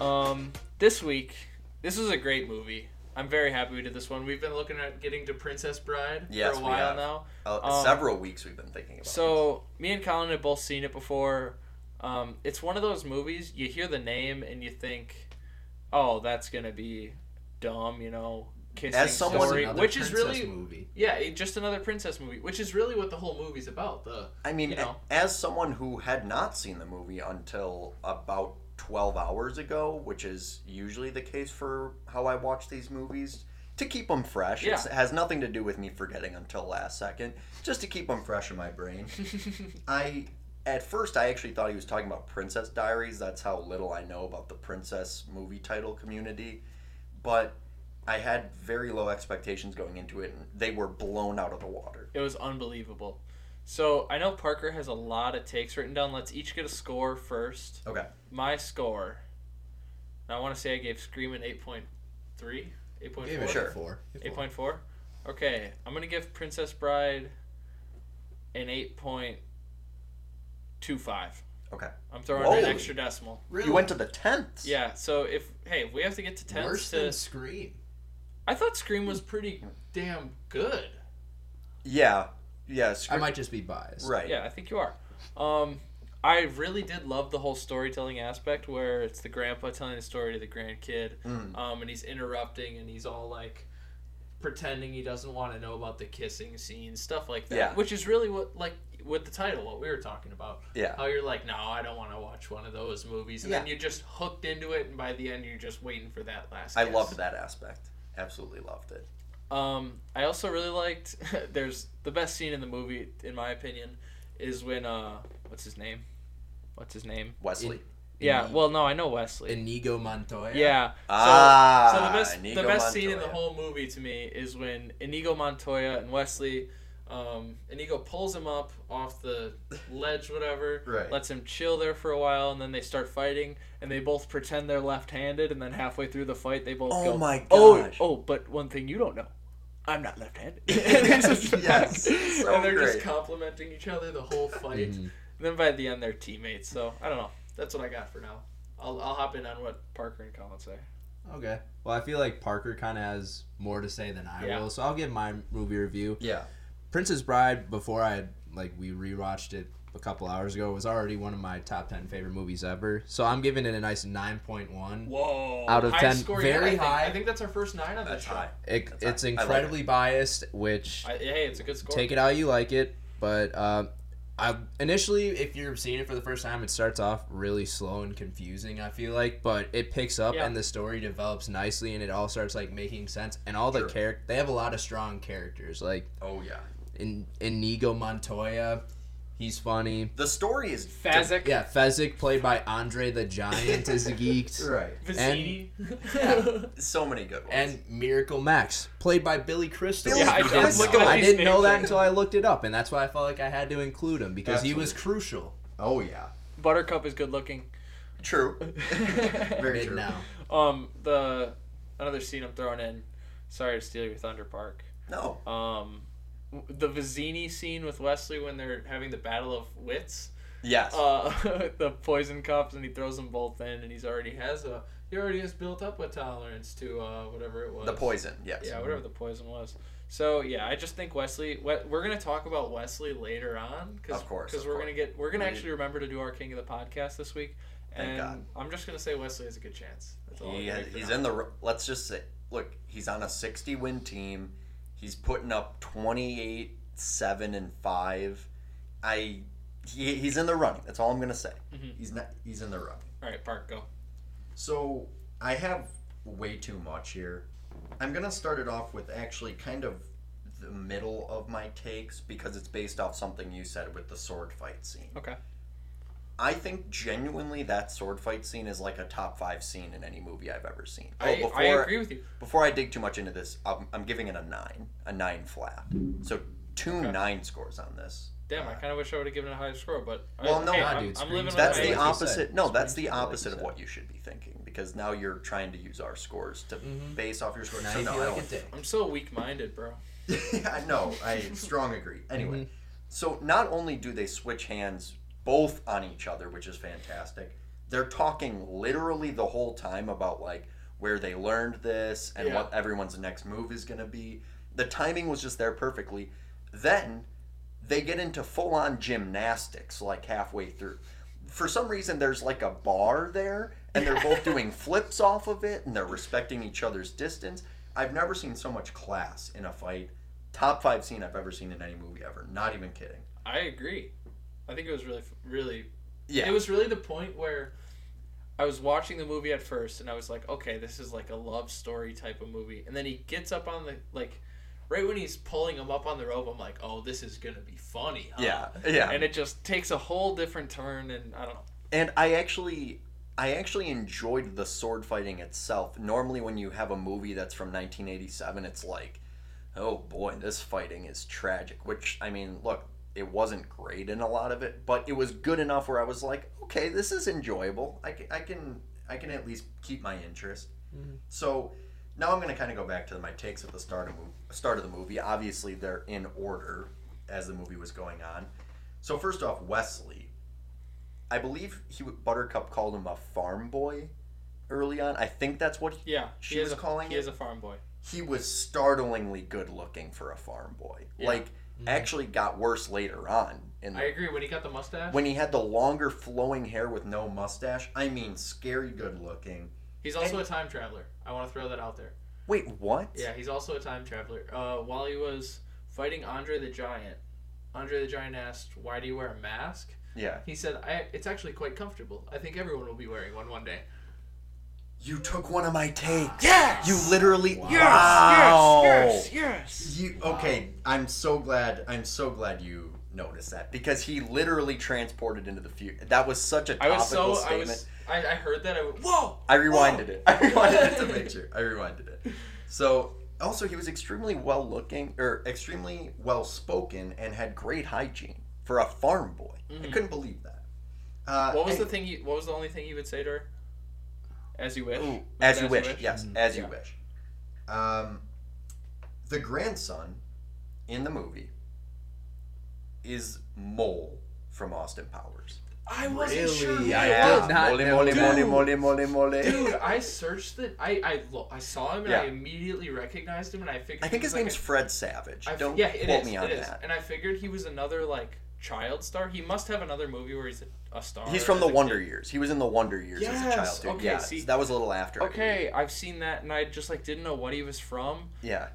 [SPEAKER 1] Um, this week, this is a great movie. I'm very happy we did this one. We've been looking at getting to Princess Bride
[SPEAKER 2] Yes,
[SPEAKER 1] for a
[SPEAKER 2] we
[SPEAKER 1] while
[SPEAKER 2] have.
[SPEAKER 1] now.
[SPEAKER 2] Uh,
[SPEAKER 1] Um,
[SPEAKER 2] several weeks we've been thinking about.
[SPEAKER 1] So me and Colin have both seen it before. Um, it's one of those movies you hear the name and you think, "Oh, that's gonna be dumb," you know, kissing
[SPEAKER 2] As someone-
[SPEAKER 1] story,
[SPEAKER 3] Another
[SPEAKER 1] which is
[SPEAKER 3] princess
[SPEAKER 1] really
[SPEAKER 3] movie.
[SPEAKER 1] yeah, it- just another princess movie, which is really what the whole movie's about. The
[SPEAKER 2] I mean,
[SPEAKER 1] you know.
[SPEAKER 2] a- as someone who had not seen the movie until about 12 hours ago, which is usually the case for how I watch these movies, to keep them fresh. It's- It has nothing to do with me forgetting until last second, just to keep them fresh in my brain. I. At first, I actually thought he was talking about Princess Diaries. That's how little I know about the princess movie title community. But I had very low expectations going into it, and they were blown out of the water.
[SPEAKER 1] it was unbelievable. So I know Parker has a lot of takes written down. Let's each get a score first.
[SPEAKER 2] Okay.
[SPEAKER 1] My score. Now I want to say I gave Scream an eight point three, eight point
[SPEAKER 3] Give
[SPEAKER 1] four.
[SPEAKER 3] it
[SPEAKER 2] Sure.
[SPEAKER 3] a four.
[SPEAKER 1] Eight point four. Okay, I'm gonna give Princess Bride an eight point two five.
[SPEAKER 2] Okay.
[SPEAKER 1] I'm throwing in an
[SPEAKER 2] Whoa.
[SPEAKER 1] extra decimal.
[SPEAKER 3] Really?
[SPEAKER 2] You went to the tenths.
[SPEAKER 1] Yeah. So if hey, if we have to get to tens
[SPEAKER 3] worse
[SPEAKER 1] to.
[SPEAKER 3] than Scream.
[SPEAKER 1] I thought Scream was pretty.
[SPEAKER 11] Damn good.
[SPEAKER 2] Yeah. Yeah. Screw-
[SPEAKER 3] I might just be biased.
[SPEAKER 2] right.
[SPEAKER 1] Yeah, I think you are. Um, I really did love the whole storytelling aspect where it's the grandpa telling the story to the grandkid,
[SPEAKER 2] Mm.
[SPEAKER 1] um, and he's interrupting and he's all like pretending he doesn't want to know about the kissing scene, stuff like that.
[SPEAKER 2] Yeah.
[SPEAKER 1] Which is really what like with the title, what we were talking about.
[SPEAKER 2] Yeah.
[SPEAKER 1] How you're like, no, I don't want to watch one of those movies, and then
[SPEAKER 2] Yeah.
[SPEAKER 1] you're just hooked into it, and by the end, you're just waiting for that last.
[SPEAKER 2] I
[SPEAKER 1] kiss.
[SPEAKER 2] loved that aspect. Absolutely loved it.
[SPEAKER 1] Um, I also really liked. there's the best scene in the movie, in my opinion, is when uh, what's his name? What's his name?
[SPEAKER 2] Wesley.
[SPEAKER 1] Yeah, well, no, I know Wesley.
[SPEAKER 3] Inigo Montoya.
[SPEAKER 1] yeah.
[SPEAKER 2] ah,
[SPEAKER 1] So the best
[SPEAKER 2] Inigo
[SPEAKER 1] the best scene in the
[SPEAKER 2] Montoya.
[SPEAKER 1] whole movie to me is when Inigo Montoya and Wesley um, Inigo pulls him up off the ledge, whatever.
[SPEAKER 12] Right.
[SPEAKER 1] Lets him chill there for a while, and then they start fighting, and they both pretend they're left-handed, and then halfway through the fight, they both
[SPEAKER 2] Oh
[SPEAKER 1] go,
[SPEAKER 2] my
[SPEAKER 1] "Oh,
[SPEAKER 2] gosh."
[SPEAKER 1] oh!" But one thing you don't know, I'm not left-handed. And it's just-
[SPEAKER 2] Yes, so
[SPEAKER 1] and they're
[SPEAKER 2] great.
[SPEAKER 1] just complimenting each other the whole fight.
[SPEAKER 3] Mhm.
[SPEAKER 1] Then by the end, they're teammates. So I don't know. That's what I got for now. I'll, I'll hop in on what Parker and Colin say.
[SPEAKER 3] Okay. Well, I feel like Parker kind of has more to say than I
[SPEAKER 1] Yeah.
[SPEAKER 3] will, so I'll give my movie review.
[SPEAKER 12] Yeah.
[SPEAKER 3] Princess Bride, before I had, like we rewatched it a couple hours ago, was already one of my top ten favorite movies ever. So I'm giving it a nice nine point one.
[SPEAKER 1] Whoa!
[SPEAKER 3] Out of
[SPEAKER 1] High
[SPEAKER 3] 10,
[SPEAKER 1] score
[SPEAKER 3] very
[SPEAKER 1] yet, I think.
[SPEAKER 3] high.
[SPEAKER 1] I think that's our first nine on
[SPEAKER 2] That's
[SPEAKER 1] this show.
[SPEAKER 2] high.
[SPEAKER 3] It,
[SPEAKER 2] That's
[SPEAKER 3] it's
[SPEAKER 2] high. I like it.
[SPEAKER 3] incredibly biased, which
[SPEAKER 1] I, hey, it's a good score.
[SPEAKER 3] take it how you like it, but um, I initially, if you're seeing it for the first time, it starts off really slow and confusing. I feel like, but it picks up
[SPEAKER 1] Yeah.
[SPEAKER 3] and the story develops nicely, and it all starts like making sense. And all
[SPEAKER 12] Sure.
[SPEAKER 3] the character, they have a lot of strong characters, like
[SPEAKER 12] Oh yeah.
[SPEAKER 3] in Inigo Montoya, he's funny.
[SPEAKER 2] The story is
[SPEAKER 1] Fazek,
[SPEAKER 3] Yeah, Fezzik, played by Andre the Giant, is geeked.
[SPEAKER 12] Right.
[SPEAKER 1] Vizzini.
[SPEAKER 2] so many good ones.
[SPEAKER 3] And Miracle Max, played by Billy Crystal.
[SPEAKER 2] Billy Yeah, I did Crystal. look at all
[SPEAKER 3] I
[SPEAKER 1] these
[SPEAKER 3] didn't know
[SPEAKER 1] names.
[SPEAKER 3] that until I looked it up, and that's why I felt like I had to include him because he was crucial.
[SPEAKER 12] Oh yeah.
[SPEAKER 1] Buttercup is good looking.
[SPEAKER 2] True.
[SPEAKER 12] Very
[SPEAKER 3] Mid
[SPEAKER 12] true.
[SPEAKER 3] now.
[SPEAKER 1] um, the another scene I'm throwing in. Sorry to steal your thunder, Park.
[SPEAKER 2] No.
[SPEAKER 1] Um, w- the Vizzini scene with Wesley when they're having the battle of wits.
[SPEAKER 2] Yes.
[SPEAKER 1] Uh, the poison cups, and he throws them both in, and he's already has a he already has built up a tolerance to uh, whatever it was.
[SPEAKER 2] the poison. Yes.
[SPEAKER 1] Yeah, whatever the poison was. So yeah, I just think Wesley. We, we're gonna talk about Wesley later on, cause,
[SPEAKER 2] Of course,
[SPEAKER 1] because
[SPEAKER 2] of
[SPEAKER 1] we're
[SPEAKER 2] course.
[SPEAKER 1] gonna get we're gonna
[SPEAKER 2] We-
[SPEAKER 1] actually remember to do our King of the Podcast this week.
[SPEAKER 2] Thank
[SPEAKER 1] and
[SPEAKER 2] God.
[SPEAKER 1] I'm just gonna say Wesley has a good chance. That's all.
[SPEAKER 2] He
[SPEAKER 1] I'm
[SPEAKER 2] has,
[SPEAKER 1] gonna
[SPEAKER 2] he's
[SPEAKER 1] do.
[SPEAKER 2] in the. r- Let's just say, look, he's on a 60 win team. He's putting up 28, 7, and 5. I. He, he's in the running. That's all I'm going to say.
[SPEAKER 1] Mm-hmm.
[SPEAKER 12] He's not. He's in the running.
[SPEAKER 1] All right, Park, go.
[SPEAKER 12] So I have way too much here. I'm gonna start it off with actually kind of the middle of my takes because it's based off something you said with the sword fight scene.
[SPEAKER 1] Okay.
[SPEAKER 2] I think genuinely that sword fight scene is like a top five scene in any movie I've ever seen. Oh,
[SPEAKER 1] I,
[SPEAKER 2] before,
[SPEAKER 1] I agree with you.
[SPEAKER 2] Before I dig too much into this, I'm, I'm giving it a nine, a nine flat. So two nine scores on this.
[SPEAKER 1] Damn, I kind of wish I would have given it a higher score, but
[SPEAKER 2] Uh, Well,
[SPEAKER 1] I,
[SPEAKER 2] no,
[SPEAKER 1] hey,
[SPEAKER 2] nah,
[SPEAKER 1] I'm,
[SPEAKER 3] dude,
[SPEAKER 1] I'm
[SPEAKER 3] screams
[SPEAKER 1] living
[SPEAKER 2] That's
[SPEAKER 1] on
[SPEAKER 2] the
[SPEAKER 1] my-
[SPEAKER 3] like you
[SPEAKER 2] opposite.
[SPEAKER 3] said.
[SPEAKER 2] No, that's the
[SPEAKER 3] Screams like you
[SPEAKER 2] opposite of
[SPEAKER 3] said.
[SPEAKER 2] what you should be thinking because now you're trying to use our scores to base off your scores.
[SPEAKER 3] Now
[SPEAKER 2] So
[SPEAKER 3] you
[SPEAKER 2] no,
[SPEAKER 3] feel
[SPEAKER 2] I
[SPEAKER 3] like
[SPEAKER 2] don't-
[SPEAKER 3] a dick.
[SPEAKER 1] I'm so weak-minded, bro.
[SPEAKER 12] I know. I strong agree. Anyway,
[SPEAKER 2] So not only do they switch hands both on each other, which is fantastic, they're talking literally the whole time about like where they learned this and
[SPEAKER 1] Yeah.
[SPEAKER 2] what everyone's next move is going to be. The timing was just there perfectly. Then they get into full on gymnastics like halfway through. For some reason, there's like a bar there, and they're both doing flips off of it, and they're respecting each other's distance. I've never seen so much class in a fight. Top five scene I've ever seen in any movie ever. Not even kidding.
[SPEAKER 1] I agree. I think it was really, really.
[SPEAKER 2] Yeah.
[SPEAKER 1] It was really the point where I was watching the movie at first, and I was like, okay, this is like a love story type of movie. And then he gets up on the like, right when he's pulling him up on the rope, I'm like, oh, this is gonna be funny. Huh?
[SPEAKER 2] Yeah, yeah.
[SPEAKER 1] And it just takes a whole different turn, and I don't know.
[SPEAKER 2] and I actually I actually enjoyed the sword fighting itself. Normally when you have a movie that's from 1987, it's like, "Oh boy, this fighting is tragic." Which I mean, look, it wasn't great in a lot of it, but it was good enough where I was like, "Okay, this is enjoyable. I can I can I can at least keep my interest." So now I'm going to kind of go back to my takes at the start of, mov- start of the movie. Obviously, they're in order as the movie was going on. So first off, Wesley, I believe he w- Buttercup called him a farm boy early on. I think that's what he,
[SPEAKER 1] Yeah,
[SPEAKER 2] She
[SPEAKER 1] he
[SPEAKER 2] was
[SPEAKER 1] is a,
[SPEAKER 2] calling
[SPEAKER 1] He
[SPEAKER 2] it?
[SPEAKER 1] is a farm boy.
[SPEAKER 2] he was startlingly good looking for a farm boy.
[SPEAKER 1] Yeah.
[SPEAKER 2] Like actually got worse later on in
[SPEAKER 1] I
[SPEAKER 2] the,
[SPEAKER 1] agree. When he got the mustache,
[SPEAKER 2] when he had the longer flowing hair with no
[SPEAKER 12] no mustache. I mean, scary good looking.
[SPEAKER 1] he's also a time traveler. I want to throw that out there.
[SPEAKER 2] Wait, what?
[SPEAKER 1] Yeah, he's also a time traveler. Uh, while he was fighting Andre the Giant, Andre the Giant asked, "Why do you wear a mask?"
[SPEAKER 2] Yeah.
[SPEAKER 1] He said, I, "It's actually quite comfortable. I think everyone will be wearing one one day."
[SPEAKER 2] You took one of my takes.
[SPEAKER 1] Yes.
[SPEAKER 2] You literally
[SPEAKER 12] Wow.
[SPEAKER 2] Wow.
[SPEAKER 1] yes.
[SPEAKER 12] You
[SPEAKER 2] Okay, I'm so glad. I'm so glad you noticed that because he literally transported into the future. That was such a
[SPEAKER 1] I was
[SPEAKER 2] topical
[SPEAKER 1] so- I
[SPEAKER 2] statement.
[SPEAKER 1] was-
[SPEAKER 13] I, I heard that. I went, whoa!
[SPEAKER 2] I rewinded it. I rewinded it to make sure. I rewinded it. So also he was extremely well looking or extremely well spoken and had great hygiene for a farm boy.
[SPEAKER 1] Mm-hmm.
[SPEAKER 2] I couldn't believe that. Uh,
[SPEAKER 13] What was
[SPEAKER 2] and-
[SPEAKER 13] the thing? You, what was the only thing you would say to her?
[SPEAKER 1] As you wish.
[SPEAKER 2] as you
[SPEAKER 1] As
[SPEAKER 2] wish.
[SPEAKER 1] you wish?
[SPEAKER 2] Yes,
[SPEAKER 13] Mm-hmm.
[SPEAKER 2] as you wish. Um, the grandson in the movie is Mole from Austin Powers.
[SPEAKER 13] I wasn't sure. who
[SPEAKER 3] Yeah,
[SPEAKER 13] it
[SPEAKER 3] I
[SPEAKER 13] was.
[SPEAKER 3] did not
[SPEAKER 2] Mole,
[SPEAKER 3] know
[SPEAKER 2] mole,
[SPEAKER 3] that.
[SPEAKER 2] mole, mole, mole, mole.
[SPEAKER 13] Dude, I searched it. I I, lo- I saw him and I
[SPEAKER 2] Yeah.
[SPEAKER 13] immediately recognized him and I figured.
[SPEAKER 2] I think
[SPEAKER 13] he was
[SPEAKER 2] his
[SPEAKER 13] like
[SPEAKER 2] name's
[SPEAKER 13] a-
[SPEAKER 2] Fred Savage.
[SPEAKER 13] I f-
[SPEAKER 2] Don't
[SPEAKER 13] yeah, it
[SPEAKER 2] quote
[SPEAKER 13] is,
[SPEAKER 2] me on
[SPEAKER 13] it is.
[SPEAKER 2] that.
[SPEAKER 13] And I figured he was another like child star. He must have another movie where he's a, a star.
[SPEAKER 2] He's from
[SPEAKER 13] as
[SPEAKER 2] the
[SPEAKER 13] a
[SPEAKER 2] Wonder
[SPEAKER 13] kid.
[SPEAKER 2] Years. He was in the Wonder Years as
[SPEAKER 13] Yes,
[SPEAKER 2] a child. Dude.
[SPEAKER 13] okay,
[SPEAKER 2] yeah,
[SPEAKER 13] see-
[SPEAKER 2] that was a little after.
[SPEAKER 1] Okay, I've seen that and I just like didn't know what he was from,
[SPEAKER 2] Yeah.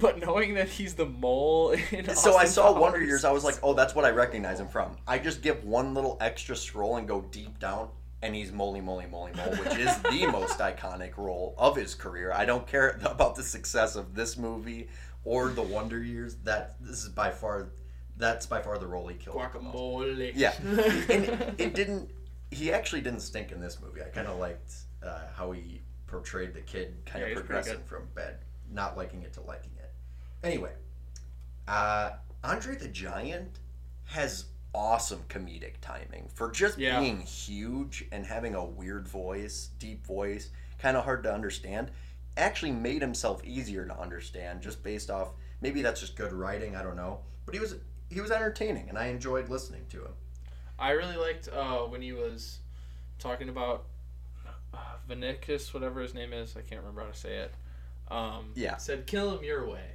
[SPEAKER 1] but knowing that he's the mole in
[SPEAKER 2] so I
[SPEAKER 1] Austin
[SPEAKER 2] saw Wonder
[SPEAKER 1] Powers-
[SPEAKER 2] Years. I was like, oh, that's what I recognize him from. I just give one little extra scroll and go deep down, and he's Moly Moly Moly Mole, which is the most iconic role of his career. I don't care about the success of this movie or the Wonder Years. That this is by far, that's by far the role he killed. the most.
[SPEAKER 13] Guacamole.
[SPEAKER 2] Yeah, and it didn't. He actually didn't stink in this movie. I kind of liked uh, how he portrayed the kid, kind
[SPEAKER 1] Yeah, he
[SPEAKER 2] of
[SPEAKER 1] was pretty
[SPEAKER 2] progressing from bed, not liking it to liking it. Anyway, uh, Andre the Giant has awesome comedic timing for just
[SPEAKER 1] Yeah.
[SPEAKER 2] being huge and having a weird voice, deep voice, kind of hard to understand. Actually, made himself easier to understand just based off. Maybe that's just good writing. I don't know, but he was he was entertaining, and I enjoyed listening to him.
[SPEAKER 1] I really liked uh, when he was talking about uh, Vinicus, whatever his name is. I can't remember how to say it. Um,
[SPEAKER 2] Yeah.
[SPEAKER 13] Said kill him your way.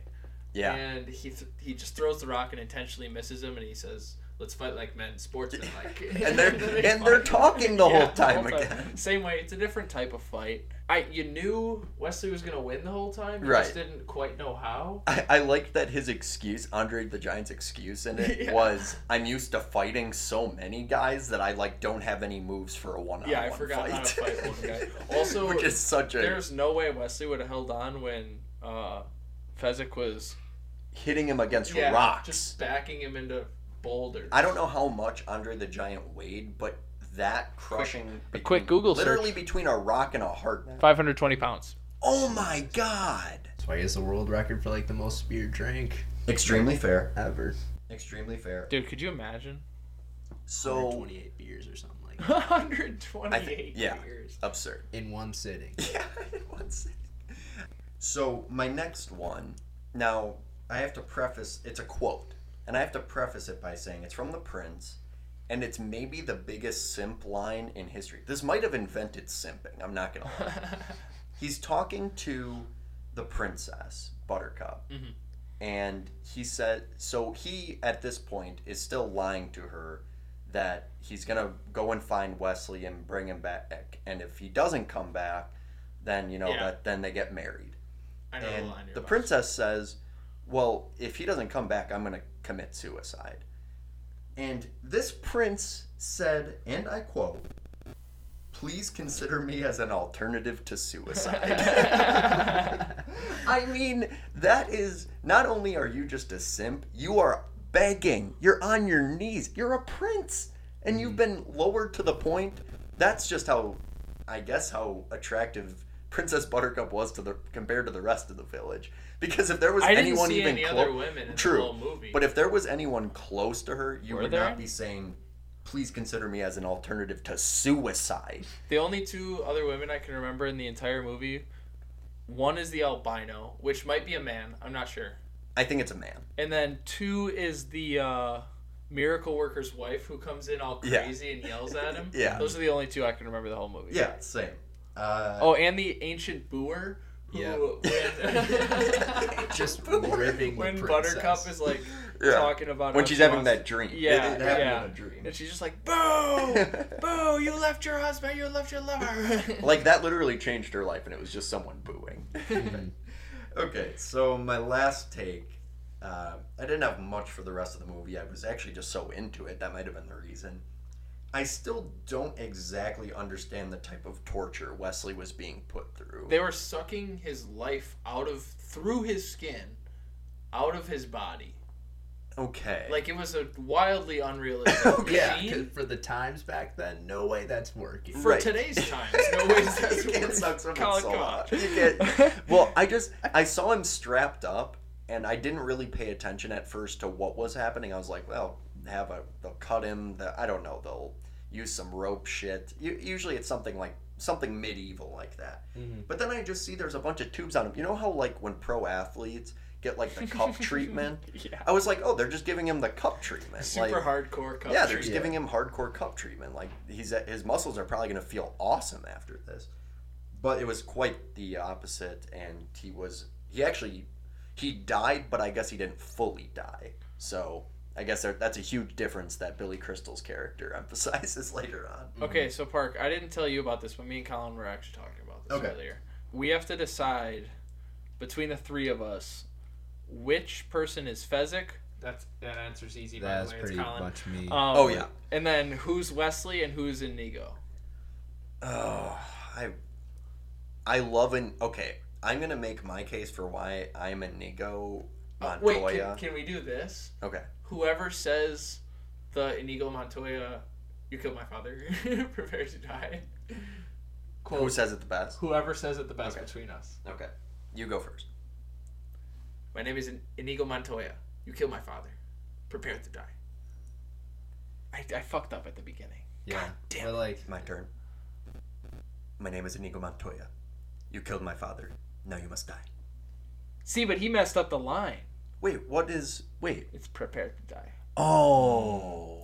[SPEAKER 2] Yeah.
[SPEAKER 13] And he th- he just throws the rock and intentionally misses him and he says, "Let's fight like men, sportsmen like."
[SPEAKER 2] and they're and they're talking the
[SPEAKER 1] Yeah,
[SPEAKER 2] whole time
[SPEAKER 1] whole
[SPEAKER 2] again.
[SPEAKER 1] Same way, it's a different type of fight.
[SPEAKER 13] I you knew Wesley was gonna win the whole time. You
[SPEAKER 2] Right.
[SPEAKER 13] Just didn't quite know how.
[SPEAKER 2] I, I liked that his excuse, Andre the Giant's excuse in it
[SPEAKER 13] Yeah.
[SPEAKER 2] was, "I'm used to fighting so many guys that I like don't have any moves for a one-on-one
[SPEAKER 1] Yeah, I forgot
[SPEAKER 2] fight."
[SPEAKER 1] how to fight one guy. Also,
[SPEAKER 2] which is such a
[SPEAKER 1] There's no way Wesley would have held on when uh, Fezzik was.
[SPEAKER 2] hitting him against
[SPEAKER 13] Yeah.
[SPEAKER 2] rocks.
[SPEAKER 13] Just backing him into boulders.
[SPEAKER 2] I don't know how much Andre the Giant weighed, but that crushing
[SPEAKER 1] A quick Google search.
[SPEAKER 2] literally between a rock and a hard.
[SPEAKER 1] 520 pounds.
[SPEAKER 2] Oh my god!
[SPEAKER 3] That's why he has the world record for like the most spear drink
[SPEAKER 2] Extremely fair.
[SPEAKER 3] ever.
[SPEAKER 2] Extremely fair.
[SPEAKER 1] Dude, could you imagine?
[SPEAKER 2] So
[SPEAKER 3] 28 beers or something like that
[SPEAKER 13] 128
[SPEAKER 2] I think- yeah.
[SPEAKER 13] years.
[SPEAKER 2] absurd.
[SPEAKER 3] in one sitting.
[SPEAKER 2] Yeah, one second. So my next one. Now I have to preface. It's a quote, and I have to preface it by saying it's from The Prince, and it's maybe the biggest simp line in history. This might have invented simping. I'm not gonna lie. He's talking to the princess Buttercup, and he said. So he at this point is still lying to her that he's gonna go and find Wesley and bring him back, and if he doesn't come back, then you know
[SPEAKER 13] Yeah.
[SPEAKER 2] that then they get married.
[SPEAKER 13] I know the
[SPEAKER 2] And
[SPEAKER 13] line. you're
[SPEAKER 2] the
[SPEAKER 13] about.
[SPEAKER 2] princess says, "Well, if he doesn't come back, I'm gonna commit suicide." And this prince said, and I quote, "Please consider me as an alternative to suicide." I mean, that is not only are you just a simp, you are begging. You're on your knees. You're a prince, and you've
[SPEAKER 13] Mm-hmm.
[SPEAKER 2] been lowered to the point. That's just how, I guess, how attractive Princess Buttercup was to the compared to the rest of the village. Because if there was
[SPEAKER 13] I didn't
[SPEAKER 2] anyone
[SPEAKER 13] see
[SPEAKER 2] even
[SPEAKER 13] any
[SPEAKER 2] clo-
[SPEAKER 13] other women in the
[SPEAKER 2] true,
[SPEAKER 13] whole movie.
[SPEAKER 2] but if there was anyone close to her, you
[SPEAKER 1] Were
[SPEAKER 2] would
[SPEAKER 1] there?
[SPEAKER 2] not be saying, "Please consider me as an alternative to suicide."
[SPEAKER 1] The only two other women I can remember in the entire movie one is the albino, which might be a man. I'm not sure.
[SPEAKER 2] I think it's a man.
[SPEAKER 1] And then two is the uh, miracle worker's wife who comes in all
[SPEAKER 2] Yeah.
[SPEAKER 1] crazy and yells at him.
[SPEAKER 2] Yeah.
[SPEAKER 1] Those are the only two I can remember the whole movie.
[SPEAKER 2] Yeah, same. Uh,
[SPEAKER 1] Oh, and the ancient booer who
[SPEAKER 3] Yeah.
[SPEAKER 1] when,
[SPEAKER 3] Just ripping
[SPEAKER 1] when
[SPEAKER 3] the princess.
[SPEAKER 1] Buttercup is like
[SPEAKER 2] Yeah.
[SPEAKER 1] talking about
[SPEAKER 2] when
[SPEAKER 1] how
[SPEAKER 2] she's
[SPEAKER 1] she
[SPEAKER 2] having
[SPEAKER 1] wants-
[SPEAKER 2] that dream.
[SPEAKER 1] Yeah,
[SPEAKER 2] It- it happened
[SPEAKER 1] yeah.
[SPEAKER 2] in a dream.
[SPEAKER 1] And she's just like, "Boo! Boo! You left your husband. You left your lover."
[SPEAKER 2] Like that literally changed her life, and it was just someone booing. okay, so my last take. Uh, I didn't have much for the rest of the movie. I was actually just so into it. That might have been the reason. I still don't exactly understand the type of torture Wesley was being put through.
[SPEAKER 13] they were sucking his life out of through his skin, out of his body.
[SPEAKER 2] Okay.
[SPEAKER 1] Like it was a wildly unrealistic
[SPEAKER 3] Yeah,
[SPEAKER 1] machine.
[SPEAKER 3] 'cause for the times back then, no way that's working.
[SPEAKER 1] For
[SPEAKER 2] Right.
[SPEAKER 1] today's times, no ways that's
[SPEAKER 2] you can't
[SPEAKER 1] worse.
[SPEAKER 2] suck someone's
[SPEAKER 1] Colin,
[SPEAKER 2] soul
[SPEAKER 1] come
[SPEAKER 2] out.
[SPEAKER 1] on.
[SPEAKER 2] You can't- Well, I just I saw him strapped up, and I didn't really pay attention at first to what was happening. I was like, well, have a they'll cut him. The, I don't know. They'll use some rope shit. U- usually, it's something like something medieval like that.
[SPEAKER 1] Mm-hmm.
[SPEAKER 2] But then I just see there's a bunch of tubes on him. You know how like when pro athletes get like the cup treatment.
[SPEAKER 14] Yeah.
[SPEAKER 2] I was like, oh, they're just giving him the cup treatment.
[SPEAKER 1] Super
[SPEAKER 2] like,
[SPEAKER 1] hardcore cup
[SPEAKER 2] yeah, they're
[SPEAKER 1] treatment.
[SPEAKER 2] just giving him hardcore cup treatment. Like he's his muscles are probably going to feel awesome after this. But it was quite the opposite, and he was he actually he died, but I guess he didn't fully die. So I guess there, that's a huge difference that Billy Crystal's character emphasizes later on.
[SPEAKER 14] Okay, so Park, I didn't tell you about this, but me and Colin were actually talking about this
[SPEAKER 3] Okay.
[SPEAKER 14] earlier. We have to decide between the three of us which person is Fezzik. That's that answer's easy.
[SPEAKER 3] That's pretty
[SPEAKER 14] Colin.
[SPEAKER 3] much me.
[SPEAKER 1] Uh,
[SPEAKER 14] Um,
[SPEAKER 2] Oh, yeah.
[SPEAKER 14] And then who's Wesley and who's Inigo?
[SPEAKER 2] Oh, I I love an okay. I'm gonna make my case for why I'm a Nigo
[SPEAKER 1] Uh, Wait,
[SPEAKER 2] Montoya.
[SPEAKER 1] can, can we do this?
[SPEAKER 2] okay.
[SPEAKER 1] Whoever says the Inigo Montoya, "You killed my father," prepare to die.
[SPEAKER 2] Who says it the best?
[SPEAKER 14] Whoever says it the best
[SPEAKER 2] Okay.
[SPEAKER 14] between us.
[SPEAKER 2] Okay. You go first.
[SPEAKER 1] My name is Inigo Montoya. You killed my father. Prepare to die.
[SPEAKER 14] I, I fucked up at the beginning.
[SPEAKER 3] yeah,
[SPEAKER 1] damn
[SPEAKER 3] but like
[SPEAKER 2] My turn. My name is Inigo Montoya. You killed my father. Now you must die.
[SPEAKER 14] See, but he messed up the line.
[SPEAKER 2] Wait, what is. Wait.
[SPEAKER 14] It's prepared to die.
[SPEAKER 2] Oh.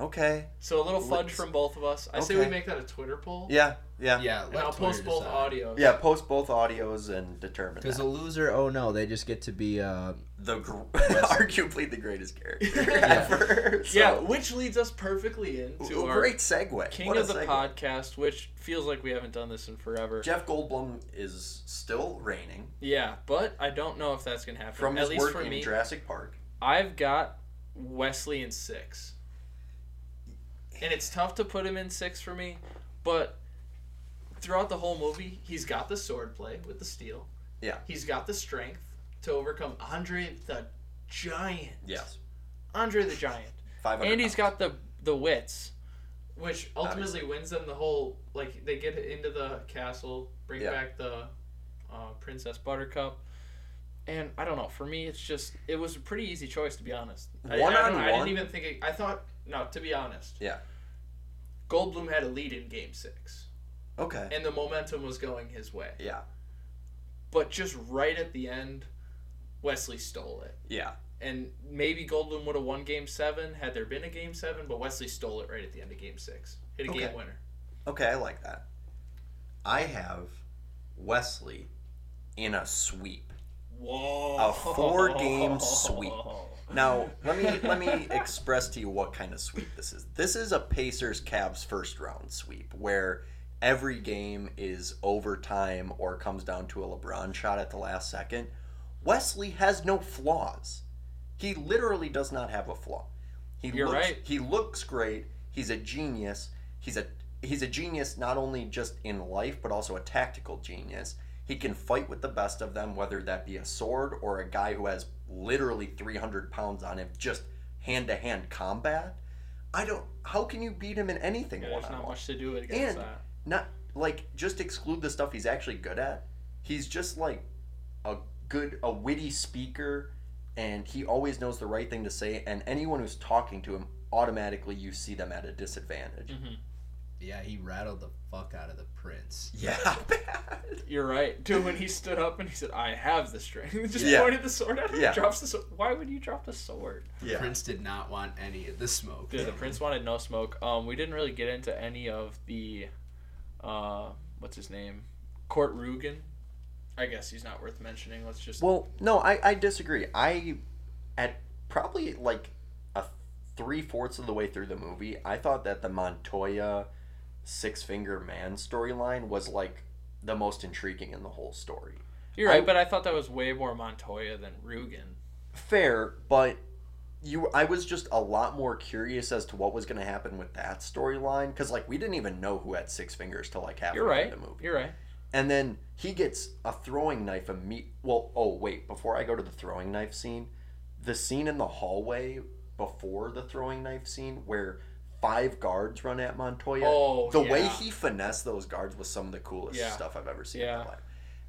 [SPEAKER 2] Okay.
[SPEAKER 1] So a little fudge
[SPEAKER 2] Let's-
[SPEAKER 1] from both of us. I say we
[SPEAKER 2] Okay.
[SPEAKER 1] make that a Twitter poll.
[SPEAKER 2] Yeah, yeah.
[SPEAKER 3] yeah,
[SPEAKER 1] And I'll post both audios.
[SPEAKER 2] Yeah, post both audios and determine.
[SPEAKER 3] Because the
[SPEAKER 2] That.
[SPEAKER 3] loser, oh no, they just get to be uh,
[SPEAKER 2] The gr- arguably the greatest character ever. So.
[SPEAKER 1] Yeah, which leads us perfectly into
[SPEAKER 2] Ooh,
[SPEAKER 1] our
[SPEAKER 2] great segue.
[SPEAKER 14] King
[SPEAKER 2] What a
[SPEAKER 14] of the
[SPEAKER 2] segue.
[SPEAKER 14] podcast, which feels like we haven't done this in forever.
[SPEAKER 2] Jeff Goldblum is still reigning
[SPEAKER 14] Yeah, but I don't know if that's gonna happen.
[SPEAKER 2] from
[SPEAKER 14] At
[SPEAKER 2] his
[SPEAKER 14] least
[SPEAKER 2] work
[SPEAKER 14] for
[SPEAKER 2] in
[SPEAKER 14] me,
[SPEAKER 2] Jurassic Park.
[SPEAKER 14] I've got
[SPEAKER 1] Wesley in six. And it's tough to put him in six for me, but throughout the whole movie, he's got the sword play with the steel.
[SPEAKER 2] Yeah.
[SPEAKER 1] He's got the strength to overcome Andre the Giant.
[SPEAKER 2] Yes.
[SPEAKER 1] Andre the Giant.
[SPEAKER 2] 500
[SPEAKER 14] and he's
[SPEAKER 2] pounds.
[SPEAKER 14] got the the wits.
[SPEAKER 1] Which ultimately wins them the whole like they get into the castle, bring
[SPEAKER 2] Yeah.
[SPEAKER 1] back the
[SPEAKER 14] uh, Princess Buttercup. And I don't know. For me, it's just it was a pretty easy choice to be honest.
[SPEAKER 1] I- I
[SPEAKER 2] One
[SPEAKER 1] don't-
[SPEAKER 2] on
[SPEAKER 1] I didn't
[SPEAKER 2] one?
[SPEAKER 1] even think it, I thought no, to be honest.
[SPEAKER 2] Yeah.
[SPEAKER 1] Goldblum had a lead in game six.
[SPEAKER 2] Okay.
[SPEAKER 1] And the momentum was going his way.
[SPEAKER 2] Yeah.
[SPEAKER 1] but just right at the end, Wesley stole it.
[SPEAKER 2] Yeah.
[SPEAKER 1] And maybe Goldblum would have won Game Seven had there been a Game Seven, but Wesley stole it right at the end of Game Six, hit a
[SPEAKER 2] Okay.
[SPEAKER 1] game winner.
[SPEAKER 2] Okay, I like that. I have Wesley in a sweep.
[SPEAKER 1] Whoa!
[SPEAKER 2] A four-game sweep. Now, let me let me express to you what kind of sweep this is. This is a Pacers Cavs first round sweep where every game is overtime or comes down to a LeBron shot at the last second. Wesley has no flaws. He literally does not have a flaw. He
[SPEAKER 14] You're
[SPEAKER 2] looks,
[SPEAKER 14] right.
[SPEAKER 2] He looks great. He's a genius. He's a he's a genius not only just in life but also a tactical genius. He can fight with the best of them, whether that be a sword or a guy who has literally 300 pounds on him, just hand to hand combat. I don't. How can you beat him in anything
[SPEAKER 14] Yeah,
[SPEAKER 2] one
[SPEAKER 14] there's
[SPEAKER 2] on
[SPEAKER 14] not
[SPEAKER 2] one?
[SPEAKER 14] much to do uh, against
[SPEAKER 2] And
[SPEAKER 14] that.
[SPEAKER 2] not like just exclude the stuff he's actually good at. He's just like a good, a witty speaker, and he always knows the right thing to say. And anyone who's talking to him, automatically you see them at a disadvantage.
[SPEAKER 3] yeah, he rattled the fuck out of the prince.
[SPEAKER 2] Yeah,
[SPEAKER 14] You're right, dude. When he stood up and he said, "I have the strength," just
[SPEAKER 2] Yeah.
[SPEAKER 14] pointed the sword at him.
[SPEAKER 2] Yeah.
[SPEAKER 14] Yeah. Drops the sword. Why would you drop the sword?
[SPEAKER 2] yeah.
[SPEAKER 3] Prince did not want any of the smoke.
[SPEAKER 14] Dude, the prince wanted no smoke. Um, we didn't really get into any of the, uh, what's his name, Court Rugen. I guess he's not worth mentioning. Let's just
[SPEAKER 2] Well, no, I, I disagree. I, at probably like a three fourths of the way through the movie, I thought that the Montoya Six Finger Man storyline was like the most intriguing in the whole story.
[SPEAKER 14] You're right,
[SPEAKER 2] I-
[SPEAKER 14] but I thought that was way more Montoya than Rugen.
[SPEAKER 2] Fair, but you I was just a lot more curious as to what was going to happen with that storyline because like we didn't even know who had six fingers till like halfway
[SPEAKER 14] You're right.
[SPEAKER 2] through the movie.
[SPEAKER 14] You're right.
[SPEAKER 2] And then he gets a throwing knife imme- well, oh wait, before I go to the throwing knife scene, the scene in the hallway before the throwing knife scene where five guards run at Montoya.
[SPEAKER 1] Oh,
[SPEAKER 2] the way
[SPEAKER 1] yeah.
[SPEAKER 2] he finessed those guards was some of the coolest
[SPEAKER 1] Yeah.
[SPEAKER 2] stuff I've ever seen in my
[SPEAKER 1] Yeah.
[SPEAKER 2] life.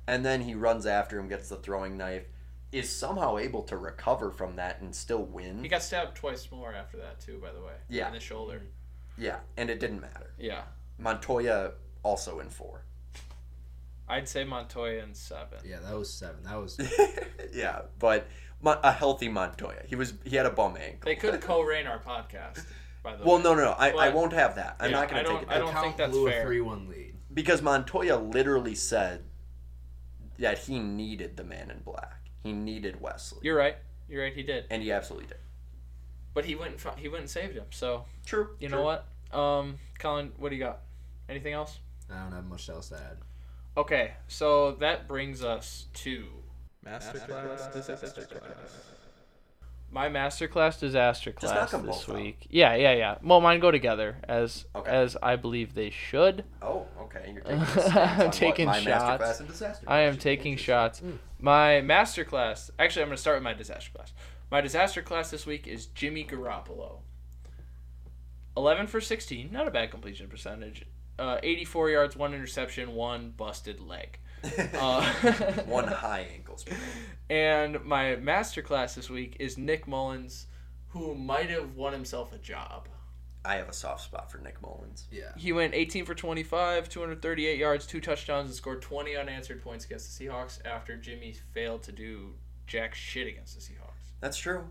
[SPEAKER 2] And then he runs after him, gets the throwing knife, is somehow able to recover from that and still win.
[SPEAKER 15] He got stabbed twice more after that too, by the way.
[SPEAKER 2] Yeah.
[SPEAKER 15] In the shoulder.
[SPEAKER 2] yeah, and it didn't matter.
[SPEAKER 1] Yeah.
[SPEAKER 2] Montoya also in four.
[SPEAKER 1] I'd say Montoya in seven.
[SPEAKER 3] Yeah, that was seven. That was
[SPEAKER 2] yeah, but Mon- a healthy Montoya. He was he had a bum ankle.
[SPEAKER 1] They could co-reign our podcast, by the
[SPEAKER 2] Well,
[SPEAKER 1] way.
[SPEAKER 2] no, no, no. I, I
[SPEAKER 1] But-
[SPEAKER 2] won't have that. I'm
[SPEAKER 1] Yeah,
[SPEAKER 2] not
[SPEAKER 1] I
[SPEAKER 2] going to
[SPEAKER 1] don't-
[SPEAKER 2] take it.
[SPEAKER 1] I don't
[SPEAKER 3] Count
[SPEAKER 1] think that's
[SPEAKER 3] blew
[SPEAKER 1] fair.
[SPEAKER 3] a three-one lead.
[SPEAKER 2] because Montoya literally said that he needed the man in black. He needed Wesley.
[SPEAKER 1] You're right. You're right. He did,
[SPEAKER 2] and he absolutely did.
[SPEAKER 1] but he went. and fo- He went and saved him. So
[SPEAKER 2] True.
[SPEAKER 1] you know what, um, Colin, what do you got? Anything else?
[SPEAKER 3] I don't have much else to add.
[SPEAKER 1] Okay, so that brings us to
[SPEAKER 15] Masterclass disaster class.
[SPEAKER 1] my masterclass disaster class
[SPEAKER 2] knock 'em
[SPEAKER 1] this
[SPEAKER 2] both out.
[SPEAKER 1] week. Yeah, yeah, yeah. Well, mine go together as
[SPEAKER 2] Okay.
[SPEAKER 1] as I believe they should.
[SPEAKER 2] Oh, okay. You're taking, a stance on what
[SPEAKER 1] Taking
[SPEAKER 2] my
[SPEAKER 1] shots.
[SPEAKER 2] masterclass in disaster.
[SPEAKER 1] I am taking shots. My master class. Actually, I'm going to start with my disaster class. My disaster class this week is Jimmy Garoppolo. 11 for 16, not a bad completion percentage. Uh, 84 yards, one interception, one busted leg. Uh,
[SPEAKER 2] One high ankle sprain.
[SPEAKER 1] and my master class this week is Nick Mullins, who might have won himself a job.
[SPEAKER 2] I have a soft spot for Nick Mullins.
[SPEAKER 3] Yeah.
[SPEAKER 1] He went 18 for 25, 238 yards, two touchdowns, and scored 20 unanswered points against the Seahawks after Jimmy failed to do jack shit against the Seahawks.
[SPEAKER 2] That's true.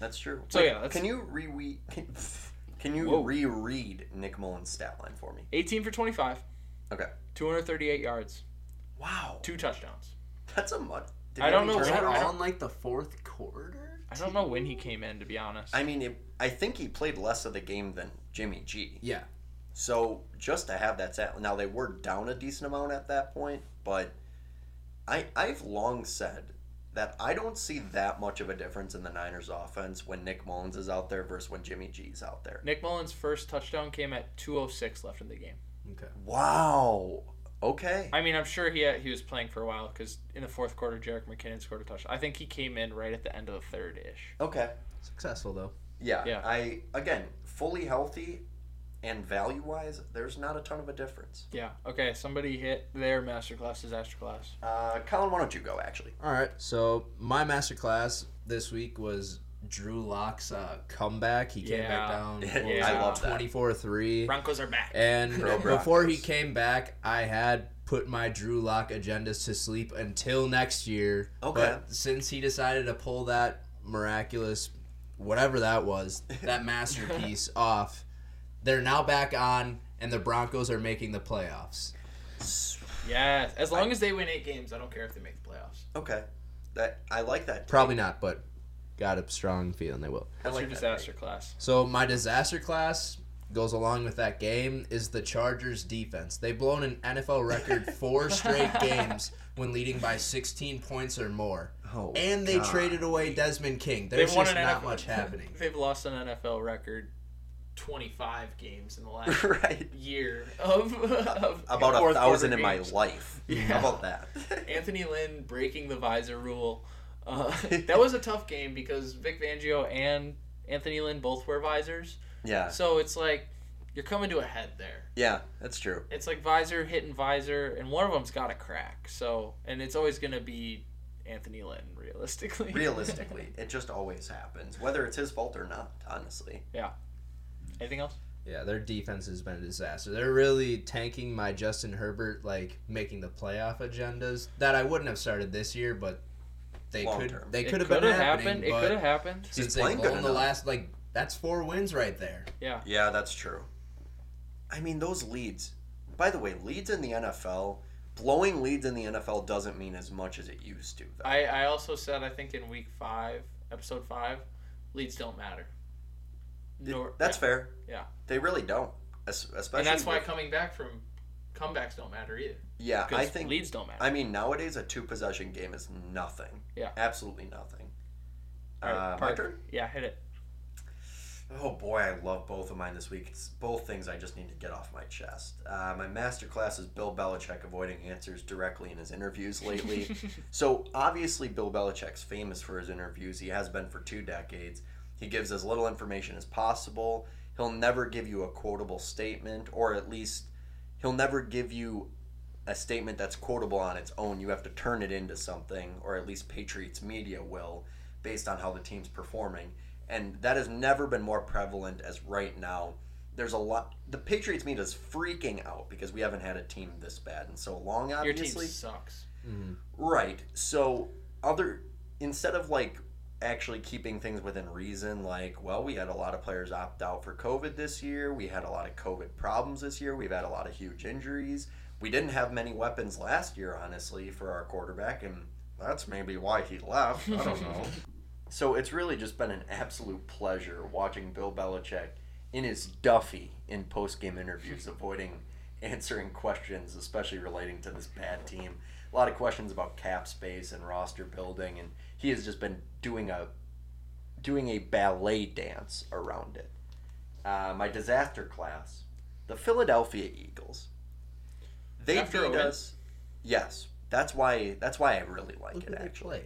[SPEAKER 2] That's true.
[SPEAKER 1] So, yeah, that's-
[SPEAKER 2] can you re can, can you
[SPEAKER 1] Whoa.
[SPEAKER 2] reread Nick Mullins' stat line for me?
[SPEAKER 1] 18 for 25,
[SPEAKER 2] Okay.
[SPEAKER 1] 238 yards,
[SPEAKER 2] Wow.
[SPEAKER 1] two touchdowns.
[SPEAKER 2] That's a much.
[SPEAKER 1] I don't know
[SPEAKER 3] Was that
[SPEAKER 1] I don't-
[SPEAKER 3] all in like the fourth quarter?
[SPEAKER 1] I don't know when he came in, to be honest.
[SPEAKER 2] I mean, it, I think he played less of the game than Jimmy G.
[SPEAKER 3] Yeah.
[SPEAKER 2] So just to have that stat, now they were down a decent amount at that point, but I I've long said that I don't see that much of a difference in the Niners' offense when Nick Mullins is out there versus when Jimmy G's out there.
[SPEAKER 1] Nick Mullins' first touchdown came at 206 left in the game.
[SPEAKER 3] Okay.
[SPEAKER 2] Wow. Okay.
[SPEAKER 1] I mean, I'm sure he had, he was playing for a while because in the fourth quarter, Jarek McKinnon scored a touchdown. I think he came in right at the end of the third ish.
[SPEAKER 2] Okay.
[SPEAKER 3] Successful though.
[SPEAKER 2] Yeah.
[SPEAKER 1] Yeah.
[SPEAKER 2] I again fully healthy and value wise, there's not a ton of a difference.
[SPEAKER 1] Yeah. Okay. Somebody hit their masterclass disaster class.
[SPEAKER 2] Uh, Colin, why don't you go actually?
[SPEAKER 3] All right. So my master class this week was Drew Locke's uh, comeback. He came
[SPEAKER 1] Yeah.
[SPEAKER 3] back down.
[SPEAKER 1] Yeah. I love
[SPEAKER 2] that.
[SPEAKER 3] Twenty-four three.
[SPEAKER 1] Broncos are back.
[SPEAKER 3] And
[SPEAKER 2] Pro
[SPEAKER 3] before he
[SPEAKER 2] Broncos.
[SPEAKER 3] came back, I had put my Drew Lock agendas to sleep until next year.
[SPEAKER 2] Okay.
[SPEAKER 3] But since he decided to pull that miraculous, whatever that was, that masterpiece off, they're now back on, and the Broncos are making the playoffs.
[SPEAKER 1] Yes. As long as they win eight games, I don't care if they make the playoffs.
[SPEAKER 2] Okay. That I like that.
[SPEAKER 3] Probably not, but got a strong feeling they will.
[SPEAKER 1] What's
[SPEAKER 2] like
[SPEAKER 1] your
[SPEAKER 2] that
[SPEAKER 1] disaster class?
[SPEAKER 3] So my disaster class goes along with that game is the Chargers defense. They've blown an NFL record four straight games when leading by 16 points or more.
[SPEAKER 2] Oh,
[SPEAKER 3] and they
[SPEAKER 2] God.
[SPEAKER 3] traded away Desmond King.
[SPEAKER 1] They've
[SPEAKER 3] There's
[SPEAKER 1] won
[SPEAKER 3] just
[SPEAKER 1] an
[SPEAKER 3] not
[SPEAKER 1] NFL
[SPEAKER 3] much happening.
[SPEAKER 1] They've lost an NFL record 25 games in the last
[SPEAKER 2] right.
[SPEAKER 1] year of, of
[SPEAKER 2] About a
[SPEAKER 1] fourth
[SPEAKER 2] thousand
[SPEAKER 1] quarter
[SPEAKER 2] in my
[SPEAKER 1] games.
[SPEAKER 2] life. How about that?
[SPEAKER 1] Anthony Lynn breaking the visor rule. Uh, that was a tough game because Vic Fangio and Anthony Lynn both wear visors.
[SPEAKER 2] Yeah,
[SPEAKER 1] So it's like you're coming to a head there.
[SPEAKER 2] yeah, that's true.
[SPEAKER 1] It's like visor hitting visor, and one of them's got a crack. So and it's always gonna be Anthony Lynn, realistically.
[SPEAKER 2] Realistically, it just always happens, whether it's his fault or not. Honestly,
[SPEAKER 1] Anything else?
[SPEAKER 3] Yeah, their defense has been a disaster. They're really tanking my Justin Herbert like making the playoff agendas that I wouldn't have started this year, but they
[SPEAKER 2] Long
[SPEAKER 3] could
[SPEAKER 2] term.
[SPEAKER 3] they
[SPEAKER 1] It
[SPEAKER 3] could have
[SPEAKER 1] coulda
[SPEAKER 3] been happening.
[SPEAKER 1] happened. It
[SPEAKER 3] but
[SPEAKER 1] could have happened.
[SPEAKER 3] Since
[SPEAKER 2] He's
[SPEAKER 3] they've
[SPEAKER 2] playing good
[SPEAKER 3] blown the
[SPEAKER 2] enough.
[SPEAKER 3] last like that's four wins right there.
[SPEAKER 1] Yeah.
[SPEAKER 2] yeah, that's true. I mean, those leads. By the way, leads in the NFL, blowing leads in the NFL doesn't mean as much as it used to. Though.
[SPEAKER 1] I, I also said I think in week five, episode five, leads don't matter. Nor,
[SPEAKER 2] That's fair.
[SPEAKER 1] Yeah.
[SPEAKER 2] they really don't. Es- Especially
[SPEAKER 1] and that's why
[SPEAKER 2] with-
[SPEAKER 1] coming back from comebacks don't matter either.
[SPEAKER 2] yeah,
[SPEAKER 1] Because
[SPEAKER 2] I think.
[SPEAKER 1] leads don't matter.
[SPEAKER 2] I mean, nowadays a two possession game is nothing.
[SPEAKER 1] Yeah.
[SPEAKER 2] absolutely nothing.
[SPEAKER 1] All right,
[SPEAKER 2] uh, my
[SPEAKER 1] Parker.
[SPEAKER 2] turn?
[SPEAKER 1] Yeah, hit it.
[SPEAKER 2] Oh boy, I love both of mine this week. It's both things I just need to get off my chest. Uh, my master class is Bill Belichick avoiding answers directly in his interviews lately. so obviously, Bill Belichick's famous for his interviews. He has been for two decades. He gives as little information as possible. He'll never give you a quotable statement, or at least he'll never give you a statement that's quotable on its own. You have to turn it into something, or at least Patriots media will, based on how the team's performing. And that has never been more prevalent as right now. There's a lot. The Patriots media is freaking out because we haven't had a team this bad in so long.
[SPEAKER 1] Your
[SPEAKER 2] Obviously,
[SPEAKER 1] team sucks.
[SPEAKER 2] Right. So other instead of like actually keeping things within reason, like, well, we had a lot of players opt out for COVID this year. We had a lot of COVID problems this year. We've had a lot of huge injuries. We didn't have many weapons last year, honestly, for our quarterback, and that's maybe why he left. I don't know. so it's really just been an absolute pleasure watching Bill Belichick in his Duffy in post game interviews, avoiding answering questions, especially relating to this bad team. A lot of questions about cap space and roster building, and he has just been doing a doing a ballet dance around it. Uh, my disaster class, the Philadelphia Eagles. They
[SPEAKER 1] After a
[SPEAKER 2] beat
[SPEAKER 1] win?
[SPEAKER 2] us. Yes, that's why. That's why I really like it. Actually,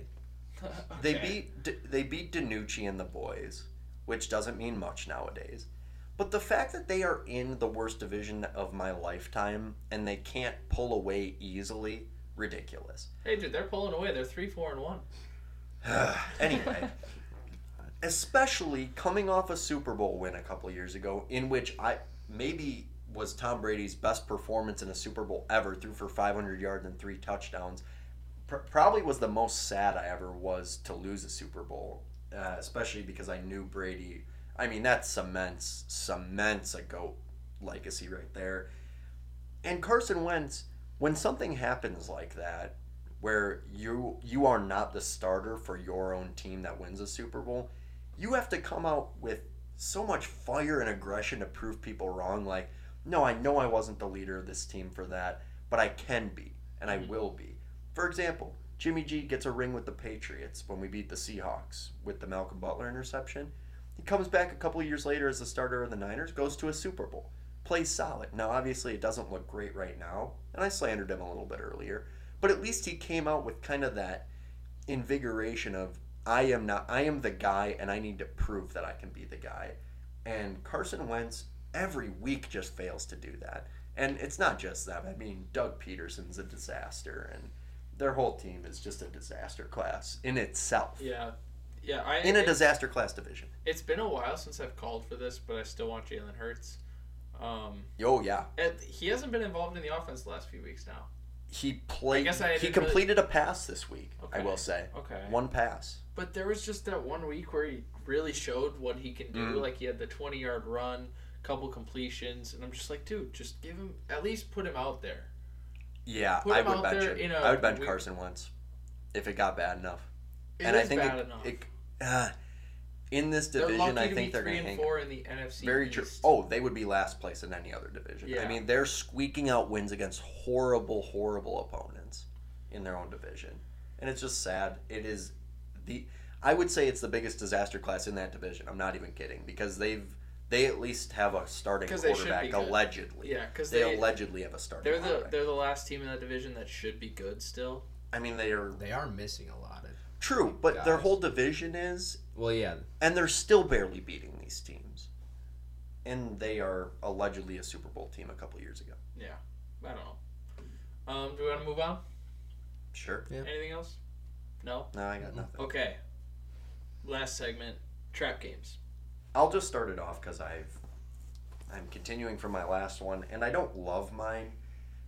[SPEAKER 2] they
[SPEAKER 1] Okay.
[SPEAKER 2] beat D- they beat Danucci and the boys, which doesn't mean much nowadays. But the fact that they are in the worst division of my lifetime and they can't pull away easily, ridiculous.
[SPEAKER 1] Hey, dude, they're pulling away. They're three, four, and one.
[SPEAKER 2] anyway, especially coming off a Super Bowl win a couple years ago, in which I maybe was Tom Brady's best performance in a Super Bowl ever, threw for 500 yards and three touchdowns. Pr- probably was the most sad I ever was to lose a Super Bowl, uh, especially because I knew Brady. I mean, that cements cements a goat legacy right there. And Carson Wentz, when something happens like that, where you you are not the starter for your own team that wins a Super Bowl, you have to come out with so much fire and aggression to prove people wrong. Like, no, I know I wasn't the leader of this team for that, but I can be, and I will be. For example, Jimmy G gets a ring with the Patriots when we beat the Seahawks with the Malcolm Butler interception. He comes back a couple of years later as the starter of the Niners, goes to a Super Bowl, plays solid. Now, obviously, it doesn't look great right now, and I slandered him a little bit earlier, but at least he came out with kind of that invigoration of I am not I am the guy and I need to prove that I can be the guy. And Carson Wentz every week just fails to do that. And it's not just them. I mean, Doug Peterson's a disaster and their whole team is just a disaster class in itself.
[SPEAKER 1] Yeah. Yeah, I,
[SPEAKER 2] In a
[SPEAKER 1] it-
[SPEAKER 2] disaster class division.
[SPEAKER 1] it's been a while since I've called for this, but I still want Jalen Hurts. Um,
[SPEAKER 2] Oh yeah.
[SPEAKER 1] and he hasn't been involved in the offense the last few weeks now.
[SPEAKER 2] He played
[SPEAKER 1] guess I
[SPEAKER 2] he
[SPEAKER 1] didn't really-
[SPEAKER 2] completed a pass this week, I
[SPEAKER 1] Okay.
[SPEAKER 2] will say.
[SPEAKER 1] Okay.
[SPEAKER 2] One pass.
[SPEAKER 1] But there was just that one week where he really showed what he can do.
[SPEAKER 2] Mm.
[SPEAKER 1] Like he had the twenty yard run, couple completions, and I'm just like, dude, just give him at least put him out there.
[SPEAKER 2] Yeah,
[SPEAKER 1] Put
[SPEAKER 2] I
[SPEAKER 1] him
[SPEAKER 2] would
[SPEAKER 1] out
[SPEAKER 2] bench
[SPEAKER 1] there
[SPEAKER 2] him.
[SPEAKER 1] in a
[SPEAKER 2] I would bench
[SPEAKER 1] week-
[SPEAKER 2] Carson Wentz if it got bad enough.
[SPEAKER 1] It
[SPEAKER 2] and I
[SPEAKER 1] is
[SPEAKER 2] think
[SPEAKER 1] bad
[SPEAKER 2] it,
[SPEAKER 1] enough.
[SPEAKER 2] it- uh, in this
[SPEAKER 1] they're
[SPEAKER 2] division,
[SPEAKER 1] lucky
[SPEAKER 2] I
[SPEAKER 1] to
[SPEAKER 2] think
[SPEAKER 1] be
[SPEAKER 2] they're
[SPEAKER 1] three
[SPEAKER 2] going to
[SPEAKER 1] and
[SPEAKER 2] hang.
[SPEAKER 1] four in the NFC.
[SPEAKER 2] Very true.
[SPEAKER 1] East.
[SPEAKER 2] Oh, they would be last place in any other division. I
[SPEAKER 1] Yeah.
[SPEAKER 2] mean, they're squeaking out wins against horrible, horrible opponents in their own division, and it's just sad. It is the I would say it's the biggest disaster class in that division. I'm not even kidding because they've they at least have a starting
[SPEAKER 1] 'Cause they should be
[SPEAKER 2] quarterback
[SPEAKER 1] good.
[SPEAKER 2] allegedly.
[SPEAKER 1] yeah, because
[SPEAKER 2] They,
[SPEAKER 1] they,
[SPEAKER 2] allegedly have a starting.
[SPEAKER 1] they're the
[SPEAKER 2] quarterback.
[SPEAKER 1] they're the last team in that division that should be good still.
[SPEAKER 2] I mean, they are
[SPEAKER 3] They are missing a lot of.
[SPEAKER 2] true, but their
[SPEAKER 3] Guys.
[SPEAKER 2] whole division is,
[SPEAKER 3] Well, yeah,
[SPEAKER 2] and they're still barely beating these teams. And they are allegedly a Super Bowl team a couple years ago.
[SPEAKER 1] Yeah, I don't know. Um, do we want to move on?
[SPEAKER 2] Sure.
[SPEAKER 3] Yeah.
[SPEAKER 1] Anything else? No.
[SPEAKER 2] No, I got nothing.
[SPEAKER 1] Okay. Last segment, trap games.
[SPEAKER 2] I'll just start it off because I've I'm continuing from my last one, and I don't love mine.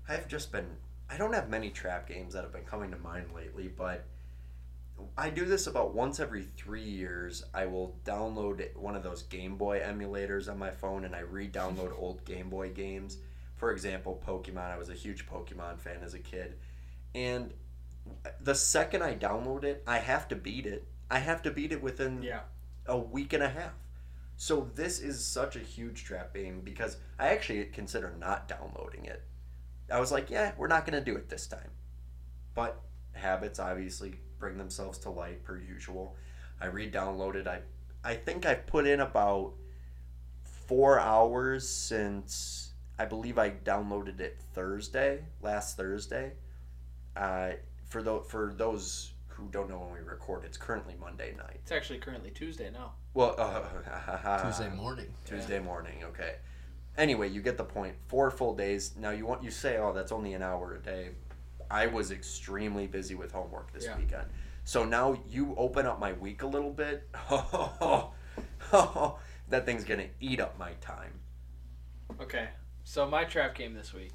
[SPEAKER 2] I've just been I don't have many trap games that have been coming to mind lately, but I do this about once every three years. I will download one of those Game Boy emulators on my phone, and I re-download old Game Boy games. For example, Pokemon. I was a huge Pokemon fan as a kid, and the second I download it, I have to beat it. I have to beat it within
[SPEAKER 1] Yeah.
[SPEAKER 2] a week and a half. So this is such a huge trap game because I actually consider not downloading it. I was like, yeah, we're not going to do it this time. But habits obviously bring themselves to light per usual. I re-downloaded. I I think I put in about four hours since I believe I downloaded it Thursday, last Thursday. Uh, for tho- for those who don't know when we record, it's currently Monday night.
[SPEAKER 1] It's actually currently Tuesday now.
[SPEAKER 2] Well, uh,
[SPEAKER 3] Tuesday morning.
[SPEAKER 2] Tuesday morning. Okay. Anyway, you get the point. Four full days. Now you want you say, oh, that's only an hour a day. I was extremely busy with homework this
[SPEAKER 1] Yeah.
[SPEAKER 2] weekend. So now you open up my week a little bit. that thing's gonna eat up my time.
[SPEAKER 1] Okay, so my trap game this week,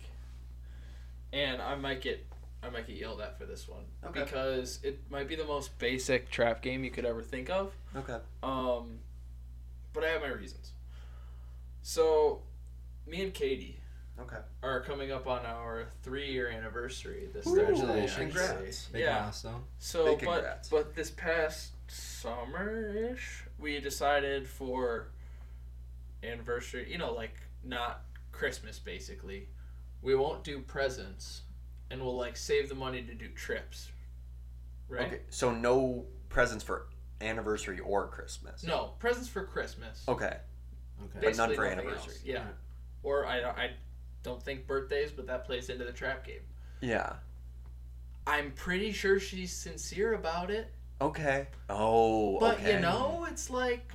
[SPEAKER 1] and I might get I might get yelled at for this one
[SPEAKER 2] Okay.
[SPEAKER 1] because it might be the most basic trap game you could ever think of.
[SPEAKER 2] Okay.
[SPEAKER 1] Um, but I have my reasons. So, me and Katie
[SPEAKER 2] Okay.
[SPEAKER 1] are coming up on our three-year anniversary this
[SPEAKER 3] Congratulations.
[SPEAKER 1] Thursday.
[SPEAKER 2] Congrats.
[SPEAKER 3] Big
[SPEAKER 1] Yeah.
[SPEAKER 3] milestone.
[SPEAKER 1] So,
[SPEAKER 2] Big
[SPEAKER 1] but
[SPEAKER 2] congrats.
[SPEAKER 1] but this past summer-ish, we decided for anniversary, you know, like not Christmas basically. We won't do presents, and we'll like save the money to do trips, right?
[SPEAKER 2] Okay. So no presents for anniversary or Christmas.
[SPEAKER 1] No presents for Christmas.
[SPEAKER 2] Okay.
[SPEAKER 3] Okay.
[SPEAKER 2] But none
[SPEAKER 1] Basically
[SPEAKER 2] for
[SPEAKER 1] nothing
[SPEAKER 2] anniversary. Mm-hmm.
[SPEAKER 1] else. Yeah. Or I don't, I don't think birthdays, but that plays into the trap game.
[SPEAKER 2] Yeah.
[SPEAKER 1] I'm pretty sure she's sincere about it,
[SPEAKER 2] Okay. Oh.
[SPEAKER 1] but
[SPEAKER 2] okay.
[SPEAKER 1] you know, it's like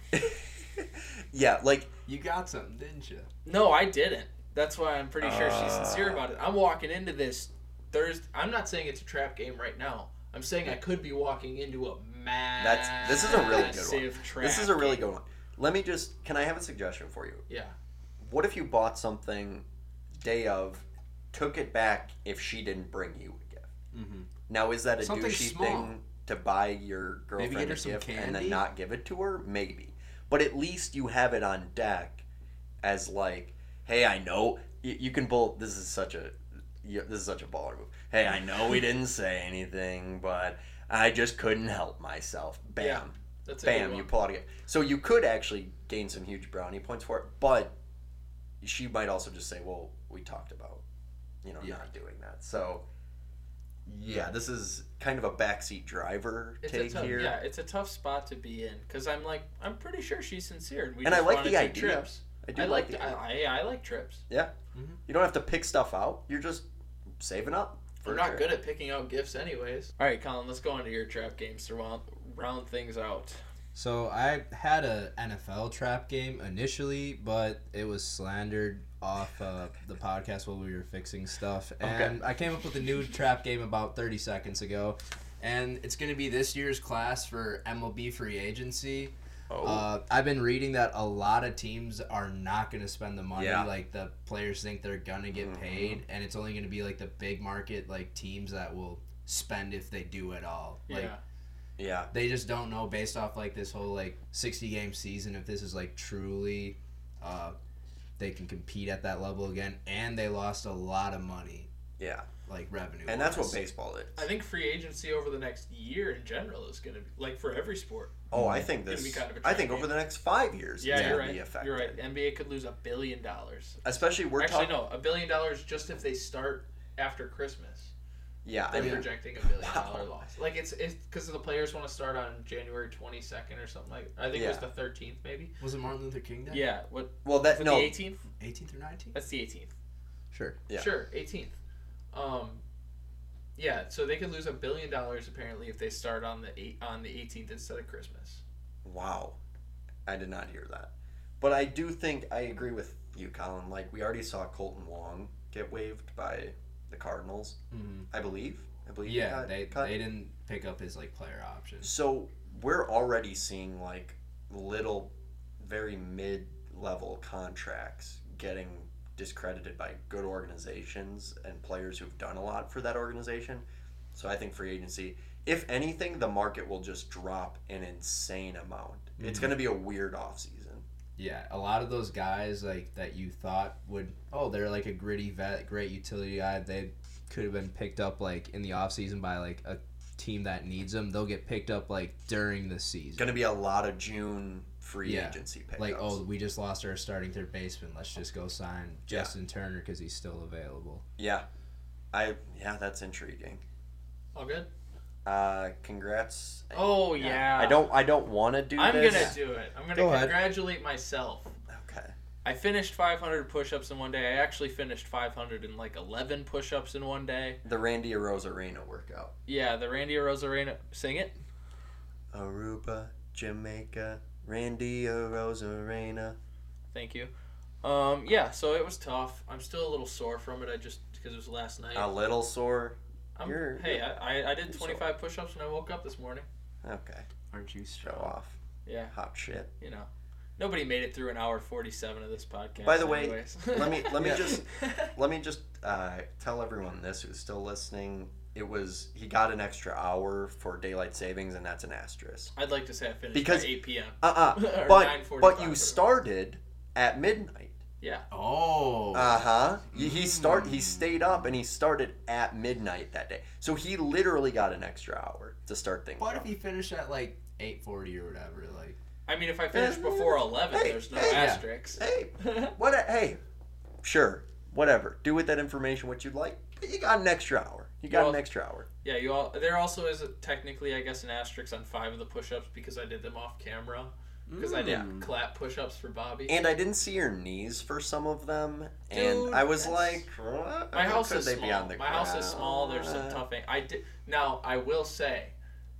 [SPEAKER 2] Yeah. Like
[SPEAKER 3] You got something, didn't you?
[SPEAKER 1] no, I didn't. That's why I'm pretty sure she's
[SPEAKER 2] Uh.
[SPEAKER 1] sincere about it. I'm walking into this Thursday. I'm not saying it's a trap game right now. I'm saying I could be walking into a massive.
[SPEAKER 2] That's- this is a really good one.
[SPEAKER 1] Trap
[SPEAKER 2] this is a really
[SPEAKER 1] game.
[SPEAKER 2] good one. Let me just. Can I have a suggestion for you?
[SPEAKER 1] Yeah.
[SPEAKER 2] What if you bought something day of, took it back if she didn't bring you a gift?
[SPEAKER 3] Mm-hmm.
[SPEAKER 2] Now, is that a
[SPEAKER 3] Something
[SPEAKER 2] douchey
[SPEAKER 3] small.
[SPEAKER 2] thing to buy your
[SPEAKER 3] Maybe
[SPEAKER 2] girlfriend
[SPEAKER 3] get her
[SPEAKER 2] a
[SPEAKER 3] some
[SPEAKER 2] gift and
[SPEAKER 3] candy?
[SPEAKER 2] then not give it to her? Maybe. But at least you have it on deck as like, hey, I know you, you can bull. This is such a you, this is such a baller move. Hey, I know we didn't say anything, but I just couldn't help myself. Bam.
[SPEAKER 1] Yeah. That's a good
[SPEAKER 2] bam,
[SPEAKER 1] one.
[SPEAKER 2] you pull out again. So you could actually gain some huge brownie points for it, but she might also just say, "Well, we talked about, you know,
[SPEAKER 3] Yeah.
[SPEAKER 2] not doing that." So yeah, this is kind of a backseat driver
[SPEAKER 1] It's a
[SPEAKER 2] take
[SPEAKER 1] tough,
[SPEAKER 2] here.
[SPEAKER 1] yeah, it's a tough spot to be in because I'm like I'm pretty sure she's sincere. We
[SPEAKER 2] And
[SPEAKER 1] just
[SPEAKER 2] I like
[SPEAKER 1] wanna
[SPEAKER 2] the
[SPEAKER 1] do
[SPEAKER 2] idea.
[SPEAKER 1] Trips.
[SPEAKER 2] I do
[SPEAKER 1] I
[SPEAKER 2] like
[SPEAKER 1] like
[SPEAKER 2] the,
[SPEAKER 1] I, I I like trips.
[SPEAKER 2] yeah.
[SPEAKER 3] Mhm.
[SPEAKER 2] You don't have to pick stuff out. You're just saving up. for
[SPEAKER 1] We're
[SPEAKER 2] a
[SPEAKER 1] not
[SPEAKER 2] trip.
[SPEAKER 1] good at picking out gifts, anyways. All right, Colin, let's go on to your trap games to round, round things out.
[SPEAKER 3] So I had a NFL trap game initially, but it was slandered off uh, the podcast while we were fixing stuff, and I came up with a new trap game about 30 seconds ago, and it's going to be this year's class for MLB free agency.
[SPEAKER 2] Oh.
[SPEAKER 3] Uh, I've been reading that a lot of teams are not going to spend the money.
[SPEAKER 2] Yeah. Mm-hmm.
[SPEAKER 3] Like the players think they're going to get paid, and it's only going to be like the big market like teams that will spend if they do at all. Like
[SPEAKER 1] yeah,
[SPEAKER 2] yeah.
[SPEAKER 3] they just don't know based off like this whole like 60 game season if this is like truly uh they can compete at that level again and they lost a lot of money
[SPEAKER 2] Yeah.
[SPEAKER 3] like revenue
[SPEAKER 2] And that's what
[SPEAKER 3] they
[SPEAKER 2] baseball is.
[SPEAKER 1] I think free agency over the next year in general is gonna be like for every sport.
[SPEAKER 2] Oh, I think
[SPEAKER 1] Gonna
[SPEAKER 2] this.
[SPEAKER 1] be kind of a
[SPEAKER 2] I think
[SPEAKER 1] trap
[SPEAKER 2] over the next five years,
[SPEAKER 1] Yeah,
[SPEAKER 2] it's
[SPEAKER 1] you're
[SPEAKER 2] gonna be
[SPEAKER 1] right.
[SPEAKER 2] affected.
[SPEAKER 1] You're right. NBA could lose a billion dollars.
[SPEAKER 2] Especially we're
[SPEAKER 1] Actually,
[SPEAKER 2] talking.
[SPEAKER 1] no, a billion dollars just if they start after Christmas.
[SPEAKER 2] Yeah, I
[SPEAKER 1] They're
[SPEAKER 2] mean,
[SPEAKER 1] projecting a billion
[SPEAKER 2] Wow.
[SPEAKER 1] dollar loss. Like it's it's because the players want to start on January 22nd or something like. I think it was
[SPEAKER 2] Yeah.
[SPEAKER 1] the 13th maybe.
[SPEAKER 3] was it martin luther king day
[SPEAKER 1] Yeah. What?
[SPEAKER 2] well,
[SPEAKER 1] Is
[SPEAKER 2] that
[SPEAKER 1] it
[SPEAKER 2] no,
[SPEAKER 1] The 18th.
[SPEAKER 3] 18th or 19th
[SPEAKER 1] That's the 18th.
[SPEAKER 3] sure
[SPEAKER 2] Yeah.
[SPEAKER 1] Sure, 18th. Um, yeah, so they could lose a billion dollars apparently if they start on the eight, on the 18th instead of Christmas.
[SPEAKER 2] Wow. I did not hear that. But I do think I agree with you, Colin. Like, we already saw Colton Wong get waived by the Cardinals,
[SPEAKER 3] mm-hmm.
[SPEAKER 2] I believe. I believe. he
[SPEAKER 3] yeah
[SPEAKER 2] got
[SPEAKER 3] they,
[SPEAKER 2] cut.
[SPEAKER 3] they didn't pick up his like player options
[SPEAKER 2] So we're already seeing, like, little, very mid level contracts getting discredited by good organizations and players who've done a lot for that organization. So I think free agency, if anything, the market will just drop an insane amount. It's
[SPEAKER 3] Mhm.
[SPEAKER 2] going to be a weird offseason.
[SPEAKER 3] yeah a lot of those guys like that you thought would oh they're like a gritty vet great utility guy they could have been picked up like in the offseason by like a team that needs them they'll get picked up like during the season
[SPEAKER 2] going to be a lot of June free
[SPEAKER 3] Yeah.
[SPEAKER 2] agency pickups.
[SPEAKER 3] like oh we just lost our starting third baseman let's just go sign
[SPEAKER 2] Yeah.
[SPEAKER 3] justin turner because he's still available
[SPEAKER 2] yeah, I yeah, that's intriguing.
[SPEAKER 1] All good.
[SPEAKER 2] Uh, congrats.
[SPEAKER 1] Oh yeah.
[SPEAKER 2] I don't. I don't want to do
[SPEAKER 1] I'm
[SPEAKER 2] this.
[SPEAKER 1] gonna do it. I'm gonna
[SPEAKER 3] Go ahead.
[SPEAKER 1] congratulate myself.
[SPEAKER 2] Okay.
[SPEAKER 1] I finished 500 push-ups in one day. I actually finished 500 and like 11 push-ups in one day.
[SPEAKER 2] The Randy Rosarena workout.
[SPEAKER 1] Yeah, the Randy Rosarena sing it.
[SPEAKER 2] Aruba, Jamaica, Randy Rosarena.
[SPEAKER 1] Thank you. Um, yeah, so it was tough. I'm still a little sore from it. I just because it was last night.
[SPEAKER 2] A little sore.
[SPEAKER 1] I'm,
[SPEAKER 2] you're-
[SPEAKER 1] hey, I, I, I did
[SPEAKER 2] you're
[SPEAKER 1] 25 push-ups when I woke up this morning.
[SPEAKER 2] Okay.
[SPEAKER 3] Aren't you
[SPEAKER 2] Show
[SPEAKER 3] strong?
[SPEAKER 2] off.
[SPEAKER 1] Yeah,
[SPEAKER 2] Hot shit.
[SPEAKER 1] you know, nobody made it through an hour 47 of this podcast.
[SPEAKER 2] By the way,
[SPEAKER 1] anyways.
[SPEAKER 2] Let me let me
[SPEAKER 1] Yeah.
[SPEAKER 2] just let me just uh, tell everyone this who's still listening. It was he got an extra hour for daylight savings, and that's an asterisk.
[SPEAKER 1] I'd like to say I finished
[SPEAKER 2] Because-
[SPEAKER 1] by 8 p.m.
[SPEAKER 2] Uh uh
[SPEAKER 1] Or
[SPEAKER 2] But
[SPEAKER 1] 9:45
[SPEAKER 2] but you
[SPEAKER 1] or-
[SPEAKER 2] started at midnight.
[SPEAKER 3] Oh.
[SPEAKER 2] Uh huh. He,
[SPEAKER 3] Mm.
[SPEAKER 2] he start he stayed up and he started at midnight that day. So he literally got an extra hour to start things.
[SPEAKER 3] what
[SPEAKER 2] up.
[SPEAKER 3] if you finish at like 8:40 or whatever? Like,
[SPEAKER 1] I mean, if I finished
[SPEAKER 2] Yeah.
[SPEAKER 1] before 11,
[SPEAKER 2] Hey,
[SPEAKER 1] there's no
[SPEAKER 2] hey, yeah.
[SPEAKER 1] asterisks.
[SPEAKER 2] Hey, what? A, hey, sure, whatever. Do with that information what you'd like. But you got an extra hour. You got an
[SPEAKER 1] Well-
[SPEAKER 2] extra hour.
[SPEAKER 1] Yeah, you all. There also is technically, I guess, an asterisk on five of the push-ups because I did them off camera because I did clap push-ups for Bobby.
[SPEAKER 2] And Mm. I didn't see your knees for some of them,
[SPEAKER 1] Dude,
[SPEAKER 2] and I was
[SPEAKER 1] that's-
[SPEAKER 2] like, what?
[SPEAKER 1] my house
[SPEAKER 2] Could
[SPEAKER 1] is
[SPEAKER 2] they
[SPEAKER 1] small.
[SPEAKER 2] be on the
[SPEAKER 1] my house is
[SPEAKER 2] ground?
[SPEAKER 1] small. There's some tough. Thing. I did. Now I will say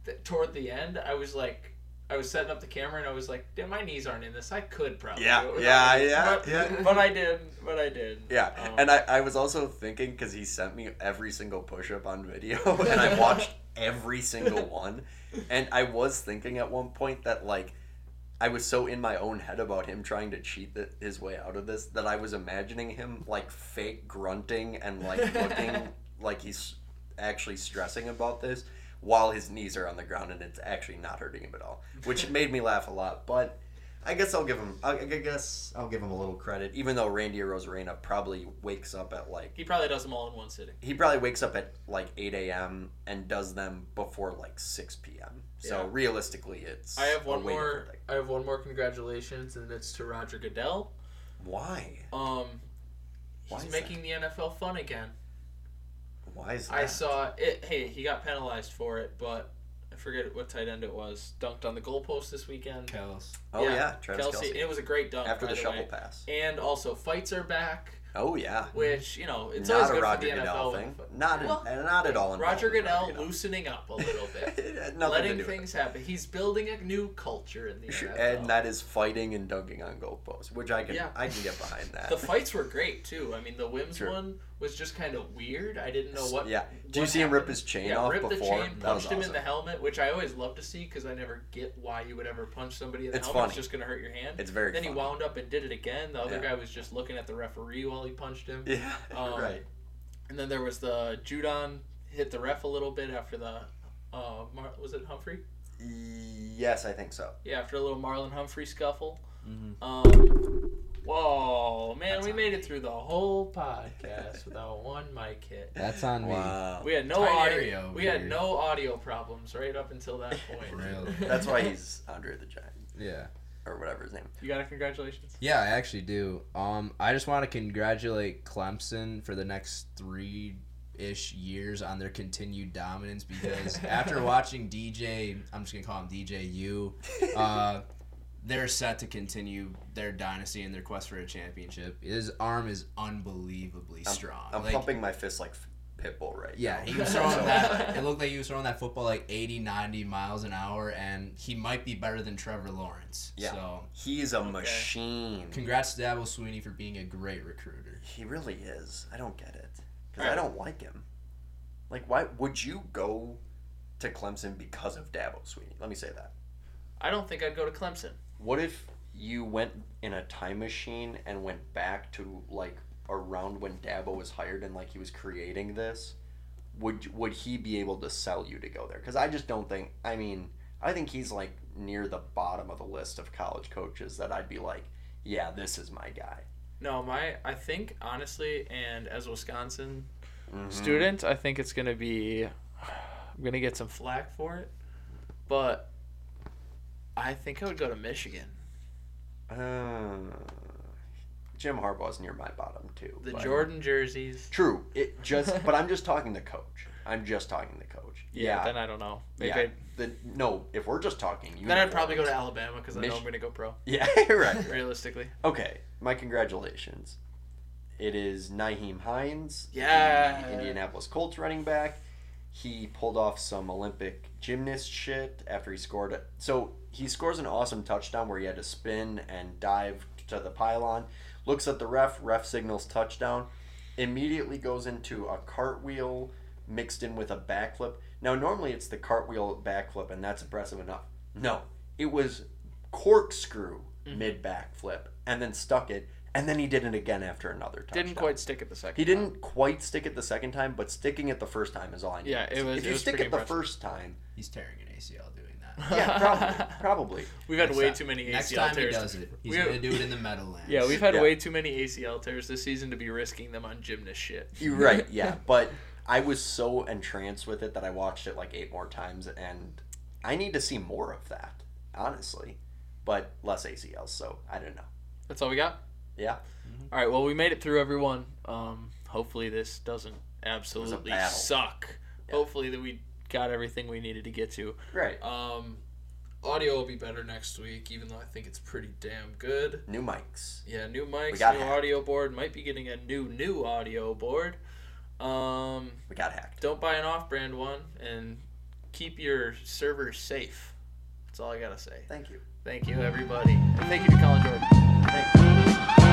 [SPEAKER 1] that toward the end, I was like. I was setting up the camera and I was like, "Damn, my knees aren't in this. I could probably."
[SPEAKER 2] Yeah,
[SPEAKER 1] do it without
[SPEAKER 2] yeah,
[SPEAKER 1] these."
[SPEAKER 2] yeah,
[SPEAKER 1] But,
[SPEAKER 2] yeah.
[SPEAKER 1] but I did. But I did.
[SPEAKER 2] Yeah,
[SPEAKER 1] Um,
[SPEAKER 2] and I, I was also thinking because he sent me every single push up on video, and I watched every single one. And I was thinking at one point that, like, I was so in my own head about him trying to cheat the, his way out of this that I was imagining him, like, fake grunting and, like, looking like he's actually stressing about this while his knees are on the ground and it's actually not hurting him at all, which made me laugh a lot. But I guess I'll give him. I I guess I'll give him a little credit, even though Randy Rosarena probably wakes up at like
[SPEAKER 1] He probably does them all in one sitting.
[SPEAKER 2] he probably wakes up at like eight a.m. and does them before like six p.m. So
[SPEAKER 1] Yeah.
[SPEAKER 2] realistically, it's
[SPEAKER 1] I have
[SPEAKER 2] a
[SPEAKER 1] one
[SPEAKER 2] way
[SPEAKER 1] more.
[SPEAKER 2] different thing.
[SPEAKER 1] I have one more congratulations, and it's to Roger Goodell.
[SPEAKER 2] Why?
[SPEAKER 1] Um,
[SPEAKER 2] Why
[SPEAKER 1] he's
[SPEAKER 2] is that?
[SPEAKER 1] making the NFL fun again.
[SPEAKER 2] Why is that?
[SPEAKER 1] I saw it. Hey, he got penalized for it, but I forget what tight end it was. Dunked on the goalpost this weekend.
[SPEAKER 3] Kells.
[SPEAKER 2] oh yeah, Travis
[SPEAKER 1] Kelsey.
[SPEAKER 2] Kelsey,
[SPEAKER 1] It was a great dunk.
[SPEAKER 2] after
[SPEAKER 1] by
[SPEAKER 2] the
[SPEAKER 1] the
[SPEAKER 2] shovel
[SPEAKER 1] way.
[SPEAKER 2] pass.
[SPEAKER 1] And also, fights are back,
[SPEAKER 2] Oh yeah,
[SPEAKER 1] which you know it's always
[SPEAKER 2] not
[SPEAKER 1] good
[SPEAKER 2] a Roger
[SPEAKER 1] for the
[SPEAKER 2] Goodell
[SPEAKER 1] NFL.
[SPEAKER 2] thing.
[SPEAKER 1] when-
[SPEAKER 2] Not in-
[SPEAKER 1] Well,
[SPEAKER 2] not at all.
[SPEAKER 1] Roger
[SPEAKER 2] involved with
[SPEAKER 1] Goodell
[SPEAKER 2] Goodell.
[SPEAKER 1] loosening up a little bit,
[SPEAKER 2] It had nothing to
[SPEAKER 1] letting
[SPEAKER 2] do with it.
[SPEAKER 1] things happen. He's building a new culture in the
[SPEAKER 2] Sure,
[SPEAKER 1] NFL.
[SPEAKER 2] and that is fighting and dunking on goalposts, which I can
[SPEAKER 1] Yeah.
[SPEAKER 2] I can get behind that.
[SPEAKER 1] the fights were great too. I mean, the Wims
[SPEAKER 2] Sure.
[SPEAKER 1] one was just kind of weird. I didn't know what.
[SPEAKER 2] Yeah. Do you
[SPEAKER 1] what
[SPEAKER 2] see him rip
[SPEAKER 1] happened.
[SPEAKER 2] his chain
[SPEAKER 1] yeah,
[SPEAKER 2] off
[SPEAKER 1] ripped
[SPEAKER 2] before?
[SPEAKER 1] the chain,
[SPEAKER 2] That was
[SPEAKER 1] punched him in
[SPEAKER 2] awesome.
[SPEAKER 1] the helmet, which I always love to see because I never get why you would ever punch somebody in the
[SPEAKER 2] It's
[SPEAKER 1] helmet. It's
[SPEAKER 2] funny.
[SPEAKER 1] just gonna hurt your hand.
[SPEAKER 2] It's very
[SPEAKER 1] Then he
[SPEAKER 2] funny.
[SPEAKER 1] wound up and did it again. The other
[SPEAKER 2] Yeah.
[SPEAKER 1] guy was just looking at the referee while he punched him.
[SPEAKER 2] Yeah.
[SPEAKER 1] Um,
[SPEAKER 2] right.
[SPEAKER 1] And then there was the Judon hit the ref a little bit after the. Uh, Mar- was it Humphrey?
[SPEAKER 2] Yes, I think so.
[SPEAKER 1] Yeah, after a little Marlon Humphrey scuffle.
[SPEAKER 3] Mhm.
[SPEAKER 1] Um, whoa, man,
[SPEAKER 3] That's
[SPEAKER 1] we
[SPEAKER 3] on
[SPEAKER 1] made it through the whole podcast without one mic hit.
[SPEAKER 3] That's on
[SPEAKER 2] Wow.
[SPEAKER 1] We had no
[SPEAKER 3] Tight
[SPEAKER 1] audio.
[SPEAKER 3] area over
[SPEAKER 1] we had
[SPEAKER 3] here.
[SPEAKER 1] no audio problems right up until that point.
[SPEAKER 3] Really?
[SPEAKER 2] That's why he's Andre the Giant
[SPEAKER 3] me. Yeah.
[SPEAKER 2] or whatever his name.
[SPEAKER 1] you got a congratulations.
[SPEAKER 3] Yeah, I actually do. Um, I just want to congratulate Clemson for the next three ish years on their continued dominance because after watching DJ, I'm just gonna call him DJU, uh, they're set to continue their dynasty and their quest for a championship. His arm is unbelievably strong.
[SPEAKER 2] I'm
[SPEAKER 3] Like,
[SPEAKER 2] pumping my fist like Pitbull right
[SPEAKER 3] Yeah,
[SPEAKER 2] now.
[SPEAKER 3] he was throwing that. It looked like he was throwing that football like 80, 90 miles an hour, and he might be better than Trevor Lawrence.
[SPEAKER 2] Yeah.
[SPEAKER 3] So,
[SPEAKER 2] He's a machine.
[SPEAKER 3] congrats to Dabo Sweeney for being a great recruiter.
[SPEAKER 2] He really is. I don't get it because I
[SPEAKER 1] Alright.
[SPEAKER 2] don't like him. Like, why would you go to Clemson because of Dabo Sweeney? Let me say that.
[SPEAKER 1] I don't think I'd go to Clemson.
[SPEAKER 2] What if you went in a time machine and went back to like around when Dabo was hired and like he was creating this? Would would he be able to sell you to go there? Because I just don't think. I mean, I think he's like near the bottom of the list of college coaches that I'd be like, yeah, this is my guy.
[SPEAKER 1] No, my I think honestly, and as a Wisconsin
[SPEAKER 2] Mm-hmm.
[SPEAKER 1] student, I think it's gonna be. I'm gonna get some flack for it, but I think I would go to Michigan.
[SPEAKER 2] Uh, Jim Harbaugh's near my bottom too.
[SPEAKER 1] The
[SPEAKER 2] but-
[SPEAKER 1] Jordan jerseys.
[SPEAKER 2] True. It just. but I'm just talking the coach. I'm just talking the coach.
[SPEAKER 5] Yeah, then I don't know. Maybe
[SPEAKER 2] Yeah.
[SPEAKER 5] I'd,
[SPEAKER 2] The, no, if we're just talking, you
[SPEAKER 1] Then I'd probably go to Alabama because I know
[SPEAKER 2] Mich-
[SPEAKER 1] I'm going to go pro.
[SPEAKER 2] Yeah, right.
[SPEAKER 1] Realistically,
[SPEAKER 2] Okay, my congratulations. It is Naheem Hines, the
[SPEAKER 1] Yeah.
[SPEAKER 2] Indianapolis Colts running back. He pulled off some Olympic gymnast shit after he scored. A, so he scores an awesome touchdown where he had to spin and dive to the pylon. Looks at the ref, ref signals touchdown. Immediately goes into a cartwheel mixed in with a backflip. Now normally it's the cartwheel backflip and that's impressive enough. No, it was corkscrew
[SPEAKER 5] Mm-hmm.
[SPEAKER 2] mid backflip and then stuck it and then he did it again after another touchdown.
[SPEAKER 5] didn't quite stick at the second.
[SPEAKER 2] He didn't quite stick it the second time, but sticking it the first time is all I need.
[SPEAKER 5] Yeah, it was-
[SPEAKER 2] If
[SPEAKER 5] it
[SPEAKER 2] you
[SPEAKER 5] was
[SPEAKER 2] stick
[SPEAKER 5] pretty
[SPEAKER 2] it the
[SPEAKER 5] impressive.
[SPEAKER 2] first time,
[SPEAKER 3] He's tearing an ACL doing that.
[SPEAKER 2] yeah, probably, probably.
[SPEAKER 5] We've had
[SPEAKER 3] Next
[SPEAKER 5] way
[SPEAKER 3] time-
[SPEAKER 5] too many ACL
[SPEAKER 3] Next time he
[SPEAKER 5] tears.
[SPEAKER 3] does it, he's
[SPEAKER 5] We-
[SPEAKER 3] gonna do it in the Meadowlands.
[SPEAKER 5] Yeah, we've had
[SPEAKER 2] Yeah.
[SPEAKER 5] way too many ACL tears this season to be risking them on gymnast shit.
[SPEAKER 2] You're right. Yeah, but I was so entranced with it that I watched it like eight more times, and I need to see more of that, honestly. But less ACLs, so I don't know.
[SPEAKER 5] That's all we got.
[SPEAKER 2] Yeah,
[SPEAKER 5] All right. Well, we made it through everyone. Um, hopefully this doesn't absolutely
[SPEAKER 2] battle.
[SPEAKER 5] suck. Hopefully that we got everything we needed to get to.
[SPEAKER 2] right.
[SPEAKER 1] um, audio will be better next week, even though I think it's pretty damn good.
[SPEAKER 2] New mics.
[SPEAKER 1] Yeah, new mics,
[SPEAKER 2] got
[SPEAKER 1] new
[SPEAKER 2] hacked.
[SPEAKER 1] audio board. Might be getting a new new audio board. Um,
[SPEAKER 2] We got hacked.
[SPEAKER 1] don't buy an off-brand one, and keep your servers safe. That's all I gotta say.
[SPEAKER 2] Thank you.
[SPEAKER 1] Thank you, everybody. And thank you to Colin Jordan. Thanks.